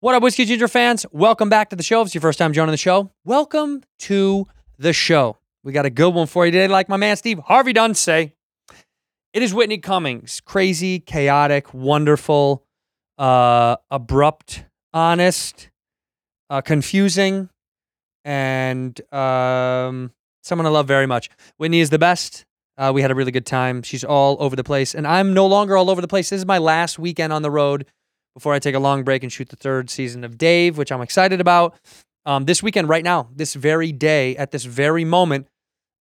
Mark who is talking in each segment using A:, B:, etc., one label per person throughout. A: What up, Whiskey Ginger fans? Welcome back to the show. If it's your first time joining the show, welcome to the show. We got a good one for you today, like my man Steve Harvey Dunn say. It is Whitney Cummings. Crazy, chaotic, wonderful, uh, abrupt, honest, uh, confusing, and um, someone I love very much. Whitney is the best. Uh, we had a really good time. She's all over the place, and I'm no longer all over the place. This is my last weekend on the road before I take a long break and shoot the third season of Dave, which I'm excited about. Um, this weekend, right now, this very day, at this very moment,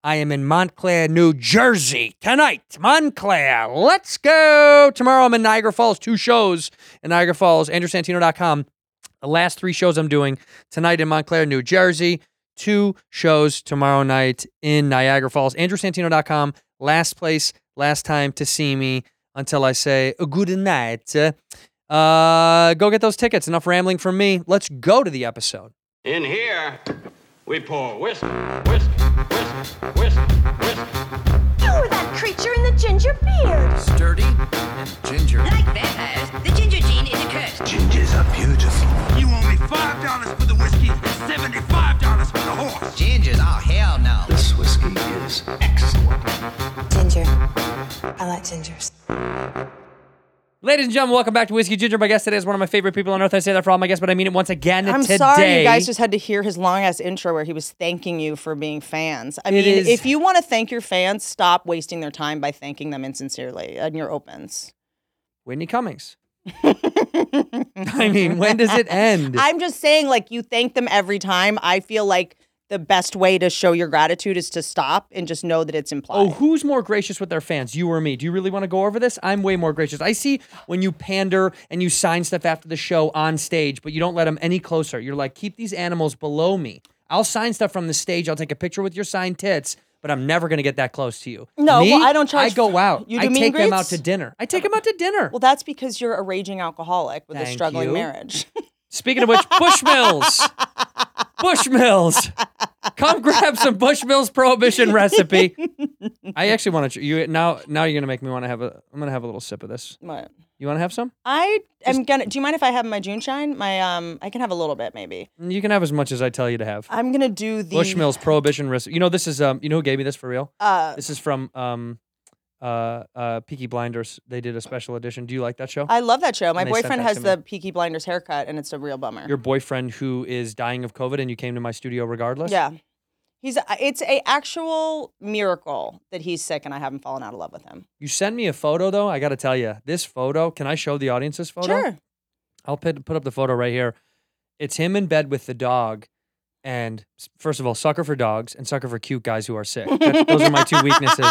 A: I am in Montclair, New Jersey tonight. Montclair, let's go. Tomorrow, I'm in Niagara Falls, two shows in Niagara Falls, AndrewSantino.com. The last three shows I'm doing tonight in Montclair, New Jersey, two shows tomorrow night in Niagara Falls, AndrewSantino.com. Last place, last time to see me until I say good night. Uh, go get those tickets. Enough rambling from me. Let's go to the episode.
B: In here, we pour whisk, whisk, whisk, whisk, whisk.
C: You were Oh, that creature in the ginger beard.
D: sturdy and ginger.
E: Like vampires, the ginger gene is a curse.
D: Gingers are beautiful.
F: You owe me five dollars for the whiskey and seventy-five dollars for the horse.
E: Gingers? Oh, hell no.
D: This whiskey is excellent.
G: Ginger. I like gingers.
A: Ladies and gentlemen, welcome back to Whiskey Ginger. My guest today is one of my favorite people on earth. I say that for all my guests, but I mean it once again
H: I'm
A: today.
H: sorry you guys just had to hear his long ass intro where he was thanking you for being fans. I mean,
A: is-
H: if you want to thank your fans, stop wasting their time by thanking them insincerely on your opens.
A: Whitney Cummings. I mean, when does it end?
H: I'm just saying, like, you thank them every time. I feel like the best way to show your gratitude is to stop and just know that it's implied.
A: Oh, who's more gracious with their fans, you or me? Do you really want to go over this? I'm way more gracious. I see when you pander and you sign stuff after the show on stage, but you don't let them any closer. You're like, keep these animals below me. I'll sign stuff from the stage. I'll take a picture with your signed tits, but I'm never going to get that close to you.
H: No,
A: Me,
H: well, I don't
A: I
H: charge-
A: go out.
H: You
A: I
H: do meet
A: take
H: and
A: them out
H: greets?
A: to dinner. I take them out to dinner.
H: well, that's because you're a raging alcoholic with a
A: Thank
H: struggling
A: you.
H: marriage.
A: Speaking of which, Bushmills. Bushmills. Come grab some Bushmills prohibition recipe. I actually want to you now now you're going to make me want to have a I'm going to have a little sip of this.
H: But
A: You want to have some?
H: I am gonna. Do you mind if I have my June shine? My um, I can have a little bit maybe.
A: You can have as much as I tell you to have.
H: I'm gonna do the
A: Bushmills prohibition recipe. You know this is um you know who gave me this for real?
H: Uh,
A: This is from um uh uh Peaky Blinders. They did a special edition. Do you like that show?
H: I love that show. My
A: And they sent
H: boyfriend
A: that
H: has
A: to me.
H: the Peaky Blinders haircut, and it's a real bummer.
A: Your boyfriend who is dying of COVID and you came to my studio regardless?
H: yeah, he's. uh, It's a actual miracle that he's sick, and I haven't fallen out of love with him.
A: You send me a photo though. I got to tell you, this photo. Can I show the audience this photo?
H: Sure.
A: I'll put, put up the photo right here. It's him in bed with the dog. And s- first of all, sucker for dogs and sucker for cute guys who are sick. That- those are my two weaknesses.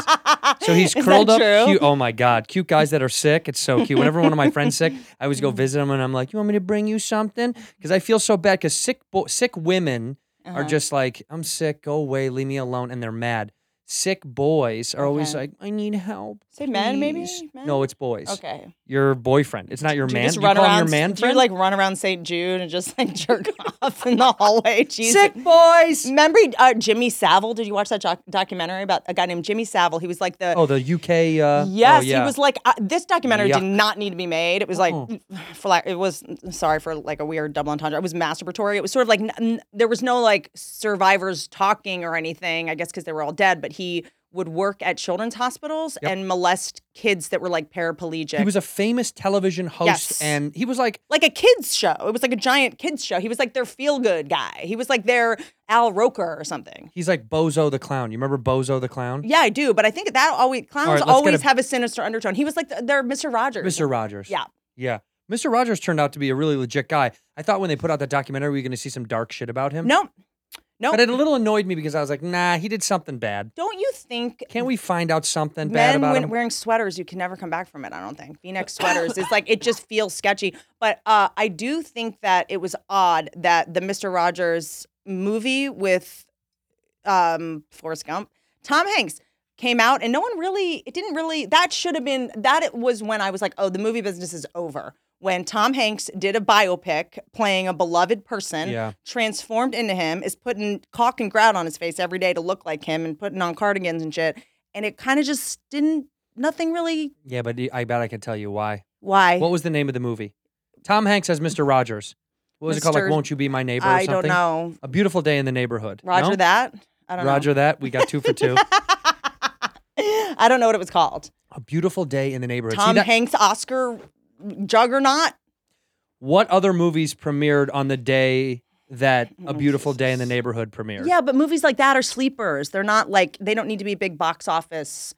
A: So he's
H: Is
A: curled
H: that
A: up.
H: true?
A: Cute, oh my God. Cute guys that are sick. It's so cute. Whenever one of my friends sick, I always go
H: Mm.
A: visit them and I'm like, you want me to bring you something? Because I feel so bad because sick, bo- sick women are
H: Uh-huh.
A: just like, I'm sick. Go away. Leave me alone. And they're mad. Sick boys are always
H: Okay.
A: like, I need help.
H: Say men, maybe?
A: please."
H: Men?
A: No, it's boys
H: Okay.
A: your boyfriend. It's not your
H: Do
A: man.
H: you just
A: you
H: run
A: call him
H: around.
A: your man
H: do you
A: friend?
H: like run around St. Jude and just like jerk off in the hallway? Jesus.
A: sick boys.
H: Remember uh, Jimmy Savile? Did you watch that doc- documentary about a guy named Jimmy Savile? He was like the
A: Oh, the UK. Uh,
H: Yes,
A: oh, yeah.
H: he was like uh, this documentary did
A: Yuck. Mm-hmm.
H: not need to be made. It was like for like it was sorry for like a weird double entendre. It was masturbatory. It was sort of like n- n- there was no like survivors talking or anything. I guess because they were all dead. But he would work at children's hospitals and molest kids that were like paraplegic.
A: He was a famous television host,
H: Yes.
A: and he was like,
H: like a kids show. It was like a giant kids show. He was like their feel good guy. He was like their Al Roker or something.
A: he's like Bozo the clown. You remember Bozo the clown?
H: Yeah, I do. But I think that always
A: right,
H: clowns
A: let's get
H: always
A: a-
H: have a sinister undertone. He was like th- their Mr. Rogers.
A: Mr. Rogers.
H: Yeah.
A: Yeah. Mr. Rogers turned out to be a really legit guy. I thought when they put out that documentary, we were going to see some dark shit about him.
H: No, no.
A: But it a little annoyed me because I was like, nah, he did something bad.
H: Don't you think
A: Can't we find out something bad
H: men
A: about
H: when
A: him?
H: wearing sweaters, you can never come back from it? I don't think V-neck sweaters is like it just feels sketchy. But uh, I do think that it was odd that the Mister Rogers movie with um, Forrest Gump, Tom Hanks came out, and no one really. It didn't really. That should have been. That it was when I was like, oh, the movie business is over. When Tom Hanks did a biopic playing a beloved person,
A: Yeah.
H: transformed into him, is putting caulk and grout on his face every day to look like him and putting on cardigans and shit. And it kind of just didn't, nothing really.
A: yeah, but I bet I can tell you why.
H: Why?
A: What was the name of the movie? Tom Hanks as Mr. Rogers. What was it called? Like,
H: Mr.
A: won't you be my neighbor? Or
H: I
A: something?
H: don't know.
A: A beautiful day in the neighborhood.
H: Roger
A: No?
H: that. I don't
A: Roger
H: know.
A: that. We got two for two.
H: I don't know what it was called.
A: a beautiful day in the neighborhood. See
H: Tom
A: that-
H: Hanks Oscar juggernaut.
A: what other movies premiered on the day that A Beautiful Day in the Neighborhood premiered?
H: Mm-hmm. Yeah, but movies like that are sleepers. They're not like they don't need to be big box office.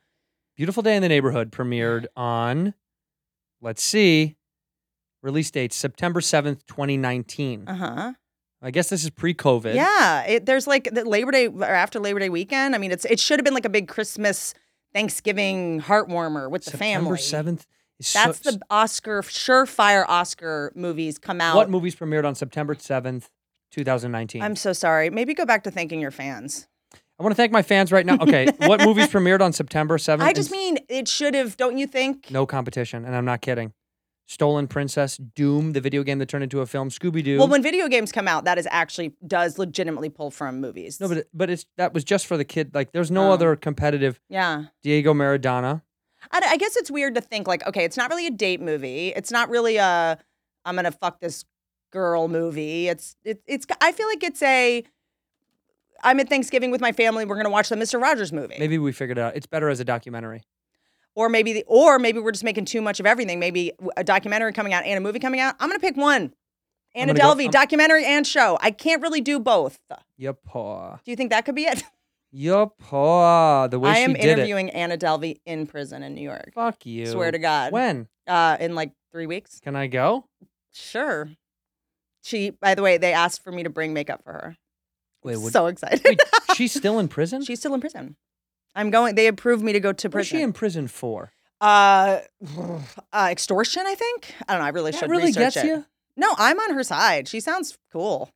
A: Beautiful Day in the Neighborhood premiered on, let's see, release date September 7th, 2019.
H: Uh huh.
A: I guess this is pre COVID.
H: Yeah, it, there's like the Labor Day or after Labor Day weekend. I mean, it's it should have been like a big Christmas, Thanksgiving heartwarmer with the
A: September
H: family.
A: 7th. is so-
H: That's the Oscar surefire Oscar movies come out.
A: What movies premiered on September 7th, 2019?
H: I'm so sorry. Maybe go back to thanking your fans.
A: I want to thank my fans right now. Okay, what movies premiered on September 7th?
H: I just
A: And-
H: mean it should have. Don't you think?
A: No competition, and I'm not kidding. Stolen Princess, Doom, the video game that turned into a film, Scooby Doo.
H: Well, when video games come out, that is actually does legitimately pull from movies.
A: No, but it- but it's that was just for the kid. Like, there's
H: Oh.
A: no other competitive
H: yeah.
A: Diego Maradona.
H: I, I guess it's weird to think like, okay, it's not really a date movie. It's not really a I'm gonna fuck this girl movie. It's it, it's I feel like it's a I'm at Thanksgiving with my family. We're gonna watch the Mister Rogers movie,
A: Maybe we figured it out it's better as a documentary.
H: or maybe the or maybe we're just making too much of everything. Maybe a documentary coming out and a movie coming out. I'm gonna pick one. Anna
A: gonna go-
H: Delvey,
A: I'm-
H: documentary and show. I can't really do both. Do
A: Yup, paw.
H: you think that could be it?
A: Yup, paw. The way
H: I
A: she
H: am
A: did
H: interviewing Anna Delvey in prison in New York.
A: it. Fuck you.
H: Swear to God.
A: When
H: Uh, in like three weeks.
A: can I go?
H: Sure. She, by the way, they asked for me to bring makeup for her.
A: Wait, what-
H: so excited.
A: wait, she's still in prison.
H: She's still in prison. I'm going. They approved me to go to
A: What is
H: prison.
A: she in prison for?
H: uh, uh, extortion. I think. I don't know. I really
A: That
H: should
A: really
H: research
A: gets
H: it.
A: you.
H: No, I'm on her side. She sounds cool.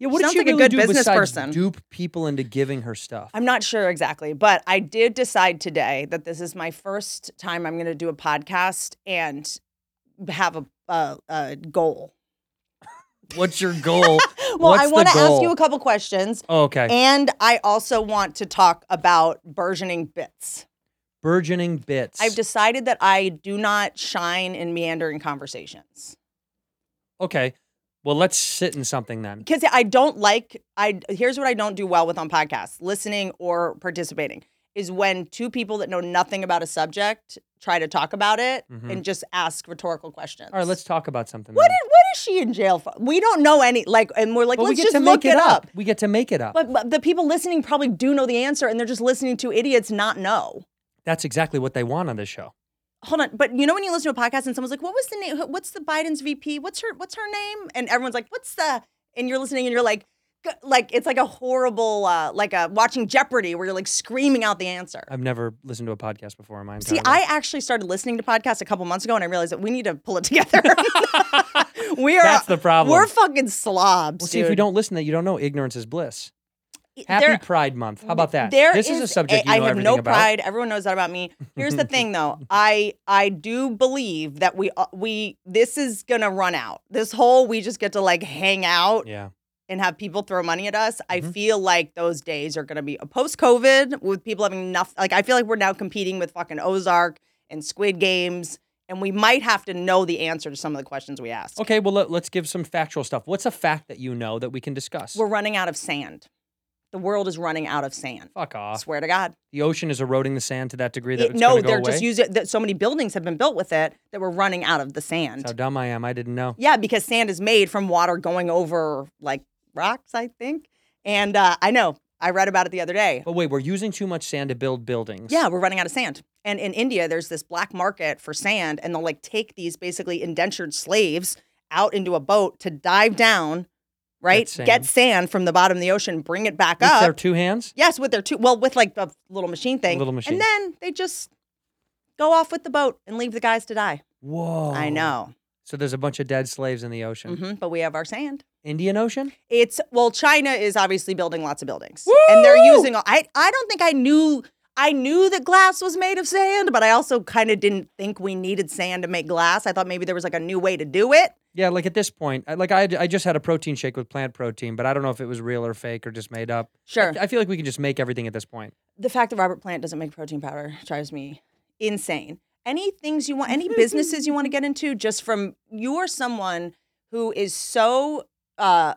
A: Yeah, what
H: Sounds
A: did she
H: like a
A: really
H: good
A: do
H: business
A: besides
H: person.
A: dupe people into giving her stuff?
H: I'm not sure exactly, but I did decide today that this is my first time I'm going to do a podcast and have a, a, a goal.
A: What's your goal?
H: Well,
A: What's
H: I
A: the
H: want to ask
A: goal?
H: you a couple questions.
A: Oh, okay.
H: And I also want to talk about burgeoning bits.
A: Burgeoning bits.
H: I've decided that I do not shine in meandering conversations
A: okay. Well, let's sit in something then.
H: because I don't like. I here's what I don't do well with on podcasts: listening or participating is when two people that know nothing about a subject try to talk about it
A: Mhm.
H: and just ask rhetorical questions.
A: All right, let's talk about something.
H: What
A: then.
H: is, what is she in jail for? We don't know any. Like, and we're like,
A: But
H: let's
A: we get
H: just
A: to
H: look
A: make
H: it up.
A: We get to make it up.
H: But, but the people listening probably do know the answer, and they're just listening to idiots not know.
A: That's exactly what they want on this show.
H: hold on but you know when you listen to a podcast and someone's like what was the name what's the biden's vp what's her what's her name and everyone's like what's the and you're listening and you're like g- like it's like a horrible uh like a watching jeopardy where you're like screaming out the answer
A: I've never listened to a podcast before in my entire
H: see i actually started listening to podcasts a couple months ago and i realized that we need to pull it together we are
A: That's the problem.
H: we're fucking slobs
A: well, see, if you
H: dude.
A: don't listen, to that you don't know. Ignorance is bliss. Happy
H: There-
A: Pride Month. How about that?
H: There
A: this is, a subject you
H: I
A: know
H: have
A: everything
H: no
A: about.
H: pride. Everyone knows that about me. Here's the thing, though. I I do believe that we uh, we this is gonna run out. This whole we just get to like hang out
A: Yeah.
H: and have people throw money at us. I
A: Mhm.
H: feel like those days are gonna be post COVID with people having nothing. Like I feel like we're now competing with fucking Ozark and Squid Games, and we might have to know the answer to some of the questions we ask.
A: Okay. Well, let, us give some factual stuff. What's a fact that you know that we can discuss?
H: We're running out of sand. The world is running out of sand.
A: Fuck off.
H: Swear to God.
A: The ocean is eroding the sand to that degree that
H: It-
A: it's
H: no,
A: gonna go
H: they're
A: away.
H: just using that. So many buildings have been built with it that we're running out of the
A: That's
H: sand.
A: how dumb I am. I didn't know.
H: yeah, because sand is made from water going over like rocks, I think. And uh, I know I read about it the other day.
A: But Oh, wait, we're using too much sand to build buildings.
H: Yeah, we're running out of sand. And in India, there's this black market for sand, and they'll like take these basically indentured slaves out into a boat to dive down, right?
A: sand.
H: Get sand from the bottom of the ocean, bring it back
A: With
H: up.
A: their two hands.
H: Yes, with their two. Well, with like the little machine thing.
A: Little machine.
H: And then they just go off with the boat and leave the guys to die.
A: Whoa.
H: I know.
A: So there's a bunch of dead slaves in the ocean.
H: hmm But we have our sand.
A: Indian Ocean.
H: It's well, China is obviously building lots of buildings, and they're using. all- I I don't think I knew. I knew that glass was made of sand, but I also kind of didn't think we needed sand to make glass. I thought maybe there was like a new way to do it.
A: Yeah, like at this point, I- like I, I just had a protein shake with plant protein, but I don't know if it was real or fake or just made up.
H: Sure.
A: I, I feel like we can just make everything at this point.
H: the fact that Robert Plant doesn't make protein powder drives me insane. Any things you want, any businesses you want to get into, just from you are someone who is so uh,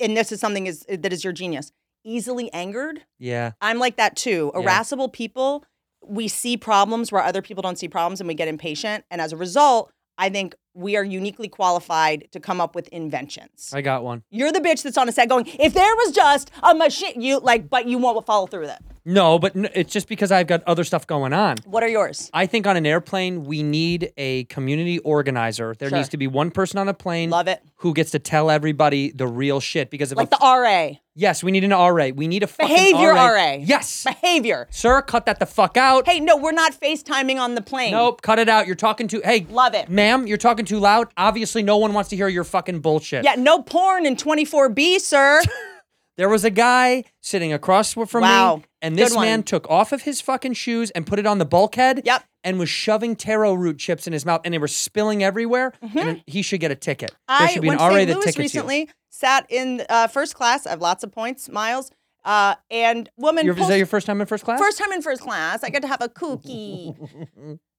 H: and this is something is that is your genius. Easily angered.
A: Yeah.
H: I'm like that too.
A: Yeah.
H: Irascible people, we see problems where other people don't see problems and we get impatient. And as a result, I think we are uniquely qualified to come up with inventions.
A: I got one.
H: You're the bitch that's on a set going, if there was just a machine, you like, but you won't follow through with it.
A: No, but n- it's just because I've got other stuff going on.
H: What are yours?
A: I think on an airplane, we need a community organizer. There
H: Sure.
A: needs to be one person on a plane
H: Love it.
A: who gets to tell everybody the real shit. Because if
H: Like
A: a
H: the RA,
A: Yes, we need an RA. We need a fucking
H: Behavior RA.
A: Yes.
H: behavior.
A: Sir, cut that the fuck out.
H: Hey, no, we're not FaceTiming on the plane.
A: Nope, cut it out. You're talking too Hey.
H: Love it.
A: Ma'am, you're talking too loud. Obviously no one wants to hear your fucking bullshit.
H: Yeah, no porn in 24B, sir.
A: There was a guy sitting across from
H: Wow.
A: me and
H: Good
A: this man
H: one.
A: took off of his fucking shoes and put it on the bulkhead
H: Yep.
A: and was shoving taro root chips in his mouth and they were spilling everywhere and he should get a ticket. there
H: Mm-hmm. I
A: should be an
H: went
A: RA
H: to
A: that
H: St.
A: tickets
H: Louis
A: you.
H: recently, sat in uh, first class. I have lots of points, miles. Uh, and woman
A: Your- is
H: pulls-
A: that your first time in first class?
H: first time in first class. I got to have a cookie.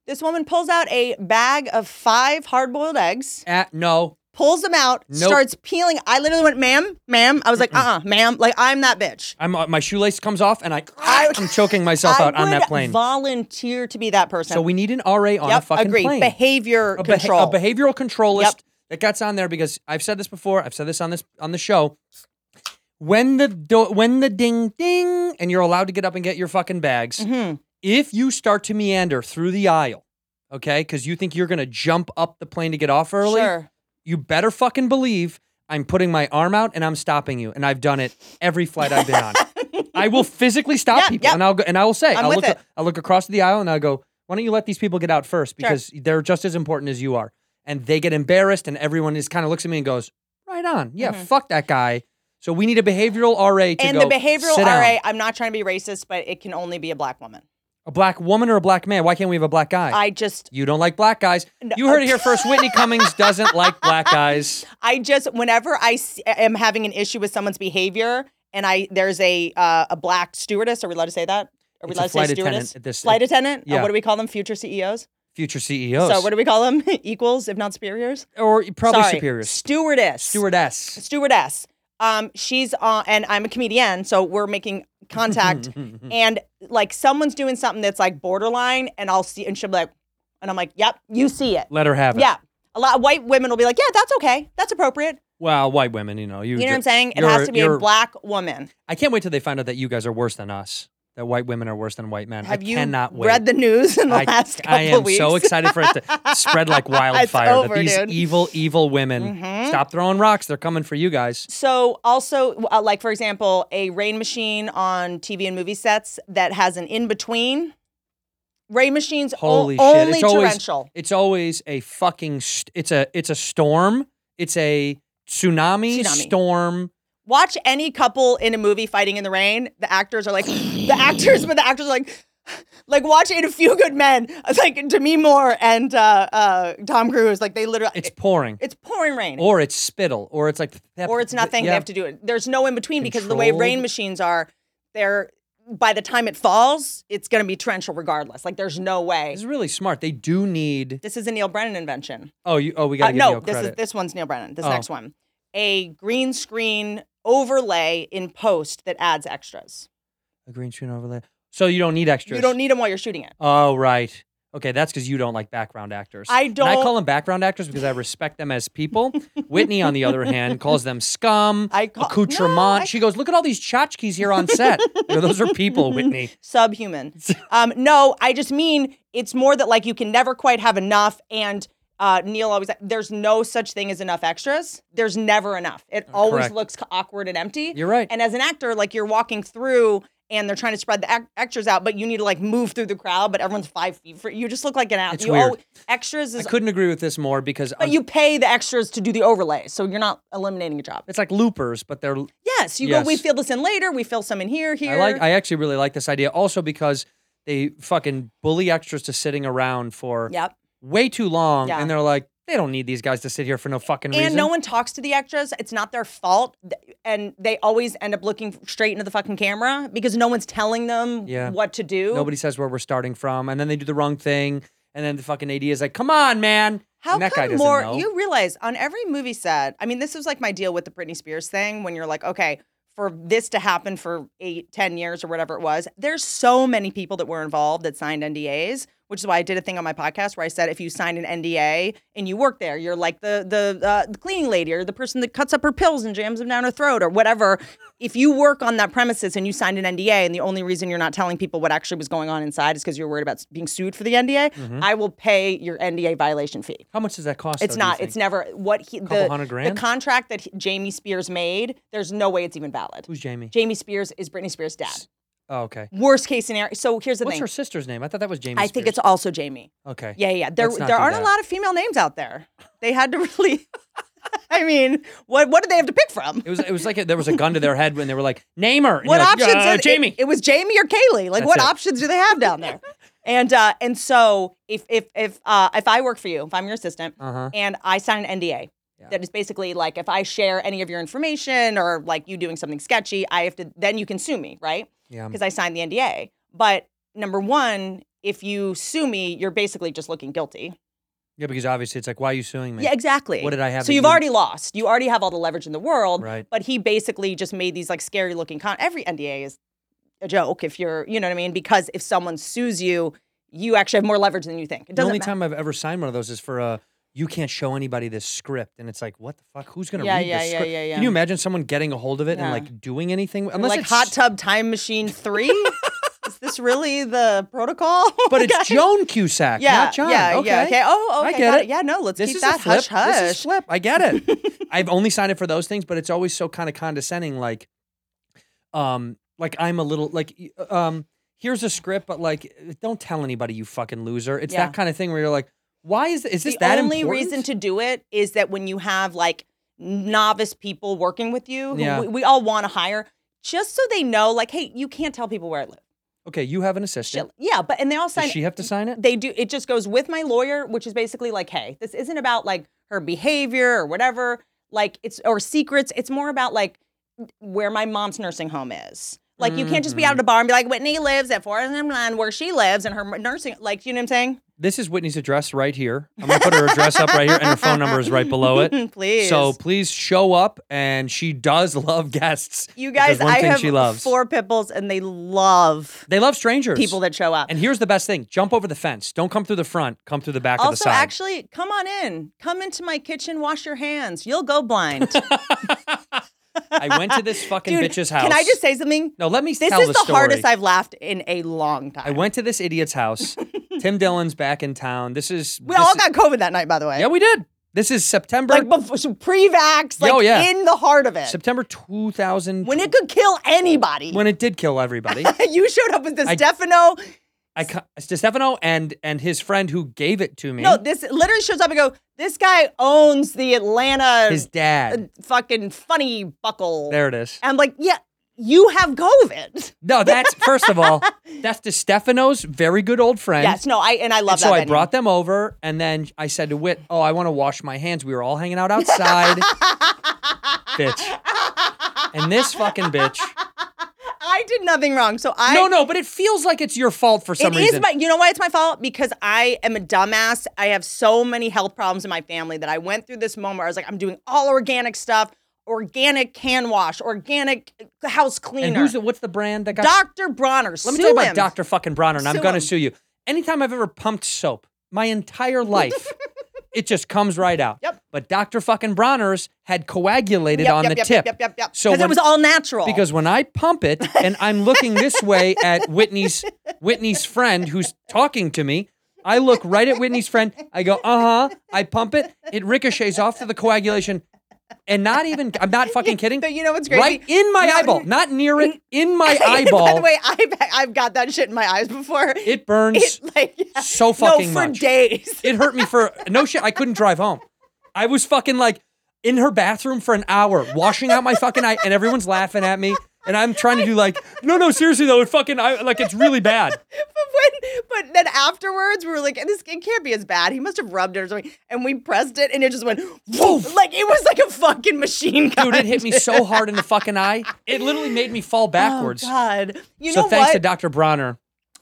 H: this woman pulls out a bag of five hard-boiled eggs,
A: Uh, no.
H: pulls them out,
A: Nope.
H: starts peeling. I literally went, "Ma'am, ma'am." I was like, "Uh, uh ma'am." Like I'm that bitch.
A: I'm uh, my shoelace comes off and I, I
H: I-
A: am choking myself
H: I
A: out on
H: would
A: that plane.
H: Volunteer to be that person.
A: So we need an RA on
H: yep,
A: a fucking
H: agree.
A: plane.
H: Behavior
A: a, beha- a
H: control.
A: behavioral controlist
H: Yep.
A: that gets on there because I've said this before. I've said this on this on the show. When the do- when the ding ding and you're allowed to get up and get your fucking bags,
H: Mm-hmm.
A: if you start to meander through the aisle, okay, because you think you're gonna jump up the plane to get off early,
H: Sure.
A: you better fucking believe I'm putting my arm out and I'm stopping you. And I've done it every flight I've been on. I will physically stop
H: Yeah,
A: people
H: yeah.
A: and I'll go, and I will say,
H: I'm
A: will
H: with
A: look
H: it.
A: I'll look across the aisle and I'll go, why don't you let these people get out first? Because they're just as important as you are. And they get embarrassed and everyone is kind of looks at me and goes, Right on. Yeah, fuck that guy. So we need a behavioral RA to
H: Mm-hmm. and
A: go,
H: the behavioral
A: "Sit down."
H: RA. I'm not trying to be racist, but it can only be a black woman.
A: A black woman or a black man? Why can't we have a black guy?
H: I just,
A: you don't like black guys. You heard it here first. Whitney Cummings doesn't like black guys.
H: I just, whenever I s- am having an issue with someone's behavior, and I there's a uh, a black stewardess. Are we allowed to say that? Are we
A: It's a
H: allowed to say
A: flight attendant
H: stewardess?
A: at this-
H: flight attendant. Uh,
A: yeah.
H: what do we call them? Future CEOs.
A: Future CEOs.
H: So what do we call them? Equals, if not superiors.
A: or probably
H: Sorry.
A: superiors.
H: Stewardess.
A: Stewardess.
H: Stewardess. Um, she's on, and I'm a comedian, so we're making contact. and like someone's doing something that's like borderline, and I'll see, and she'll be like, and I'm like, "Yep, you see it."
A: Let her have it.
H: Yeah. A lot of white women will be like, yeah, that's okay. That's appropriate.
A: Well, white women, you know. You,
H: You know what I'm
A: ju-
H: saying? It
A: you're-
H: has to be a
A: you're-
H: black woman.
A: I can't wait till they find out that you guys are worse than us. That white women are worse than white men.
H: Have
A: I
H: you
A: cannot wait.
H: read the news in the
A: I,
H: last couple
A: I am
H: weeks?
A: so excited for it to spread like wildfire.
H: over,
A: that these
H: dude. Mm-hmm.
A: evil, evil women stop throwing rocks. They're coming for you guys.
H: So also, uh, like for example, a rain machine on TV and movie sets that has an in between. Rain machines o-
A: Holy shit!
H: only
A: it's always
H: torrential.
A: it's always a fucking st- it's a it's a storm. It's a tsunami,
H: Tsunami.
A: storm.
H: Watch any couple in a movie fighting in the rain. The actors are like the actors, but the actors are like. Like watch in a few good men, like Demi Moore and uh, uh, Tom Cruise, like they literally
A: It's pouring,
H: It's pouring rain. Or,
A: or it's spittle, or it's like pep-
H: it's nothing. They
A: yeah.
H: have to do it. There's no in between because the way rain
A: Controlled.
H: machines are, they're by the time it falls, it's going to be torrential regardless. Like there's no way.
A: This is really smart. They do need.
H: This is a Neil Brennan invention.
A: Oh, you. Oh, we got
H: Uh,
A: to give
H: no,
A: Neil
H: this
A: credit.
H: is this one's Neil Brennan. This
A: Oh.
H: next one, a green screen overlay in post that adds extras.
A: A green screen overlay. So you don't need extras.
H: You don't need them while you're shooting it.
A: Oh, right. Okay, that's because you don't like background actors.
H: I
A: And I
H: don't-
A: call them background actors because I respect them as people. Whitney, on the other hand, calls them scum,
H: I ca-
A: accoutrement.
H: No, I-
A: She goes, "Look at all these tchotchkes here on set. I go, Those are people, Whitney."
H: Subhuman. um, no, I just mean it's more that like you can never quite have enough and. Uh, Neil always there's no such thing as enough extras. There's never enough. It always
A: Uh, Correct.
H: looks awkward and empty.
A: You're right.
H: And as an actor, like you're walking through and they're trying to spread the ac- extras out, but you need to like move through the crowd, but everyone's five feet. For, you just look like an out.
A: It's
H: you
A: weird.
H: al- extras
A: I
H: is
A: couldn't agree with this more because
H: but
A: I'm-
H: you pay the extras to do the overlay, so you're not eliminating a job.
A: it's like loopers, but they're
H: Yes, you go. We
A: Yes.
H: fill this in later. We fill some in here. Here.
A: I like. I actually really like this idea, also because they fucking bully extras to sitting around for
H: yep.
A: way too long,
H: Yeah.
A: and they're like, they don't need these guys to sit here for no fucking
H: And
A: reason.
H: no one talks to the extras. It's not their fault. Th- And they always end up looking straight into the fucking camera because no one's telling them
A: Yeah.
H: what to do.
A: Nobody says where we're starting from, and then they do the wrong thing, and then the fucking AD is like, "Come on, man,
H: How
A: And that guy
H: come
A: doesn't
H: more?
A: know.
H: You realize on every movie set. I mean, this was like my deal with the Britney Spears thing. When you're like, okay, for this to happen for eight, ten years or whatever it was, there's so many people that were involved that signed NDAs, which is why I did a thing on my podcast where I said if you sign an NDA and you work there, you're like the the, uh, the cleaning lady or the person that cuts up her pills and jams them down her throat or whatever. If you work on that premises and you signed an NDA, and the only reason you're not telling people what actually was going on inside is because you're worried about s- being sued for the NDA,
A: Mm-hmm.
H: I will pay your NDA violation fee.
A: How much does that cost? though, do
H: It's
A: you
H: not. It's
A: think?
H: never what he
A: Couple
H: the,
A: hundred grand?
H: the contract that he- Jamie Spears made. There's no way it's even valid.
A: Who's Jamie?
H: Jamie Spears is Britney Spears' dad.
A: oh, okay.
H: Worst case scenario. So here's the
A: What's
H: thing.
A: her sister's name? I thought that was Jamie.
H: I think it's
A: Spears.
H: also Jamie.
A: okay.
H: Yeah, yeah. yeah. There,
A: Let's not
H: there
A: do
H: aren't
A: that.
H: a lot of female names out there. They had to really. I mean, what what did they have to pick from?
A: It was it was like a, there was a gun to their head when they were like, name her. And
H: What
A: you're like,
H: options?
A: "Uh,
H: are- it-
A: Jamie.
H: It, was Jamie or Kaylee. Like,
A: That's
H: what
A: it.
H: options do they have down there? and uh, and so if if if uh, if I work for you, if I'm your assistant,
A: Uh-huh.
H: and I sign an NDA. That is basically like if I share any of your information or like you doing something sketchy, I have to then you can sue me, right?
A: Yeah.
H: Because I signed the NDA. But number one, if you sue me, you're basically just looking guilty.
A: yeah, because obviously it's like, why are you suing me?
H: Yeah, exactly.
A: What did I have
H: So
A: that
H: you've
A: you-
H: already lost. You already have all the leverage in the world.
A: Right.
H: But he basically just made these like scary looking con. Every NDA is a joke if you're, you know what I mean? Because if someone sues you, you actually have more leverage than you think. It
A: The
H: doesn't
A: only
H: matter.
A: time I've ever signed one of those is for a. You can't show anybody this script, and it's like, what the fuck? Who's gonna
H: Yeah,
A: read
H: yeah,
A: this
H: yeah,
A: script?
H: yeah,
A: Can
H: yeah.
A: you imagine someone getting a hold of it and
H: Yeah.
A: like doing anything? Unless
H: like
A: it's
H: Hot Tub Time Machine 3? is this really the protocol?
A: but it's
H: Guys?
A: Joan Cusack,
H: Yeah,
A: not John.
H: yeah,
A: okay.
H: yeah, okay. Oh,
A: I
H: okay,
A: get
H: got
A: it.
H: it. Yeah, no, let's
A: this
H: keep
A: is a
H: that
A: flip.
H: hush,
A: This is
H: hush.
A: flip. I get it. I've only signed it for those things, but it's always so kind of condescending. Like, um, like I'm a little like, y- um, here's a script, but like, don't tell anybody, you fucking loser. It's
H: Yeah.
A: that kind of thing where you're like, why is is this
H: the
A: that
H: only
A: important?
H: reason to do it is that when you have like novice people working with you who
A: Yeah.
H: we, we all want to hire just so they know like hey you can't tell people where i live
A: okay, you have an
H: Shit.
A: assistant.
H: yeah but and they all sign
A: Does she have to sign it?
H: they do it just goes with my lawyer which is basically like hey this isn't about like her behavior or whatever like it's or secrets it's more about like where my mom's nursing home is like you can't just be out
A: Mm-hmm.
H: at a bar and be like whitney lives at 4 and where she lives and her nursing like you know what i'm saying
A: This is Whitney's address right here. I'm gonna put her address up right here, and her phone number is right below it.
H: please
A: So please show up, and she does love guests.
H: You
A: If
H: guys,
A: there's one
H: I
A: thing
H: have
A: she loves.
H: four pipples, and they love
A: They love strangers.
H: people that show up.
A: And here's the best thing: jump over the fence. Don't come through the front. Come through the back of the
H: also,
A: side.
H: actually, come on in. Come into my kitchen. Wash your hands. You'll go blind.
A: I went to this fucking
H: Dude,
A: bitch's house.
H: Can I just say something?
A: No, let me
H: This
A: tell
H: is
A: the
H: the,
A: story.
H: hardest I've laughed in a long time.
A: I went to this idiot's house. Tim Dillon's back in town. This is.
H: we all got COVID that night, by the way.
A: Yeah, we did. This is September.
H: like before, so pre-vax, like
A: Yo, Oh, yeah.
H: in the heart of it,
A: September 2000.
H: when it could kill anybody.
A: when it did kill everybody.
H: you showed up with the
A: I-
H: Stefano.
A: I ca- Stefano and and his friend who gave it to me.
H: No, this literally shows up and go. This guy owns the Atlanta
A: his dad.
H: fucking funny buckle.
A: There it is.
H: I'm like, yeah, you have COVID.
A: No, that's first of all, that's the Stefano's very good old friend.
H: Yes, no, I and I love
A: And
H: that.
A: so I
H: venue.
A: brought them over, and then I said to Wit, "Oh, I want to wash my hands." We were all hanging out outside, bitch. And this fucking bitch.
H: I did nothing wrong, so I
A: No, no, but it feels like it's your fault for
H: It
A: some
H: is
A: reason.
H: my. You know why it's my fault? Because I am a dumbass. I have so many health problems in my family that I went through this moment. Where I was like, I'm doing all organic stuff, organic can wash, organic house cleaner.
A: and who's the, what's the brand that got?
H: Dr. Bronner?
A: Let me
H: sue
A: tell you about
H: him.
A: Doctor Fucking Bronner, and I'm
H: Sue
A: gonna
H: him.
A: sue you. Anytime I've ever pumped soap, my entire life, it just comes right out.
H: Yep.
A: But Doctor Fucking Bronner's had coagulated
H: Yep,
A: on
H: yep,
A: the
H: yep,
A: tip.
H: yep, yep, yep, yep.
A: So
H: because
A: when-
H: it was all natural.
A: because when I pump it and I'm looking this way at Whitney's Whitney's friend who's talking to me, I look right at Whitney's friend. I go, uh huh. I pump it. It ricochets off to the coagulation, and not even I'm not fucking kidding.
H: But you know what's crazy?
A: Right in my
H: No,
A: eyeball, not near it, in my eyeball.
H: By the way, I've I've got that shit in my eyes before.
A: it burns.
H: It, like yeah.
A: so fucking
H: no for
A: much.
H: days.
A: It hurt me for no shit. I couldn't drive home. I was fucking like in her bathroom for an hour, washing out my fucking eye, and everyone's laughing at me. And I'm trying to do like, no, no, seriously though, it fucking, I, like, it's really bad.
H: but when, but then afterwards, we were like, this it can't be as bad. He must have rubbed it or something. And we pressed it, and it just went woof, like it was like a fucking machine gun.
A: Dude, it hit me so hard in the fucking eye. It literally made me fall backwards.
H: Oh, God, you
A: so
H: know
A: thanks
H: what?
A: to Dr. Bronner.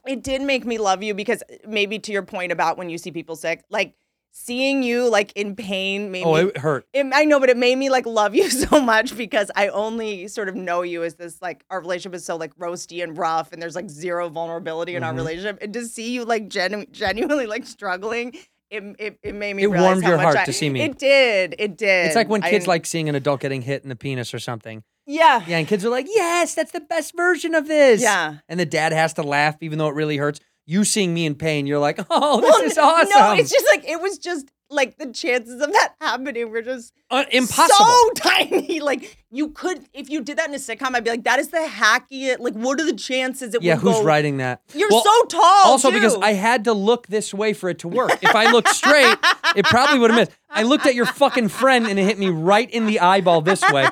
H: it did make me love you because maybe to your point about when you see people sick, like seeing you like in pain made
A: Oh,
H: me
A: it hurt.
H: it, I know, but it made me like love you so much because I only sort of know you as this like our relationship is so like roasty and rough, and there's like zero vulnerability in our
A: Mhm.
H: relationship. And to see you like genu- genuinely like struggling, it, it it made me.
A: It
H: realize
A: warmed
H: how
A: your
H: much
A: heart
H: I-
A: to see me.
H: It did. It did.
A: It's like when
H: I
A: kids
H: didn't-
A: like seeing an adult getting hit in the penis or something.
H: yeah,
A: Yeah, and kids are like, "Yes, that's the best version of this."
H: Yeah.
A: and the dad has to laugh even though it really hurts. You seeing me in pain, you're like, "Oh, this
H: Well,
A: is
H: n-
A: awesome."
H: No, it's just like it was just like the chances of that happening were just
A: Un- Uh, impossible.
H: So tiny. Like you could, if you did that in a sitcom, I'd be like, that is the hacky. Like, what are the chances it
A: yeah,
H: would go?
A: who's writing that?
H: You're
A: Well,
H: so tall.
A: Also, because
H: too.
A: I had to look this way for it to work. If I looked straight, it probably would have missed. I looked at your fucking friend and it hit me right in the eyeball this way.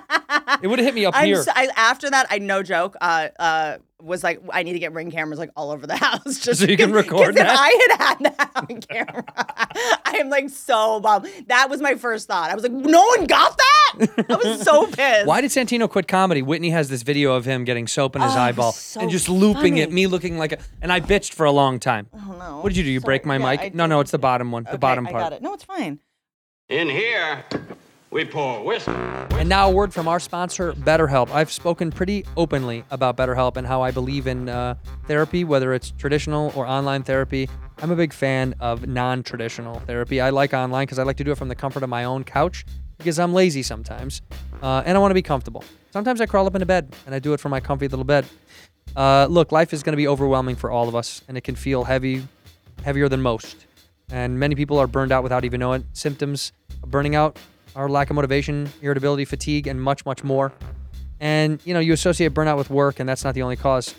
A: It would have hit me up
H: I'm
A: here.
H: so- I, after that, I no joke, uh, uh, was like, I need to get ring cameras like all over the house, just
A: So you can
H: because- 'cause
A: record
H: If
A: that?
H: I had had that on camera, I am like so bummed. That was my first thought. I was like, no one got that. I was so pissed.
A: Why did Santino quit comedy? Whitney has this video of him getting soap in his
H: Oh,
A: eyeball
H: so
A: and just looping it,
H: funny.
A: me looking like a. And I bitched for a long time.
H: Oh, no.
A: What did you do? You break my
H: Sorry. Yeah,
A: mic?
H: I
A: no,
H: did.
A: no, it's the bottom one, the
H: Okay,
A: bottom
H: I
A: part.
H: got it. No, it's fine.
B: In here, we pour whiskey.
A: And now a word from our sponsor, BetterHelp. I've spoken pretty openly about BetterHelp and how I believe in uh, therapy, whether it's traditional or online therapy. I'm a big fan of non traditional therapy. I like online because I like to do it from the comfort of my own couch because I'm lazy sometimes uh, and I want to be comfortable. Sometimes I crawl up into bed and I do it from my comfy little bed. Uh, look, life is going to be overwhelming for all of us and it can feel heavy, heavier than most. And many people are burned out without even knowing it. Symptoms of burning out are lack of motivation, irritability, fatigue, and much, much more. And, you know, you associate burnout with work, and that's not the only cause.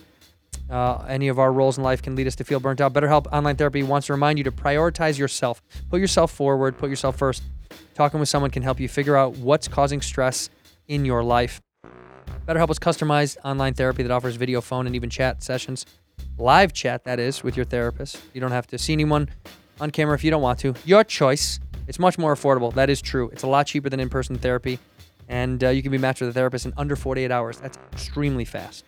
A: Uh, any of our roles in life can lead us to feel burnt out. BetterHelp Online Therapy wants to remind you to prioritize yourself. Put yourself forward, put yourself first. Talking with someone can help you figure out what's causing stress in your life. BetterHelp is customized online therapy that offers video, phone, and even chat sessions. Live chat, that is, with your therapist. You don't have to see anyone on camera if you don't want to. Your choice. It's much more affordable. That is true. It's a lot cheaper than in person therapy. And uh, you can be matched with a therapist in under 48 hours. That's extremely fast.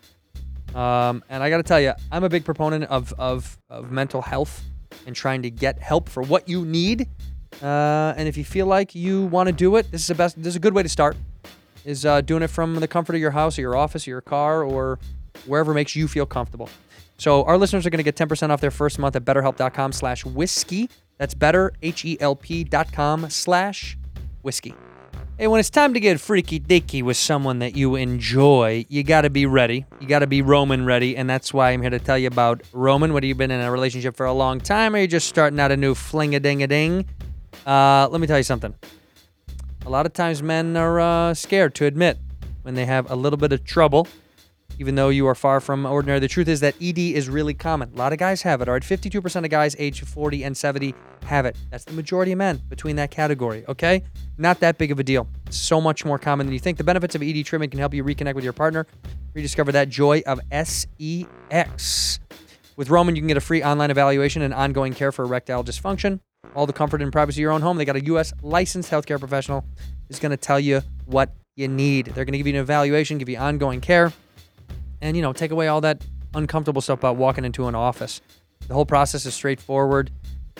A: Um, and I got to tell you, I'm a big proponent of, of, of mental health and trying to get help for what you need. Uh, and if you feel like you want to do it, this is the best. This is a good way to start. Is uh, doing it from the comfort of your house, or your office, or your car, or wherever makes you feel comfortable. So our listeners are going to get 10% off their first month at BetterHelp.com/whiskey. That's Better H E L P dot com slash whiskey. Hey, when it's time to get freaky dicky with someone that you enjoy, you got to be ready. You got to be Roman ready. And that's why I'm here to tell you about Roman. Whether you've been in a relationship for a long time or you're just starting out a new fling a ding a ding, uh, let me tell you something. A lot of times men are uh, scared to admit when they have a little bit of trouble, even though you are far from ordinary. The truth is that ED is really common. A lot of guys have it. All right, 52% of guys age 40 and 70 have it. That's the majority of men between that category, okay? Not that big of a deal. It's so much more common than you think. The benefits of ED treatment can help you reconnect with your partner, rediscover that joy of E sex. With Roman, you can get a free online evaluation and ongoing care for erectile dysfunction. All the comfort and privacy of your own home. They got a U.S. licensed healthcare professional who's going to tell you what you need. They're going to give you an evaluation, give you ongoing care, and you know, take away all that uncomfortable stuff about walking into an office. The whole process is straightforward,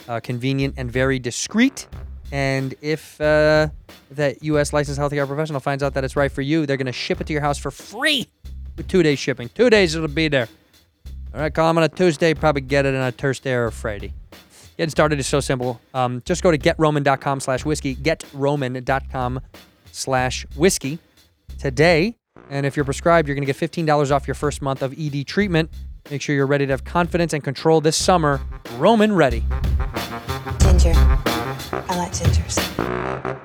A: uh, convenient, and very discreet. And if uh, that U.S. licensed healthcare professional finds out that it's right for you, they're going to ship it to your house for free with two days shipping. Two days it'll be there. All right, call them on a Tuesday, probably get it on a Thursday or a Friday. Getting started is so simple. Um, just go to getroman.com slash whiskey, getroman.com slash whiskey today. And if you're prescribed, you're going to get $15 off your first month of ED treatment. Make sure you're ready to have confidence and control this summer. Roman ready.
G: Ginger. I like gingers.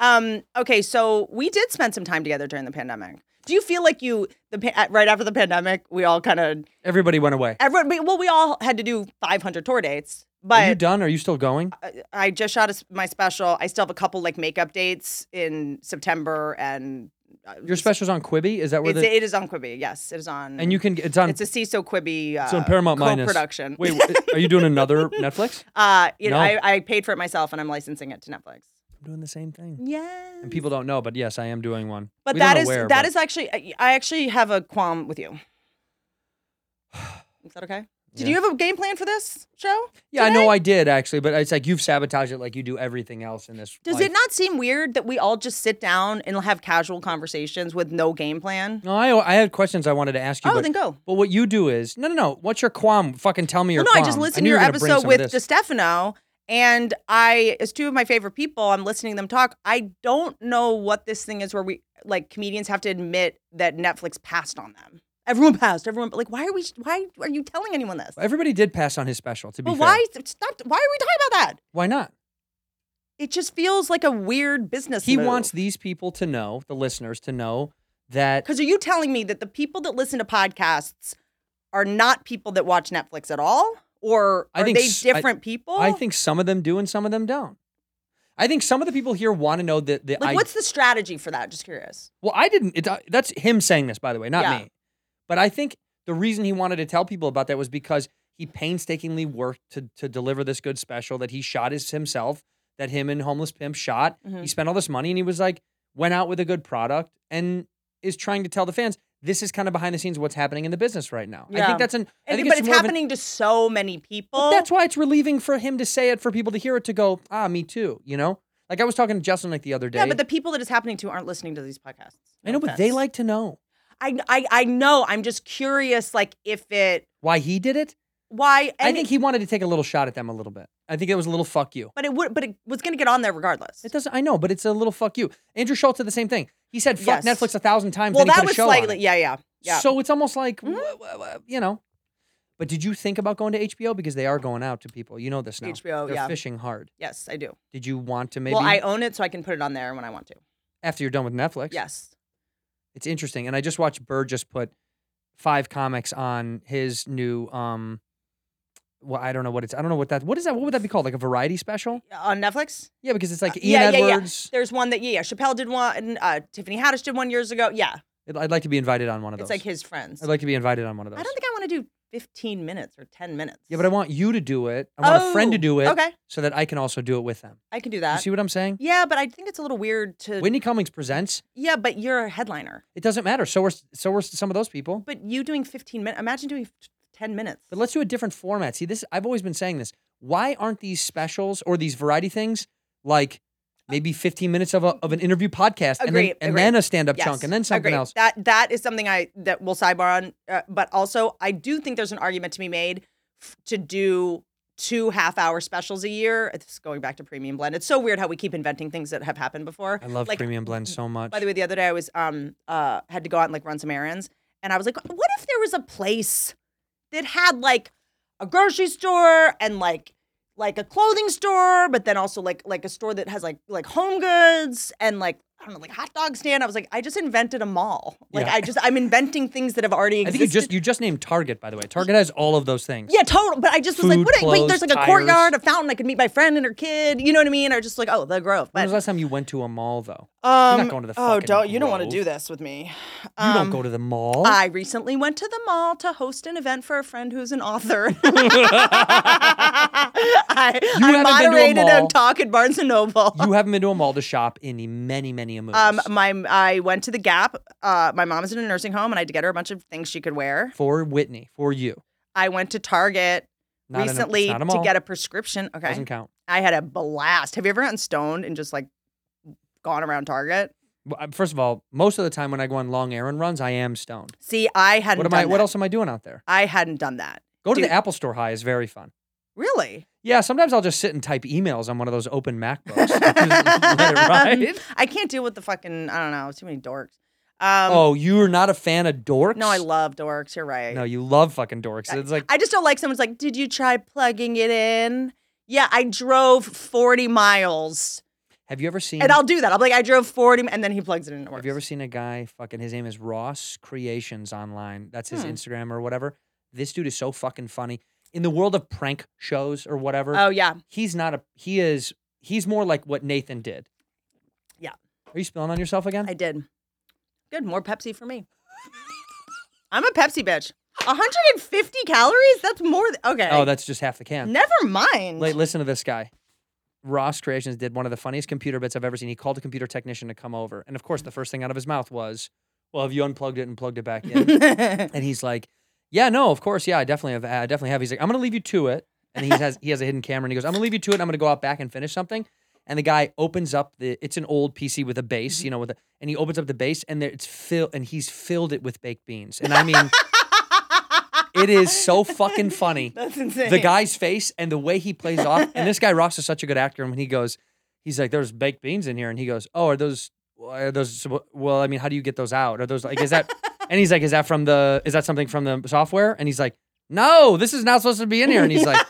H: Um, okay, so we did spend some time together during the pandemic. Do you feel like you the pa- uh, right after the pandemic, we all kind of
A: Everybody went away.
H: everyone? we- Well, we all had to do 500 tour dates,
A: Are you
H: but
A: done? Are you still going?
H: I- I just shot a s my special. I still have a couple like makeup dates in September, and uh,
A: Your special's on Quibi? Is that where
H: It's,
A: the.
H: it is on Quibi. Yes, it is on.
A: And you can. It's on.
H: It's a CISO Quibi. Uh,
A: it's on Paramount Minus.
H: production.
A: Wait, are you doing another Netflix?
H: uh, you know,
A: No.
H: I, I paid for it myself, and I'm licensing it to Netflix.
A: I'm doing the same thing.
H: Yeah.
A: And people don't know, but yes, I am doing one.
H: But
A: We don't
H: that
A: know
H: is
A: where,
H: that
A: but-
H: is actually I I actually have a qualm with you. Is that okay? Did you have a game plan for this show?
A: Yeah, I
H: today?
A: know I did actually, but it's like you've sabotaged it like you do everything else in this.
H: Does
A: life.
H: it not seem weird that we all just sit down and have casual conversations with no game plan?
A: No, I, I had questions I wanted to ask you.
H: Oh,
A: but,
H: then go.
A: But what you do is no, no, no. What's your qualm? Fucking tell me your
H: Well, no, I
A: qualm.
H: just listened
A: knew
H: to
A: you
H: your
A: were gonna bring
H: episode
A: some
H: with
A: of this.
H: DeStefano, and I, as two of my favorite people, I'm listening to them talk. I don't know what this thing is where we, like, comedians have to admit that Netflix passed on them. Everyone passed. Everyone, but like, why are we? Why are you telling anyone this?
A: Everybody did pass on his special. To be
H: Well,
A: fair,
H: why? Stop. Why are we talking about that?
A: Why not?
H: It just feels like a weird business.
A: He wants these people to know, the listeners to know that
H: Because are you telling me that the people that listen to podcasts are not people that watch Netflix at all, or
A: I
H: are
A: think
H: they
A: s- I-
H: different people?
A: I think some of them do and some of them don't. I think some of the people here want to know that the
H: Like,
A: I,
H: what's the strategy for that? Just curious.
A: well, I didn't. It, that's him saying this, by the way, not
H: Yeah.
A: me. But I think the reason he wanted to tell people about that was because he painstakingly worked to to deliver this good special that he shot is himself, that him and homeless pimp shot.
H: Mm-hmm.
A: He spent all this money and he was like went out with a good product and is trying to tell the fans this is kind of behind the scenes what's happening in the business right now. I
H: Yeah.
A: think that's an. I
H: And-
A: think
H: but it's
A: more of an-
H: happening to so many people.
A: But that's why it's relieving for him to say it, for people to hear it, to go, ah, me too. You know, like I was talking to Justin like the other day.
H: yeah, but the people that it's happening to aren't listening to these podcasts.
A: I
H: No
A: know, but they
H: offense.
A: like to know
H: I, I I know. I'm just curious, like if it
A: why he did it.
H: why.
A: I
H: and-
A: think he wanted to take a little shot at them a little bit. I think it was a little fuck you.
H: but it would, but it was going to get on there regardless.
A: It doesn't. I know, but it's a little fuck you. Andrew Schultz did the same thing. He said fuck
H: Yes.
A: Netflix a thousand times.
H: well,
A: then he
H: that
A: put a
H: was
A: show on
H: slightly,
A: it.
H: yeah, yeah, yeah. Mm-hmm.
A: So it's almost like wh- wh- wh- you know. But did you think about going to HBO because they are going out to people? You know this now.
H: HBO,
A: They're
H: yeah.
A: fishing hard.
H: yes, I do.
A: Did you want to maybe
H: Well, I own it, so I can put it on there when I want to.
A: after you're done with Netflix?
H: Yes.
A: It's interesting. And I just watched Bird just put five comics on his new um well, I don't know what it's I don't know what that what is that what would that be called? Like a variety special?
H: On Netflix?
A: Yeah, because it's like Ian
H: Uh, yeah, yeah, yeah.
A: Edwards.
H: There's one that, yeah, yeah. Chappelle did one, and, uh, Tiffany Haddish did one years ago. Yeah.
A: I'd- I'd like to be invited on one of
H: It's
A: those.
H: like his friends.
A: I'd like to be invited on one of those.
H: I don't think I want to do 15 minutes or 10 minutes.
A: yeah, but I want you to do it. I want a friend to
H: Oh,
A: do it
H: okay.
A: so that I can also do it with them.
H: I can do
A: You
H: that.
A: see what I'm saying?
H: Yeah, but I think it's a little weird to.
A: Whitney Cummings presents.
H: yeah, but you're a headliner.
A: It doesn't matter. So are so are some of those people.
H: But you doing 15 minutes. Imagine doing f- 10 minutes.
A: But let's do a different format. See, this I've always been saying this. Why aren't these specials or these variety things like maybe 15 minutes of, a, of an interview podcast and then,
H: Agreed,
A: and
H: agreed.
A: then a stand up
H: Yes,
A: chunk and then something
H: agreed.
A: else?
H: That that is something I that we'll sidebar on. Uh, but also, I do think there's an argument to be made f- to do two half hour specials a year. It's going back to Premium Blend. It's so weird how we keep inventing things that have happened before.
A: I love
H: like,
A: Premium Blend so much.
H: By the way, the other day I was um uh had to go out and like run some errands, and I was like, what if there was a place that had like a grocery store and like like a clothing store, but then also like like a store that has like like home goods and like I don't know like hot dog stand. I was like, I just invented a mall. Like
A: Yeah.
H: I just I'm inventing things that have already
A: I
H: existed.
A: think you just you just named Target, by the way. Target has all of those things.
H: yeah, total. But I just was
A: Food,
H: like, what? if- wait,
A: clothes,
H: there's like a
A: tires.
H: courtyard, a fountain. I could meet my friend and her kid. You know what I mean? Or just like, oh, the Grove.
A: When was
H: But
A: the last time you went to a mall though?
H: um,
A: not going to the
H: oh,
A: fucking
H: don't you don't want to
A: Grove.
H: do this with me?
A: you don't go to the mall.
H: I recently went to the mall to host an event for a friend who's an author. I,
A: You
H: I
A: haven't been to a
H: moderated
A: mall.
H: a talk at Barnes and Noble.
A: you haven't been to a mall to shop in many many a moons.
H: um, my I went to the Gap. Uh, my mom's in a nursing home, and I had to get her a bunch of things she could wear.
A: for Whitney, for you.
H: I went to Target
A: Not in a- it's
H: recently
A: not a
H: to
A: mall.
H: get a prescription. Okay,
A: Doesn't count.
H: I had a blast. Have you ever gotten stoned and just like gone around Target?
A: Well, I- First of all, most of the time when I go on long errand runs, I am stoned.
H: See, I hadn't.
A: What am
H: done
A: I? What
H: that.
A: else am I doing out there?
H: I hadn't done that.
A: Go to
H: Dude.
A: the Apple Store high is very fun.
H: Really?
A: Yeah, sometimes I'll just sit and type emails on one of those open MacBooks. Just let it ride.
H: I can't deal with the fucking. I don't know. Too many dorks. Um,
A: oh, you're not a fan of dorks?
H: No, I love dorks. You're right.
A: No, you love fucking dorks. It's like
H: I just don't like someone's like, did you try plugging it in? Yeah, I drove 40 miles.
A: have you ever seen
H: And I'll do that. I'll be like, I drove 40, mi-" and then he plugs it in. and it
A: Mm. have you ever
H: works.
A: seen a guy fucking his name is Ross Creations online. That's
H: Hmm.
A: his Instagram or whatever. This dude is so fucking funny. In the world of prank shows or whatever,
H: Oh, yeah.
A: he's not a he is he's more like what Nathan did.
H: Yeah.
A: Are you spilling on yourself again?
H: I did. Good. More Pepsi for me. I'm a Pepsi bitch. 150 calories? That's more. Th- okay.
A: oh, that's just half the can.
H: Never mind.
A: Like, listen to this guy. Ross Creations did one of the funniest computer bits I've ever seen. He called a computer technician to come over. And of course, the first thing out of his mouth was, Well, have you unplugged it and plugged it back in? and he's like, Yeah, no, of course. Yeah, I definitely have. I definitely have. He's like, I'm gonna leave you to it, and he has he has a hidden camera, and he goes, I'm gonna leave you to it. And I'm gonna go out back and finish something. And the guy opens up the. It's an old PC with a base, you know, with a, and he opens up the base, and there it's filled, and he's filled it with baked beans, and I mean, it is so fucking funny.
H: That's insane.
A: the guy's face and the way he plays off. And this guy Ross is such a good actor. And when he goes, he's like, "There's baked beans in here," and he goes, "Oh, are those? Are those? Well, I mean, how do you get those out? Are those like? Is that?" and he's like, "Is that from the? Is that something from the software?" And he's like, "No, this is not supposed to be in here." And he's like.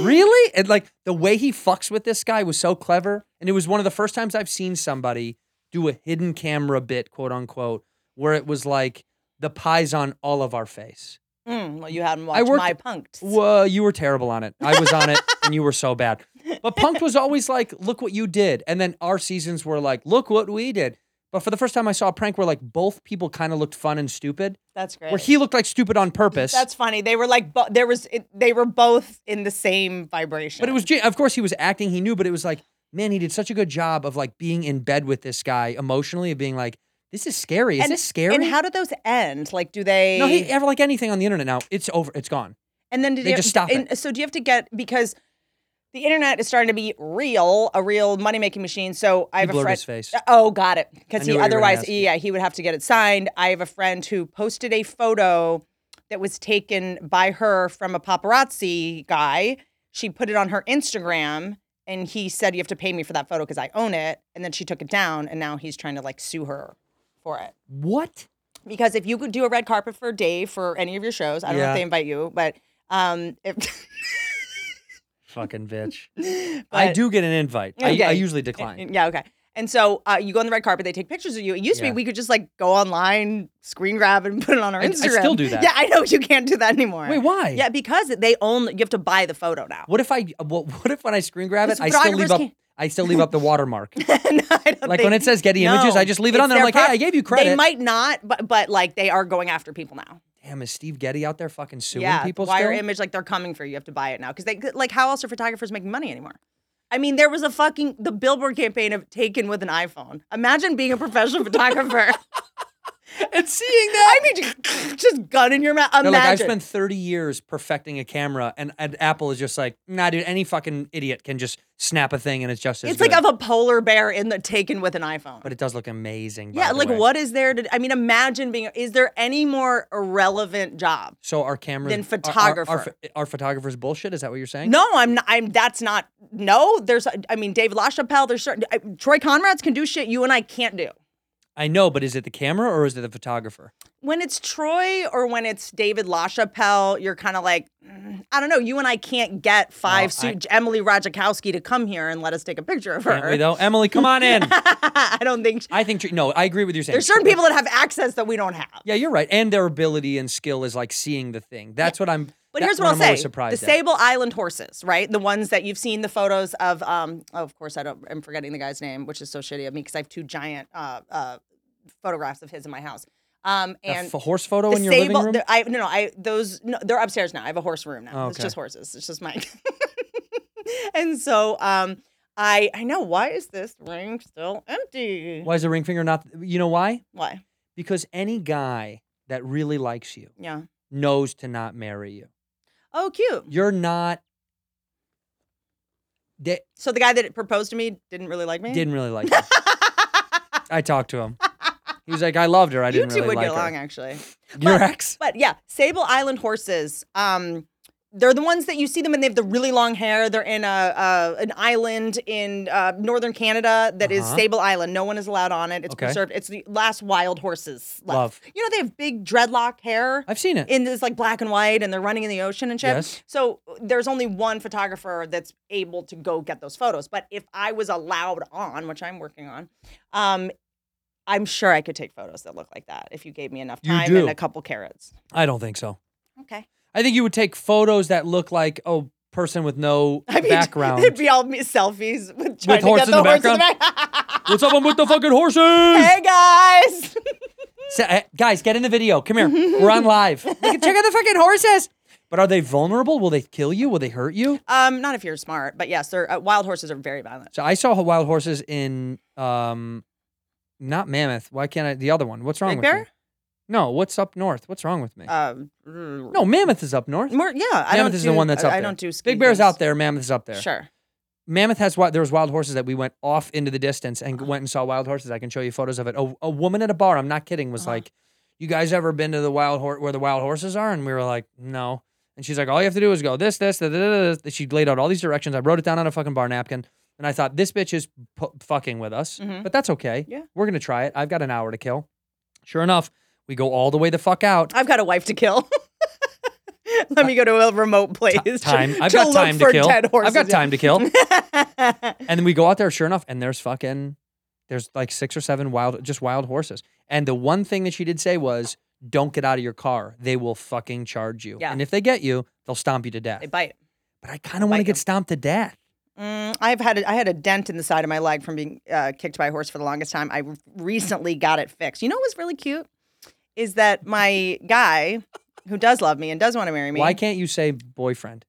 A: Really? And like the way he fucks with this guy was so clever. And it was one of the first times I've seen somebody do a hidden camera bit, quote unquote, where it was like the pie's on all of our face.
H: Mm, well, you hadn't
A: I
H: watched
A: worked-
H: my punked.
A: Well, you were terrible on it. I was on it, and you were so bad. But Punked was always like, "Look what you did," and then our seasons were like, "Look what we did." But for the first time, I saw a prank where like both people kind of looked fun and stupid,
H: That's great.
A: where he looked like stupid on purpose.
H: That's funny. They were like, bo- there was, it, they were both in the same vibration.
A: but it was, ge- of course, he was acting. He knew, but it was like, man, he did such a good job of like being in bed with this guy emotionally, of being like, "This is scary. Is
H: and,
A: this scary?"
H: And how did those end? Like, do they?
A: no, he ever like anything on the internet now. It's over. It's gone.
H: and then did
A: they
H: you,
A: just stop
H: and So do you have to get because the internet is starting to be real, a real money making machine. So I
A: He
H: have a
A: blurred
H: friend.
A: his face.
H: Oh, got it.
A: I
H: Because
A: knew
H: he
A: what you were gonna
H: otherwise,
A: ask me.
H: yeah, he would have to get it signed. I have a friend who posted a photo that was taken by her from a paparazzi guy. She put it on her Instagram and he said, You have to pay me for that photo because I own it. And then she took it down and now he's trying to like sue her for it.
A: What?
H: Because if you could do a red carpet for Dave for any of your shows, I don't know
A: Yeah.
H: if they invite you, but um, if,
A: Fucking bitch. I
H: But-
A: do get an invite.
H: Okay.
A: I, I usually decline.
H: Yeah, okay. And so uh, you go on the red carpet, they take pictures of you. It used to
A: Yeah.
H: be we could just like go online, screen grab, and put it on our
A: I- I
H: Instagram.
A: still do that.
H: Yeah, I know you can't do that anymore.
A: Wait, why?
H: Yeah, because they own. You have to buy the photo now.
A: What if I? What, what if when I screen grab it,
H: Because
A: I still leave
H: photographers
A: up?
H: can't-
A: I still leave up the watermark.
H: No, I don't
A: Like, when
H: think-
A: it says Getty Images, I just leave it
H: it's
A: on there. I'm
H: their
A: like, hey, I gave you
H: They
A: credit.
H: might not, but but like they are going after people now.
A: Damn, is Steve Getty out there fucking suing
H: yeah,
A: people
H: wire
A: still?
H: image, like they're coming for you. You have to buy it now because they like how else are photographers making money anymore? I mean, there was a fucking the billboard campaign of taken with an iPhone. Imagine being a professional photographer.
A: and seeing that.
H: I mean, just- just gun in your mouth. Imagine.
A: They're like, I've spent 30 years perfecting a camera, and, and Apple is just like, nah, dude, any fucking idiot can just snap a thing and it's just as
H: it's like
A: good."
H: of a polar bear in the taken with an iPhone.
A: But it does look amazing. by
H: yeah,
A: the
H: like
A: way.
H: what is there to? I mean, imagine being. Is there any more irrelevant job?
A: So our cameras.
H: Then
A: our- our- Our,
H: photographer.
A: ph- our photographer's bullshit? Is that what you're saying?
H: No, I'm not. I'm. That's not. No, there's. I mean, Dave LaChapelle. There's certain. I, Troy Conrad's can do shit you and I can't do.
A: I know, but is it the camera or is it the photographer?
H: When it's Troy or when it's David LaChapelle, you're kind of like, mm, I don't know. You and I can't get five
A: Well, I-
H: suit Emily Ratajkowski to come here and let us take a picture of
A: Can't
H: her.
A: we, though? Emily, come on in.
H: I don't think
A: I think, tr- no, I agree with you saying.
H: There's certain people that have access that we don't have.
A: Yeah, you're right. And their ability and skill is like seeing the thing. That's what I'm.
H: But
A: that-
H: here's
A: what
H: what
A: I'm
H: I'll
A: always
H: say: the
A: surprised at.
H: Sable Island horses, right? The ones that you've seen the photos of. Um, oh, of course, I don't. I'm forgetting the guy's name, which is so shitty of me because I have two giant uh, uh, photographs of his in my house. Um,
A: A
H: and
A: f- horse photo
H: the
A: in your living room.
H: the- I no, no, I those no, they're upstairs now. I have a horse room now.
A: Oh,
H: It's
A: okay.
H: just horses. It's just mine. and so, um, I I know why is this ring still empty?
A: Why is the ring finger not? You know why?
H: Why?
A: Because any guy that really likes you
H: Yeah.
A: knows to not marry you.
H: Oh, cute.
A: You're not. They
H: So the guy that proposed to me didn't really like me.
A: didn't really like. you. I talked to him. He was like, "I loved her. I
H: you
A: didn't
H: two
A: really
H: would
A: like
H: get along
A: her."
H: actually.
A: Your
H: But-
A: ex.
H: But yeah, Sable Island horses. Um, they're the ones that you see them, and they have the really long hair. They're in a uh, an island in uh, northern Canada that is
A: Uh-huh.
H: Sable Island. No one is allowed on it. It's
A: Okay.
H: preserved. It's the last wild horses left.
A: Love.
H: You know they have big dreadlock hair.
A: I've seen it.
H: in this like black and white, and they're running in the ocean and shit.
A: Yes.
H: So there's only one photographer that's able to go get those photos. But if I was allowed on, which I'm working on, um, I'm sure I could take photos that look like that if you gave me enough
A: You
H: time
A: do.
H: and a couple carrots.
A: I don't think so.
H: Okay.
A: I think you would take photos that look like oh, person with no background.
H: It'd be all me selfies with trying to
A: horse
H: get
A: in
H: the,
A: the
H: horse in the
A: background?
H: back.
A: What's up I'm with the fucking horses?
H: hey guys.
A: Sa- uh, guys, get in the video. Come here. We're on live. Look, check out the fucking horses. But are they vulnerable? Will they kill you? Will they hurt you?
H: um, not if you're smart, but yes, they're, uh, wild horses are very violent.
A: So I saw wild horses in um, not mammoth. Why can't I? The other one. What's wrong
H: Big
A: with
H: bear?
A: me? No, what's up north? What's wrong with me?
H: Um,
A: no, Mammoth is up north.
H: More, yeah,
A: Mammoth
H: I don't
A: is
H: do,
A: the one that's
H: I,
A: up
H: I
A: there.
H: don't do ski
A: Big Bear's
H: things.
A: out there. Mammoth is up there.
H: Sure.
A: Mammoth has wild. There was wild horses that we went off into the distance and
H: Uh-huh.
A: went and saw wild horses. I can show you photos of it. A, a woman at a bar. I'm not kidding. Was
H: Uh-huh.
A: like, "You guys ever been to the wild horse where the wild horses are?" And we were like, "No." And she's like, "All you have to do is go this, this, da, da, da, da, da." She laid out all these directions. I wrote it down on a fucking bar napkin. And I thought this bitch is pu- fucking with us,
H: Mhm.
A: but that's okay.
H: Yeah.
A: we're gonna try it. I've got an hour to kill. Sure enough, we go all the way the fuck out.
H: I've got a wife to kill. Let me go to a remote place. to-
A: Time. I've
H: to
A: got
H: look
A: time to
H: for
A: kill.
H: Dead horses.
A: I've got time to kill.
H: time.
A: And then we go out there, sure enough, and there's fucking, there's like six or seven wild, just wild horses. And the one thing that she did say was, don't get out of your car. They will fucking charge you.
H: Yeah.
A: And if they get you, they'll stomp you to death.
H: they bite.
A: But I kind of want to
H: bite
A: get
H: you.
A: stomped to death.
H: Mm, I've had a, I had a dent in the side of my leg from being uh, kicked by a horse for the longest time. I recently got it fixed. You know what was really cute is that my guy who does love me and does want to marry me.
A: Why can't you say boyfriend,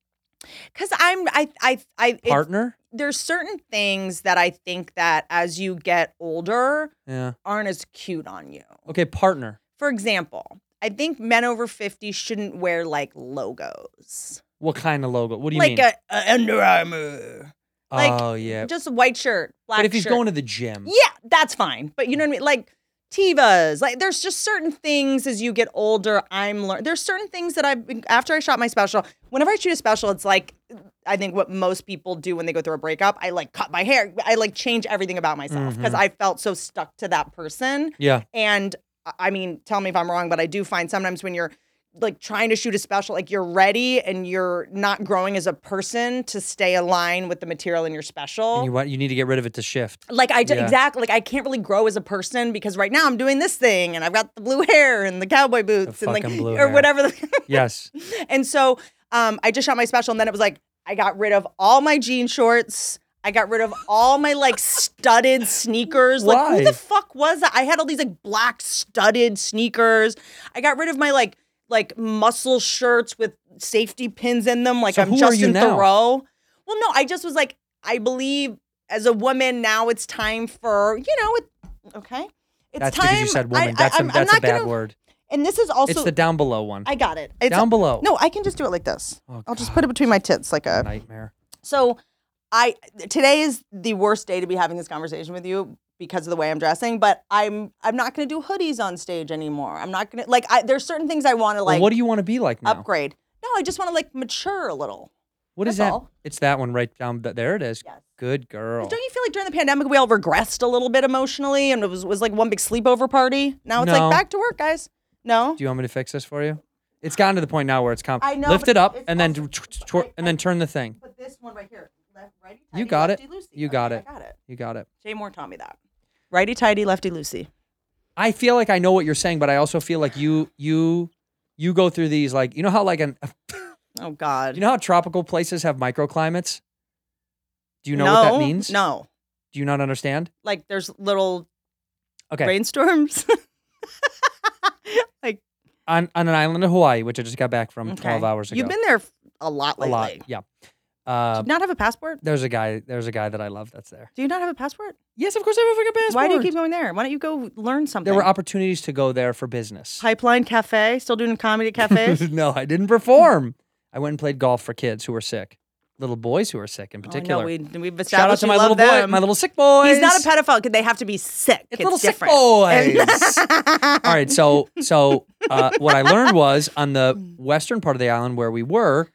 H: Because I'm I I I it-
A: partner?
H: there's certain things that I think that as you get older
A: yeah.
H: aren't as cute on you.
A: Okay, partner.
H: For example, I think men over 50 shouldn't wear like logos.
A: What kind of logo? What do you
H: Like
A: mean?
H: a, a Under Armour. like,
A: oh yeah.
H: Just a white shirt, black
A: But if he's
H: shirt.
A: going to the gym,
H: Yeah, that's fine. But you know what I mean? Like Tivas, like there's just certain things as you get older, I'm learning. There's certain things that I've been, after I shot my special, whenever I shoot a special, it's like, I think what most people do when they go through a breakup, I like cut my hair. I like change everything about myself
A: Mm-hmm.
H: because I felt so stuck to that person.
A: yeah,
H: And I- I mean, tell me if I'm wrong, but I do find sometimes when you're like trying to shoot a special, like you're ready and you're not growing as a person to stay aligned with the material in your special
A: and you want you need to get rid of it to shift.
H: like I d-
A: Yeah.
H: exactly like I can't really grow as a person because right now I'm doing this thing and I've got the blue hair and the cowboy boots and like
A: fucking blue
H: or
A: hair.
H: whatever. The,
A: Yes,
H: and so um, I just shot my special and then it was like I got rid of all my jean shorts. I got rid of all my like studded sneakers. Like who
A: Why?
H: the fuck was that? I had all these like black studded sneakers. I got rid of my like like muscle shirts with safety pins in them. Like
A: So
H: I'm
A: who are you
H: Justin
A: now?
H: Thoreau. Well, no, I just was like, I believe as a woman now it's time for you know it. Okay, it's
A: that's
H: time.
A: because you said
H: I-
A: woman.
H: I-
A: that's
H: I'm-
A: a,
H: I'm
A: that's a
H: not
A: bad
H: gonna-
A: word.
H: And this is also
A: it's the down below one.
H: I got it. It's
A: down below.
H: No, I can just do it like this.
A: Oh,
H: I'll just put it between my tits, like a.
A: nightmare.
H: So, I today is the worst day to be having this conversation with you because of the way I'm dressing. But I'm I'm not gonna do hoodies on stage anymore. I'm not gonna like. I, there's certain things I want to
A: Well,
H: like
A: what do you want to be like now?
H: upgrade. No, I just want to like mature a little.
A: What is
H: That's
A: that?
H: all.
A: It's that one right down th- there. It is.
H: Yes.
A: Good girl.
H: Don't you feel like during the pandemic we all regressed a little bit emotionally and it was, was like one big sleepover party? Now it's
A: No.
H: like back to work, guys. No.
A: Do you want me to fix this for you? It's gotten to the point now where it's comp.
H: I know,
A: Lift
H: but
A: it up
H: it's
A: and then
H: also-
A: tw- tw- tw- and then turn the thing.
H: But this one right here, left, righty
A: You got it.
H: loosey.
A: You got
H: Okay,
A: it.
H: I got it.
A: You got it.
H: Jay Moore taught me that. Righty tighty, lefty loosey.
A: I feel like I know what you're saying, but I also feel like you you you go through these like you know how like an
H: Oh God.
A: you know how tropical places have microclimates. Do you know what that
H: No,
A: means?
H: No.
A: Do you not understand?
H: Like there's little
A: Okay.
H: rainstorms. like
A: On on an island of Hawaii, which I just got back from 12
H: okay.
A: hours ago.
H: You've been there a lot
A: a
H: lately.
A: lot. Yeah. Uh,
H: Do you not have a passport?
A: there's a guy. There's a guy that I love that's there.
H: Do you not have a passport?
A: Yes, of course I have a fucking passport.
H: Why do you keep going there? Why don't you go learn something?
A: There were opportunities to go there for business.
H: Pipeline Cafe, still doing comedy cafes.
A: no, I didn't perform. I went and played golf for kids who were sick, little boys who were sick in
H: Oh,
A: particular.
H: no, we, we've established
A: Shout out to
H: you
A: my
H: love
A: little boy,
H: them.
A: my little sick boy.
H: He's not a pedophile because they have to be sick.
A: It's little sick
H: different.
A: boys. All right, so so uh, what I learned was on the western part of the island where we were,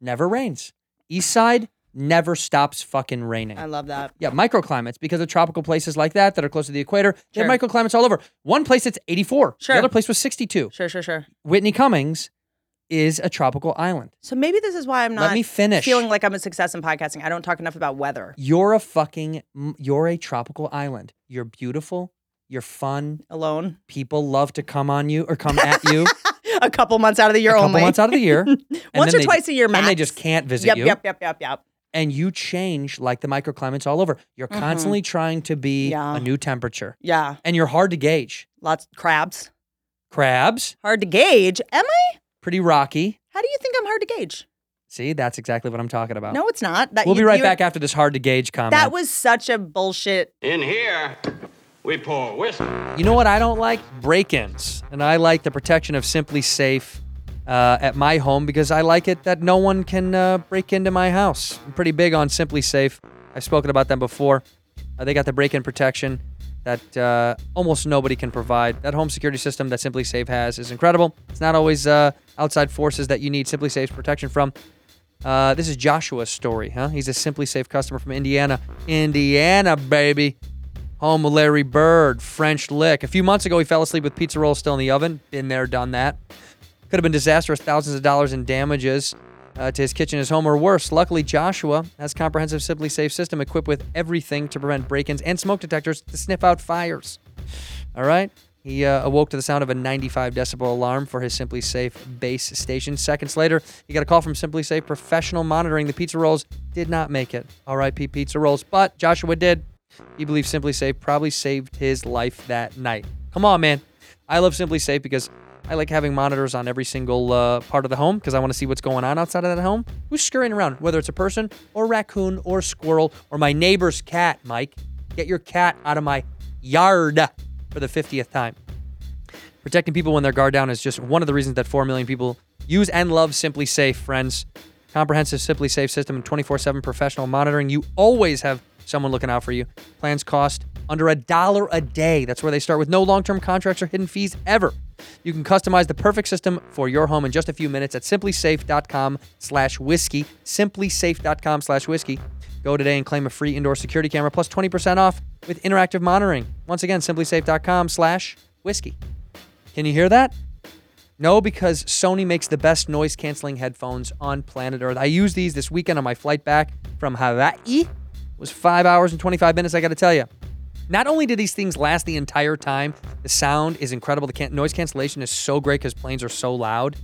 A: never rains. East side never stops fucking raining.
H: I love that.
A: Yeah, microclimates because of tropical places like that that are close to the equator. They have
H: Sure.
A: microclimates all over. One place it's 84.
H: Sure.
A: The other place was 62.
H: Sure, sure, sure.
A: Whitney Cummings is a tropical island.
H: So maybe this is why I'm
A: Let
H: not
A: me finish.
H: feeling like I'm a success in podcasting. I don't talk enough about weather.
A: You're a fucking m- you're a tropical island. You're beautiful. You're fun.
H: Alone,
A: People love to come on you or come at you
H: a couple months out of the year
A: a couple
H: only.
A: months out of the year. and
H: Once
A: then
H: or
A: they-
H: twice a year, max.
A: And they just can't visit
H: yep,
A: you.
H: yep, yep, yep, yep.
A: And you change like the microclimates all over. You're constantly trying to be
H: Mm-hmm. Yeah.
A: a new temperature.
H: Yeah,
A: And you're hard to gauge.
H: lots crabs.
A: Crabs,
H: Hard to gauge. Am I?
A: pretty rocky.
H: How do you think I'm hard to gauge?
A: See, that's exactly what I'm talking about.
H: No, it's not. That
A: Oh. we'll be
H: you-
A: right
H: you-
A: back after this hard to gauge comment.
H: That was such a bullshit.
B: In here, We pour whiskey.
A: You know what I don't like? Break ins. And I like the protection of Simply Safe uh, at my home because I like it that no one can uh, break into my house. I'm pretty big on Simply Safe. I've spoken about them before. Uh, they got the break in protection that uh, almost nobody can provide. That home security system that Simply Safe has is incredible. It's not always uh, outside forces that you need Simply Safe's protection from. Uh, this is Joshua's story, huh? He's a Simply Safe customer from Indiana. Indiana, baby. Home with Larry Bird, French Lick. A few months ago, he fell asleep with pizza rolls still in the oven. Been there, done that. Could have been disastrous, thousands of dollars in damages uh, to his kitchen, his home, or worse. Luckily, Joshua has comprehensive Simply Safe system equipped with everything to prevent break-ins and smoke detectors to sniff out fires. All right. He uh, awoke to the sound of a 95 decibel alarm for his Simply Safe base station. Seconds later, he got a call from Simply Safe professional monitoring the pizza rolls. Did not make it. RIP pizza rolls, but Joshua did. He believes Simply Safe probably saved his life that night. Come on, man. I love Simply Safe because I like having monitors on every single uh, part of the home because I want to see what's going on outside of that home. Who's scurrying around, whether it's a person or raccoon or squirrel or my neighbor's cat, Mike. Get your cat out of my yard for the 50th time. Protecting people when their guard down is just one of the reasons that 4 million people use and love Simply Safe, friends. Comprehensive Simply Safe system and 24 7 professional monitoring. You always have someone looking out for you. Plans cost under a dollar a day. That's where they start with no long term contracts or hidden fees ever. You can customize the perfect system for your home in just a few minutes at simplysafe.com slash whiskey. Simplysafe.com slash whiskey. Go today and claim a free indoor security camera plus 20% off with interactive monitoring. Once again, simplysafe.com slash whiskey. Can you hear that? No, because Sony makes the best noise canceling headphones on planet Earth. I used these this weekend on my flight back from Hawaii. It was five hours and 25 minutes, I gotta tell you. Not only do these things last the entire time, the sound is incredible. The can- noise cancellation is so great because planes are so loud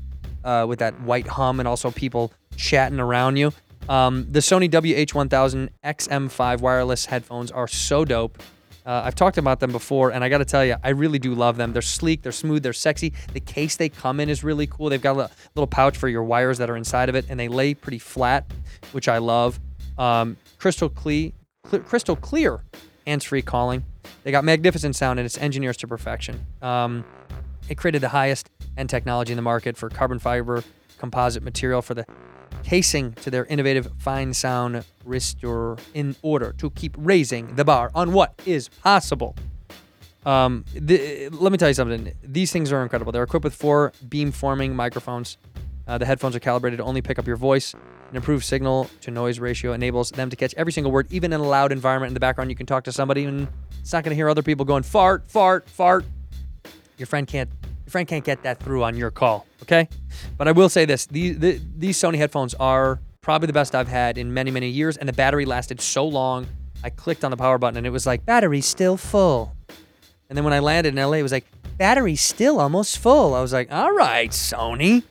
A: uh, with that white hum and also people chatting around you. Um, the Sony WH1000 XM5 wireless headphones are so dope. Uh, I've talked about them before, and I got to tell you, I really do love them. They're sleek, they're smooth, they're sexy. The case they come in is really cool. They've got a little pouch for your wires that are inside of it, and they lay pretty flat, which I love. Um, crystal clear, cl- crystal clear, hands-free calling. They got magnificent sound, and it's engineers to perfection. Um, it created the highest end technology in the market for carbon fiber composite material for the casing to their innovative fine sound restore in order to keep raising the bar on what is possible. Um, the, let me tell you something. These things are incredible. They're equipped with four beamforming microphones. Uh, the headphones are calibrated to only pick up your voice. An improved signal to noise ratio enables them to catch every single word, even in a loud environment. In the background, you can talk to somebody, and it's not going to hear other people going fart, fart, fart. Your friend can't. Your friend can't get that through on your call. Okay, but I will say this: these the, these Sony headphones are probably the best I've had in many many years, and the battery lasted so long. I clicked on the power button, and it was like battery's still full. And then when I landed in LA, it was like, battery's still almost full. I was like, all right, Sony.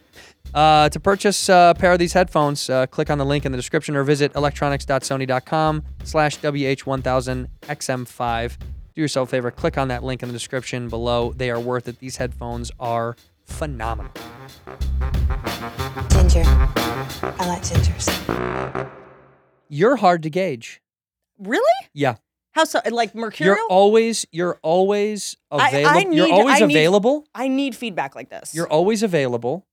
A: Uh, to purchase uh, a pair of these headphones, uh, click on the link in the description or visit electronics.sony.com slash WH1000XM5. Do yourself a favor, click on that link in the description below. They are worth it. These headphones are phenomenal.
G: Ginger. I like gingers.
A: You're hard to gauge.
H: Really?
A: Yeah.
H: How so? Like mercurial?
A: You're always you're always
H: I- I
A: available. you're
H: need-
A: always
H: I need-
A: available.
H: I need feedback like this.
A: you're always available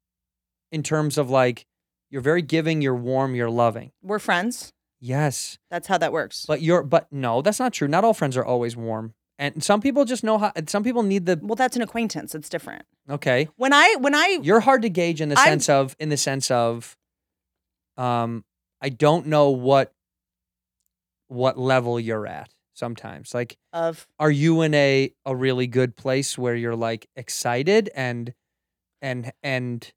A: in terms of like you're very giving, you're warm, you're loving.
H: We're friends.
A: Yes.
H: That's how that works.
A: But you're but no, that's not true. Not all friends are always warm. And some people just know how and some people need the
H: well, that's an acquaintance. It's different.
A: okay.
H: When I when I
A: You're hard to gauge in the
H: I'm-
A: sense of in the sense of um I don't know what what level you're at sometimes. Like
H: of
A: are you in a a really good place where you're like excited and and and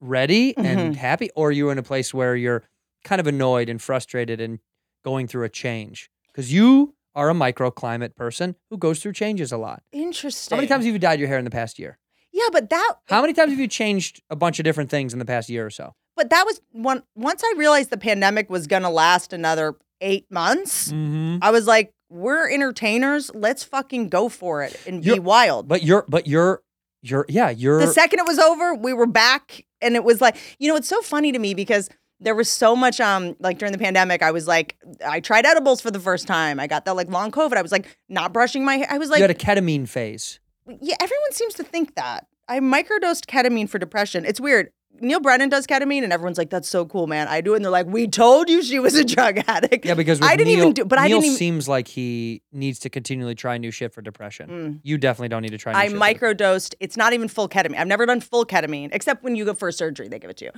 A: ready and happy or are you in a place where you're kind of annoyed and frustrated and going through a change because you are a microclimate person who goes through changes a lot
H: interesting.
A: how many times have you dyed your hair in the past year
H: Yeah, but that
A: how many times have you changed a bunch of different things in the past year or so
H: but that was one once I realized the pandemic was gonna last another eight months.
A: mm-hmm.
H: I was like, we're entertainers. Let's fucking go for it and be
A: You're-
H: wild.
A: but you're but you're you're yeah you're
H: the second it was over, we were back, and it was like, you know, it's so funny to me because there was so much um like during the pandemic I was like I tried edibles for the first time. I got that like long covid. I was like not brushing my hair. I was like
A: you had a ketamine phase.
H: yeah, everyone seems to think that. I microdosed ketamine for depression. It's weird. Neil Brennan does ketamine, and everyone's like, "That's so cool, man." I do, it," and they're like, "We told you she was a drug addict."
A: Yeah, because with
H: I didn't
A: Neil,
H: even do, but
A: Neil
H: I didn't even.
A: seems like he needs to continually try new shit for depression. You definitely don't need to try. New
H: Mm. I
A: shit for
H: microdosed. It's not even full ketamine. I've never done full ketamine, except when you go for surgery, they give it to you.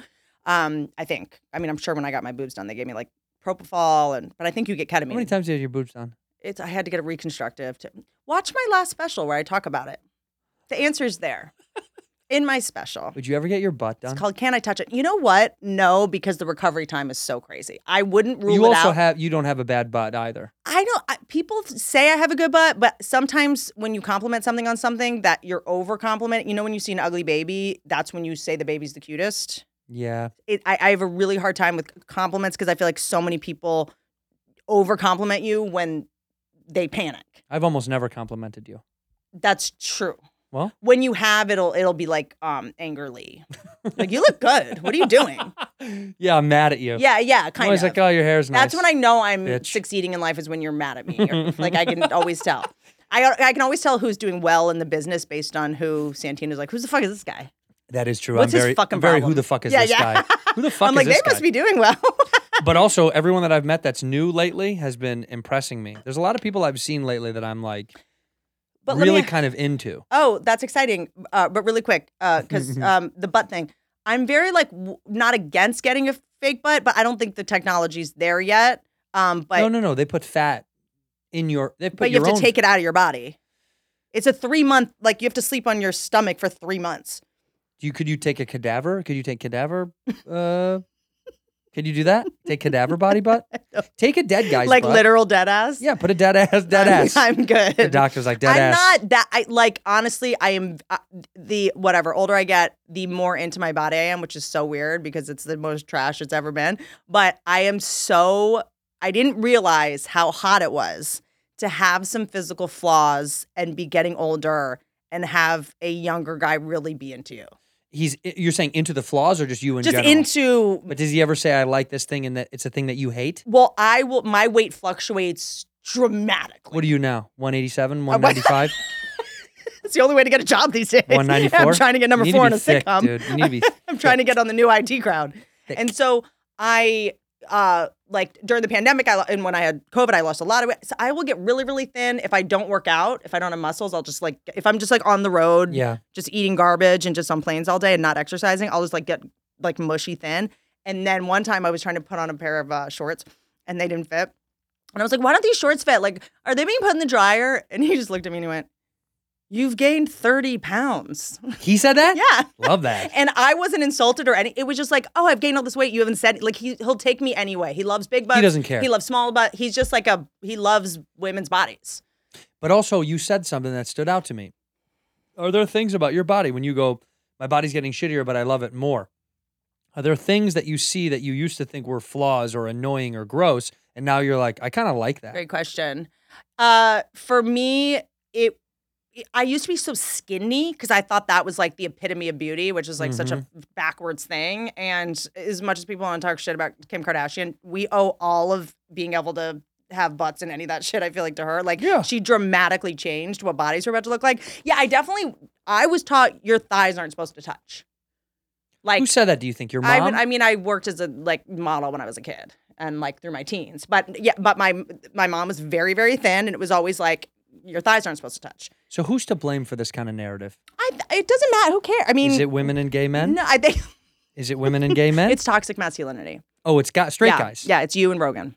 H: Um, I think. I mean, I'm sure when I got my boobs done, they gave me like propofol, and but I think you get ketamine.
A: How many times did you have your boobs done?
H: It's. I had to get a reconstructive. To, watch my last special where I talk about it. The answer's there, in my special.
A: Would you ever get your butt done?
H: It's called Can I Touch It? You know what? No, because the recovery time is so crazy. I wouldn't rule
A: you
H: it
A: also
H: out.
A: have you don't have a bad butt either.
H: I know I, people say I have a good butt, but sometimes when you compliment something on something that you're over complimenting, you know, when you see an ugly baby, that's when you say the baby's the cutest.
A: Yeah,
H: It, I, I have a really hard time with compliments because I feel like so many people over compliment you when they panic.
A: I've almost never complimented you.
H: That's true.
A: Well?
H: when you have it'll it'll be like um angrily, like you look good. What are you doing?
A: Yeah, I'm mad at you.
H: Yeah, yeah,
A: I'm
H: kind
A: always
H: of.
A: like, oh, your hair's nice.
H: That's when I know I'm
A: bitch.
H: succeeding in life is when you're mad at me. You're- like I can always tell. I I can always tell who's doing well in the business based on who Santino's like. Who's the fuck is this guy?
A: That is true.
H: What's
A: I'm
H: his
A: very,
H: fucking
A: I'm very who
H: problem?
A: the fuck is
H: Yeah,
A: this
H: yeah.
A: guy? Who the fuck
H: I'm
A: is
H: like
A: this
H: they
A: guy?
H: must be doing well.
A: but also, everyone that I've met that's new lately has been impressing me. There's a lot of people I've seen lately that I'm like
H: but
A: really
H: let me.
A: kind of into.
H: oh, that's exciting. Uh, but really quick,
A: Mm-hmm.
H: because um, the butt thing. I'm very like w- not against getting a fake butt, but I don't think the technology's there yet. Um, but
A: no, no, no. They put fat in your. They put
H: but you
A: your
H: have to
A: own-
H: take it out of your body. It's a three month like you have to sleep on your stomach for three months.
A: You could you take a cadaver? Could you take cadaver? Uh, could you do that? Take cadaver body butt. Take a dead guy's
H: like
A: butt.
H: literal dead ass.
A: Yeah, put a dead ass. Dead
H: I'm-
A: ass.
H: I'm good.
A: the doctor's like dead
H: I'm
A: ass.
H: not that. I like honestly. I am uh, the whatever older I get, the more into my body I am, which is so weird because it's the most trash it's ever been. But I am so. I didn't realize how hot it was to have some physical flaws and be getting older and have a younger guy really be into you.
A: He's. You're saying into the flaws or just you in
H: Just
A: general?
H: into
A: But does he ever say I like this thing and that it's a thing that you hate?
H: well, I will. My weight fluctuates dramatically.
A: What are you now? 187,
H: Uh,
A: 195,
H: It's the only way to get a job these days.
A: 194.
H: I'm trying to get number
A: You need
H: four
A: to
H: on
A: be
H: a
A: thick,
H: sitcom.
A: dude. You need to be
H: I'm trying to get on the new IT crowd.
A: Thick.
H: And so I, uh, like during the pandemic, I lo- and when I had COVID, I lost a lot of weight. So I will get really, really thin if I don't work out. If I don't have muscles, I'll just like if I'm just like on the road,
A: Yeah.
H: just eating garbage and just on planes all day and not exercising, I'll just like get like mushy thin. And then one time I was trying to put on a pair of uh, shorts and they didn't fit. And I was like, why don't these shorts fit? Like, are they being put in the dryer? And he just looked at me and he went, You've gained 30 pounds.
A: He said that?
H: yeah.
A: Love that.
H: And I wasn't insulted or any. It was just like, oh, I've gained all this weight. You haven't said like he he'll take me anyway. He loves big butts.
A: doesn't care.
H: He loves small butt. He's just like a he loves women's bodies.
A: But also, you said something that stood out to me. Are there things about your body when you go, my body's getting shittier, but I love it more? Are there things that you see that you used to think were flaws or annoying or gross, and now you're like, I kind of like that?
H: Great question. Uh, for me, it. I used to be so skinny because I thought that was like the epitome of beauty, which is like such a
A: Mm-hmm.
H: backwards thing. And as much as people want to talk shit about Kim Kardashian, we owe all of being able to have butts and any of that shit, I feel like, to her. Like,
A: Yeah.
H: she dramatically changed what bodies were about to look like. Yeah, I definitely, I was taught your thighs aren't supposed to touch. Like,
A: Who said that? Do you think your
H: I,
A: mom?
H: would- I mean, I worked as a like model when I was a kid and like through my teens, but yeah, but my my mom was very very thin, and it was always like your thighs aren't supposed to touch.
A: so who's to blame for this kind of narrative?
H: I it doesn't matter. Who cares? I mean,
A: Is it women and gay men?
H: no, I think
A: Is it women and gay men?
H: it's toxic masculinity.
A: oh, it's got straight
H: yeah,
A: guys.
H: yeah, it's you and Rogan.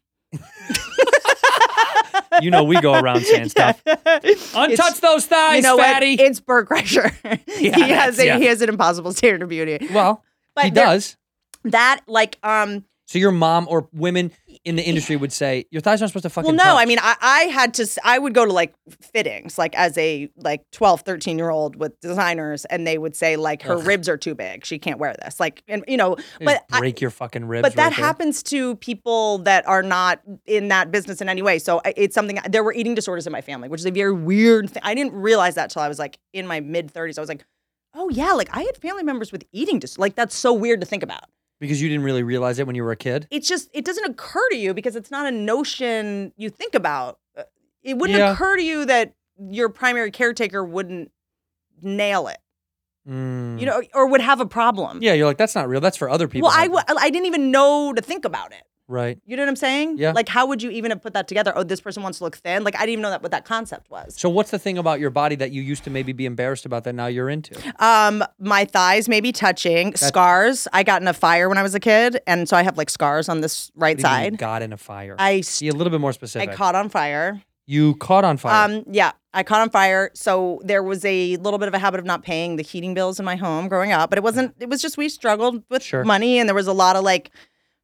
A: You know we go around saying stuff. Untouch those thighs,
H: you know
A: fatty.
H: what? It's Bert Kreischer. he
A: that's-
H: has a,
A: yeah.
H: he has an impossible standard of beauty.
A: well,
H: But
A: he
H: there-
A: does.
H: That like um.
A: So your mom or women in the industry would say your thighs aren't supposed to fucking.
H: Well, no,
A: touch."
H: I mean, I, I had to, s- I would go to like fittings, like as a like 12, 13 year old with designers, and they would say like her ribs are too big. She can't wear this. Like, and you know,
A: They
H: but
A: just
H: I-
A: break your fucking ribs.
H: but that
A: right there.
H: happens to people that are not in that business in any way. So I- it's something. There were eating disorders in my family, which is a very weird thing. I didn't realize that till I was like in my mid 30s. I was like, oh yeah, like I had family members with eating disorders. Like that's so weird to think about.
A: Because you didn't really realize it when you were a kid.
H: it's just it doesn't occur to you because it's not a notion you think about. Uh, It wouldn't
A: Yeah.
H: occur to you that your primary caretaker wouldn't nail it,
A: Mm.
H: you know, or would have a problem.
A: Yeah, you're like that's not real. That's for other people.
H: Well, I, w- I didn't even know to think about it.
A: right.
H: You know what I'm saying?
A: Yeah.
H: Like, how would you even have put that together? Oh, this person wants to look thin. Like, I didn't even know that what that concept was.
A: So what's the thing about your body that you used to maybe be embarrassed about that now you're into?
H: Um, my thighs may be touching scars. I got in a fire when I was a kid, and so I have like scars on this right
A: What do you mean
H: side.
A: Got in a fire.
H: I
A: Be a little bit more specific.
H: I caught on fire.
A: you caught on fire.
H: Um, yeah, I caught on fire. So there was a little bit of a habit of not paying the heating bills in my home growing up, but it wasn't. It was just we struggled with
A: Sure.
H: money, and there was a lot of like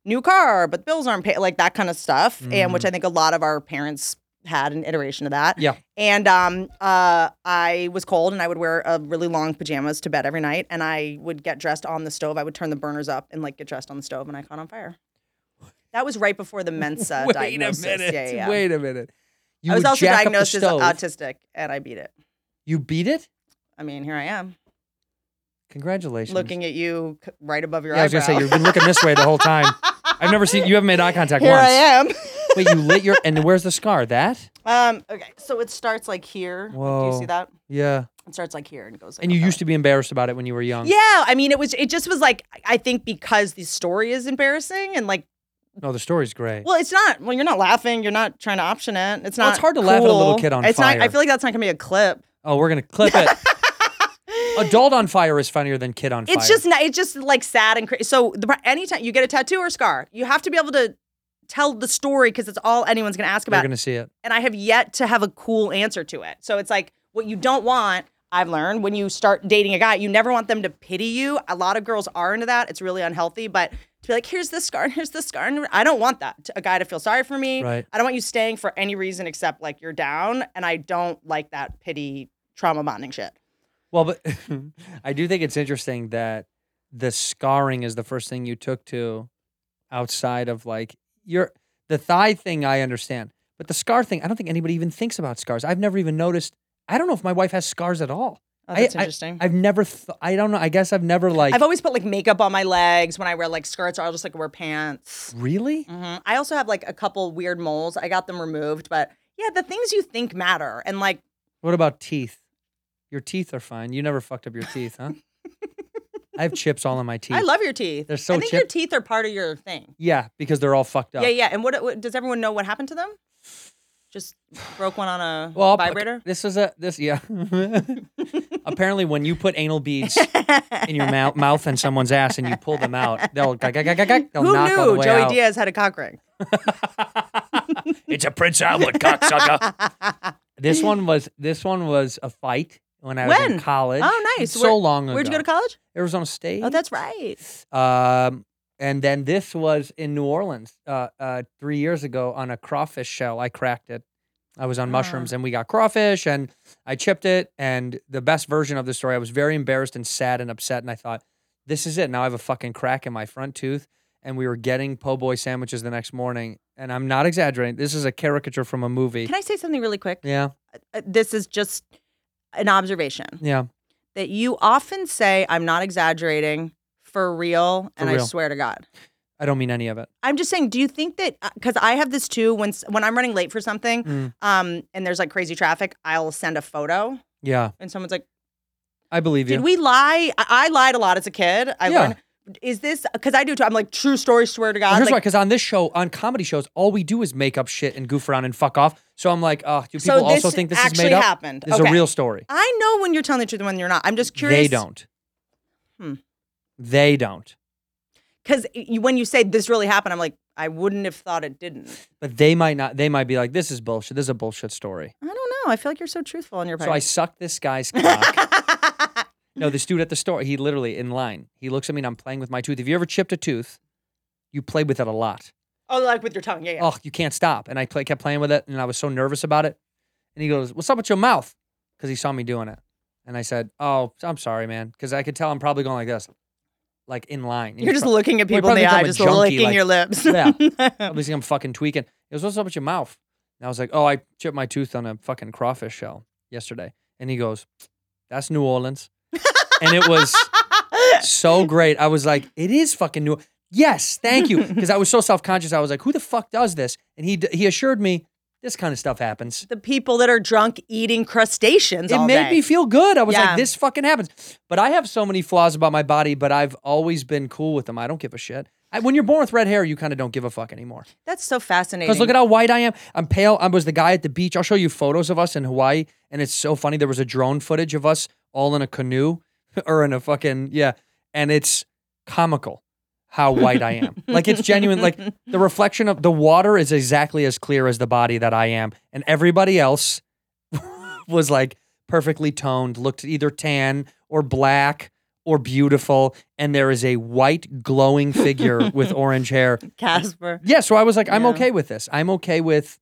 H: new car, but bills aren't paid, like that kind of stuff, and which I think a lot of our parents had an iteration of that.
A: Mm. Yeah.
H: And um, uh, I was cold, and I would wear uh, really long pajamas to bed every night, and I would get dressed on the stove. I would turn the burners up and like get dressed on the stove, and I caught on fire. That was right before the Mensa
A: Wait
H: diagnosis.
A: a minute.
H: Yeah, yeah, yeah.
A: Wait a minute. You
H: I was
A: would
H: also
A: jack up the
H: diagnosed as
A: stove.
H: autistic, and I beat it.
A: You beat it.
H: I mean, here I am
A: Congratulations.
H: looking at you c- right above your
A: Yeah, I was
H: eyebrow.
A: gonna say you've been looking this way the whole time. I've never seen you haven't made eye contact
H: here
A: once.
H: I am.
A: Wait, you lit your and where's the scar? That?
H: Um, okay, so it starts like here. Do
A: Whoa.
H: you see that?
A: Yeah.
H: It starts like here and goes. Like
A: And you used to be embarrassed about it when you were young.
H: Yeah, I mean, it was. It just was like I- I think because the story is embarrassing and like,
A: No, the story's great.
H: well, it's not. Well, you're not laughing. You're not trying to option it. It's not.
A: Well, it's hard to laugh at a little
H: cool.
A: kid on
H: it's Not, I
A: fire.
H: feel like that's not gonna be a clip.
A: oh, we're gonna clip it. Adult on fire is funnier than kid on fire.
H: It's just not. It's just like sad and crazy. So the, pro- anytime you get a tattoo or scar, you have to be able to tell the story because it's all anyone's gonna ask
A: we're
H: about.
A: gonna see it.
H: and I have yet to have a cool answer to it. So it's like what you don't want. I've learned when you start dating a guy, you never want them to pity you. A lot of girls are into that. It's really unhealthy, but to be like, here's this scar, here's this scar, and I don't want that. A guy to feel sorry for me.
A: Right.
H: I don't want you staying for any reason except like you're down, and I don't like that pity trauma bonding shit.
A: Well, but I do think it's interesting that the scarring is the first thing you took to outside of like your the thigh thing I understand. But the scar thing, I don't think anybody even thinks about scars. I've never even noticed. I don't know if my wife has scars at all.
H: Oh,
A: I-
H: that's
A: I-
H: interesting.
A: I've never. Th- I don't know. I guess I've never like.
H: I've always put like makeup on my legs when I wear like skirts, or I'll just like wear pants.
A: Mm. really?
H: Mhm. I also have like a couple weird moles. I got them removed, but yeah, the things you think matter, and like
A: What about teeth? Your teeth are fine. You never fucked up your teeth, huh? I have chips all in my teeth.
H: I love your teeth.
A: They're so
H: I think your
A: chipped.
H: teeth are part of your thing.
A: yeah, because they're all fucked up.
H: Yeah, yeah. And what, what does everyone know what happened to them? Just broke one on a
A: Well, I'll-
H: vibrator.
A: This is a this yeah. Apparently, when you put anal beads in your mouth, mouth and somemeone's ass, and you pull them out, they'll gag, gag, gag, gag, gag, they'll
H: Who
A: knock all the
H: knew
A: way
H: Joey
A: out.
H: Diaz had a cock ring?
A: It's a Prince Albert cocksucker. this one was this one was a fight when I was in
H: When?
A: college.
H: Oh, nice.
A: So
H: Where-
A: long ago.
H: Where'd you go to college?
A: Arizona State.
H: Oh, that's right.
A: Um, and then this was in New Orleans uh, uh, three years ago on a crawfish shell. I cracked it. I
H: Ah.
A: was on mushrooms and we got crawfish and I chipped it. And the best version of the story, I was very embarrassed and sad and upset. And I thought, this is it. Now I have a fucking crack in my front tooth. And we were getting po' boy sandwiches the next morning. And I'm not exaggerating. This is a caricature from a movie.
H: Can I say something really quick?
A: yeah.
H: Uh, This is just an observation
A: Yeah.
H: that you often say, I'm not exaggerating, for real, and I
A: real.
H: swear to God.
A: I don't mean any of it.
H: I'm just saying. Do you think that because I have this too? When s- when I'm running late for something,
A: Mm.
H: um, and there's like crazy traffic, I'll send a photo,
A: Yeah.
H: and someone's like,
A: I believe
H: "Did
A: you.
H: we lie?" I, I lied a lot as a kid. I
A: Yeah.
H: learned. Is this because I do too? I'm like true story, swear to God.
A: Here's why,
H: like,
A: because on this show, on comedy shows, all we do is make up shit and goof around and fuck off. So I'm like, oh, do people
H: so
A: also
H: this
A: think this is
H: actually
A: made up?
H: happened.
A: This is
H: Okay.
A: a real story.
H: I know when you're telling the truth and when you're not. I'm just curious.
A: They don't.
H: Hmm.
A: They don't.
H: because when you say this really happened, I'm like, I wouldn't have thought it didn't.
A: But they might not. They might be like, this is bullshit. This is a bullshit story.
H: I don't know. I feel like you're so truthful in your
A: So I
H: podcast.
A: sucked this guy's cock. no, this dude at the store. He literally in line. He looks at me and I'm playing with my tooth. Have you ever chipped a tooth? You play with it a lot.
H: oh, like with your tongue, yeah, yeah.
A: oh, you can't stop. And I play, kept playing with it, and I was so nervous about it. And he goes, "What's up with your mouth?" Because he saw me doing it, and I said, "Oh, I'm sorry, man," because I could tell I'm probably going like this, like in line. And
H: You're just
A: pro-
H: looking at
A: Well, you
H: people
A: probably
H: in the
A: think
H: eye,
A: I'm a
H: just
A: junkie,
H: licking
A: like-
H: your lips.
A: yeah. Obviously, I'm fucking tweaking. He goes, "What's up with your mouth?" And I was like, "Oh, I chipped my tooth on a fucking crawfish shell yesterday." And he goes, "That's New Orleans," and it was so great. I was like, "It is fucking New." Yes, thank you. Because I was so self conscious. I was like, who the fuck does this? And he, d- he assured me this kind of stuff happens.
H: The people that are drunk eating crustaceans.
A: It
H: all
A: made
H: day.
A: me feel good. I was
H: Yeah.
A: like, this fucking happens. But I have so many flaws about my body, but I've always been cool with them. I don't give a shit. I, when you're born with red hair, you kind of don't give a fuck anymore.
H: That's so fascinating.
A: Because look at how white I am. I'm pale. I was the guy at the beach. I'll show you photos of us in Hawaii. And it's so funny. There was a drone footage of us all in a canoe or in a fucking, yeah. And it's comical how white I am. like it's genuine. Like the reflection of the water is exactly as clear as the body that I am. And everybody else was like perfectly toned, looked either tan or black or beautiful. And there is a white glowing figure with orange hair
H: Casper.
A: yeah, so I was like, I'm
H: Yeah.
A: okay with this. I'm okay with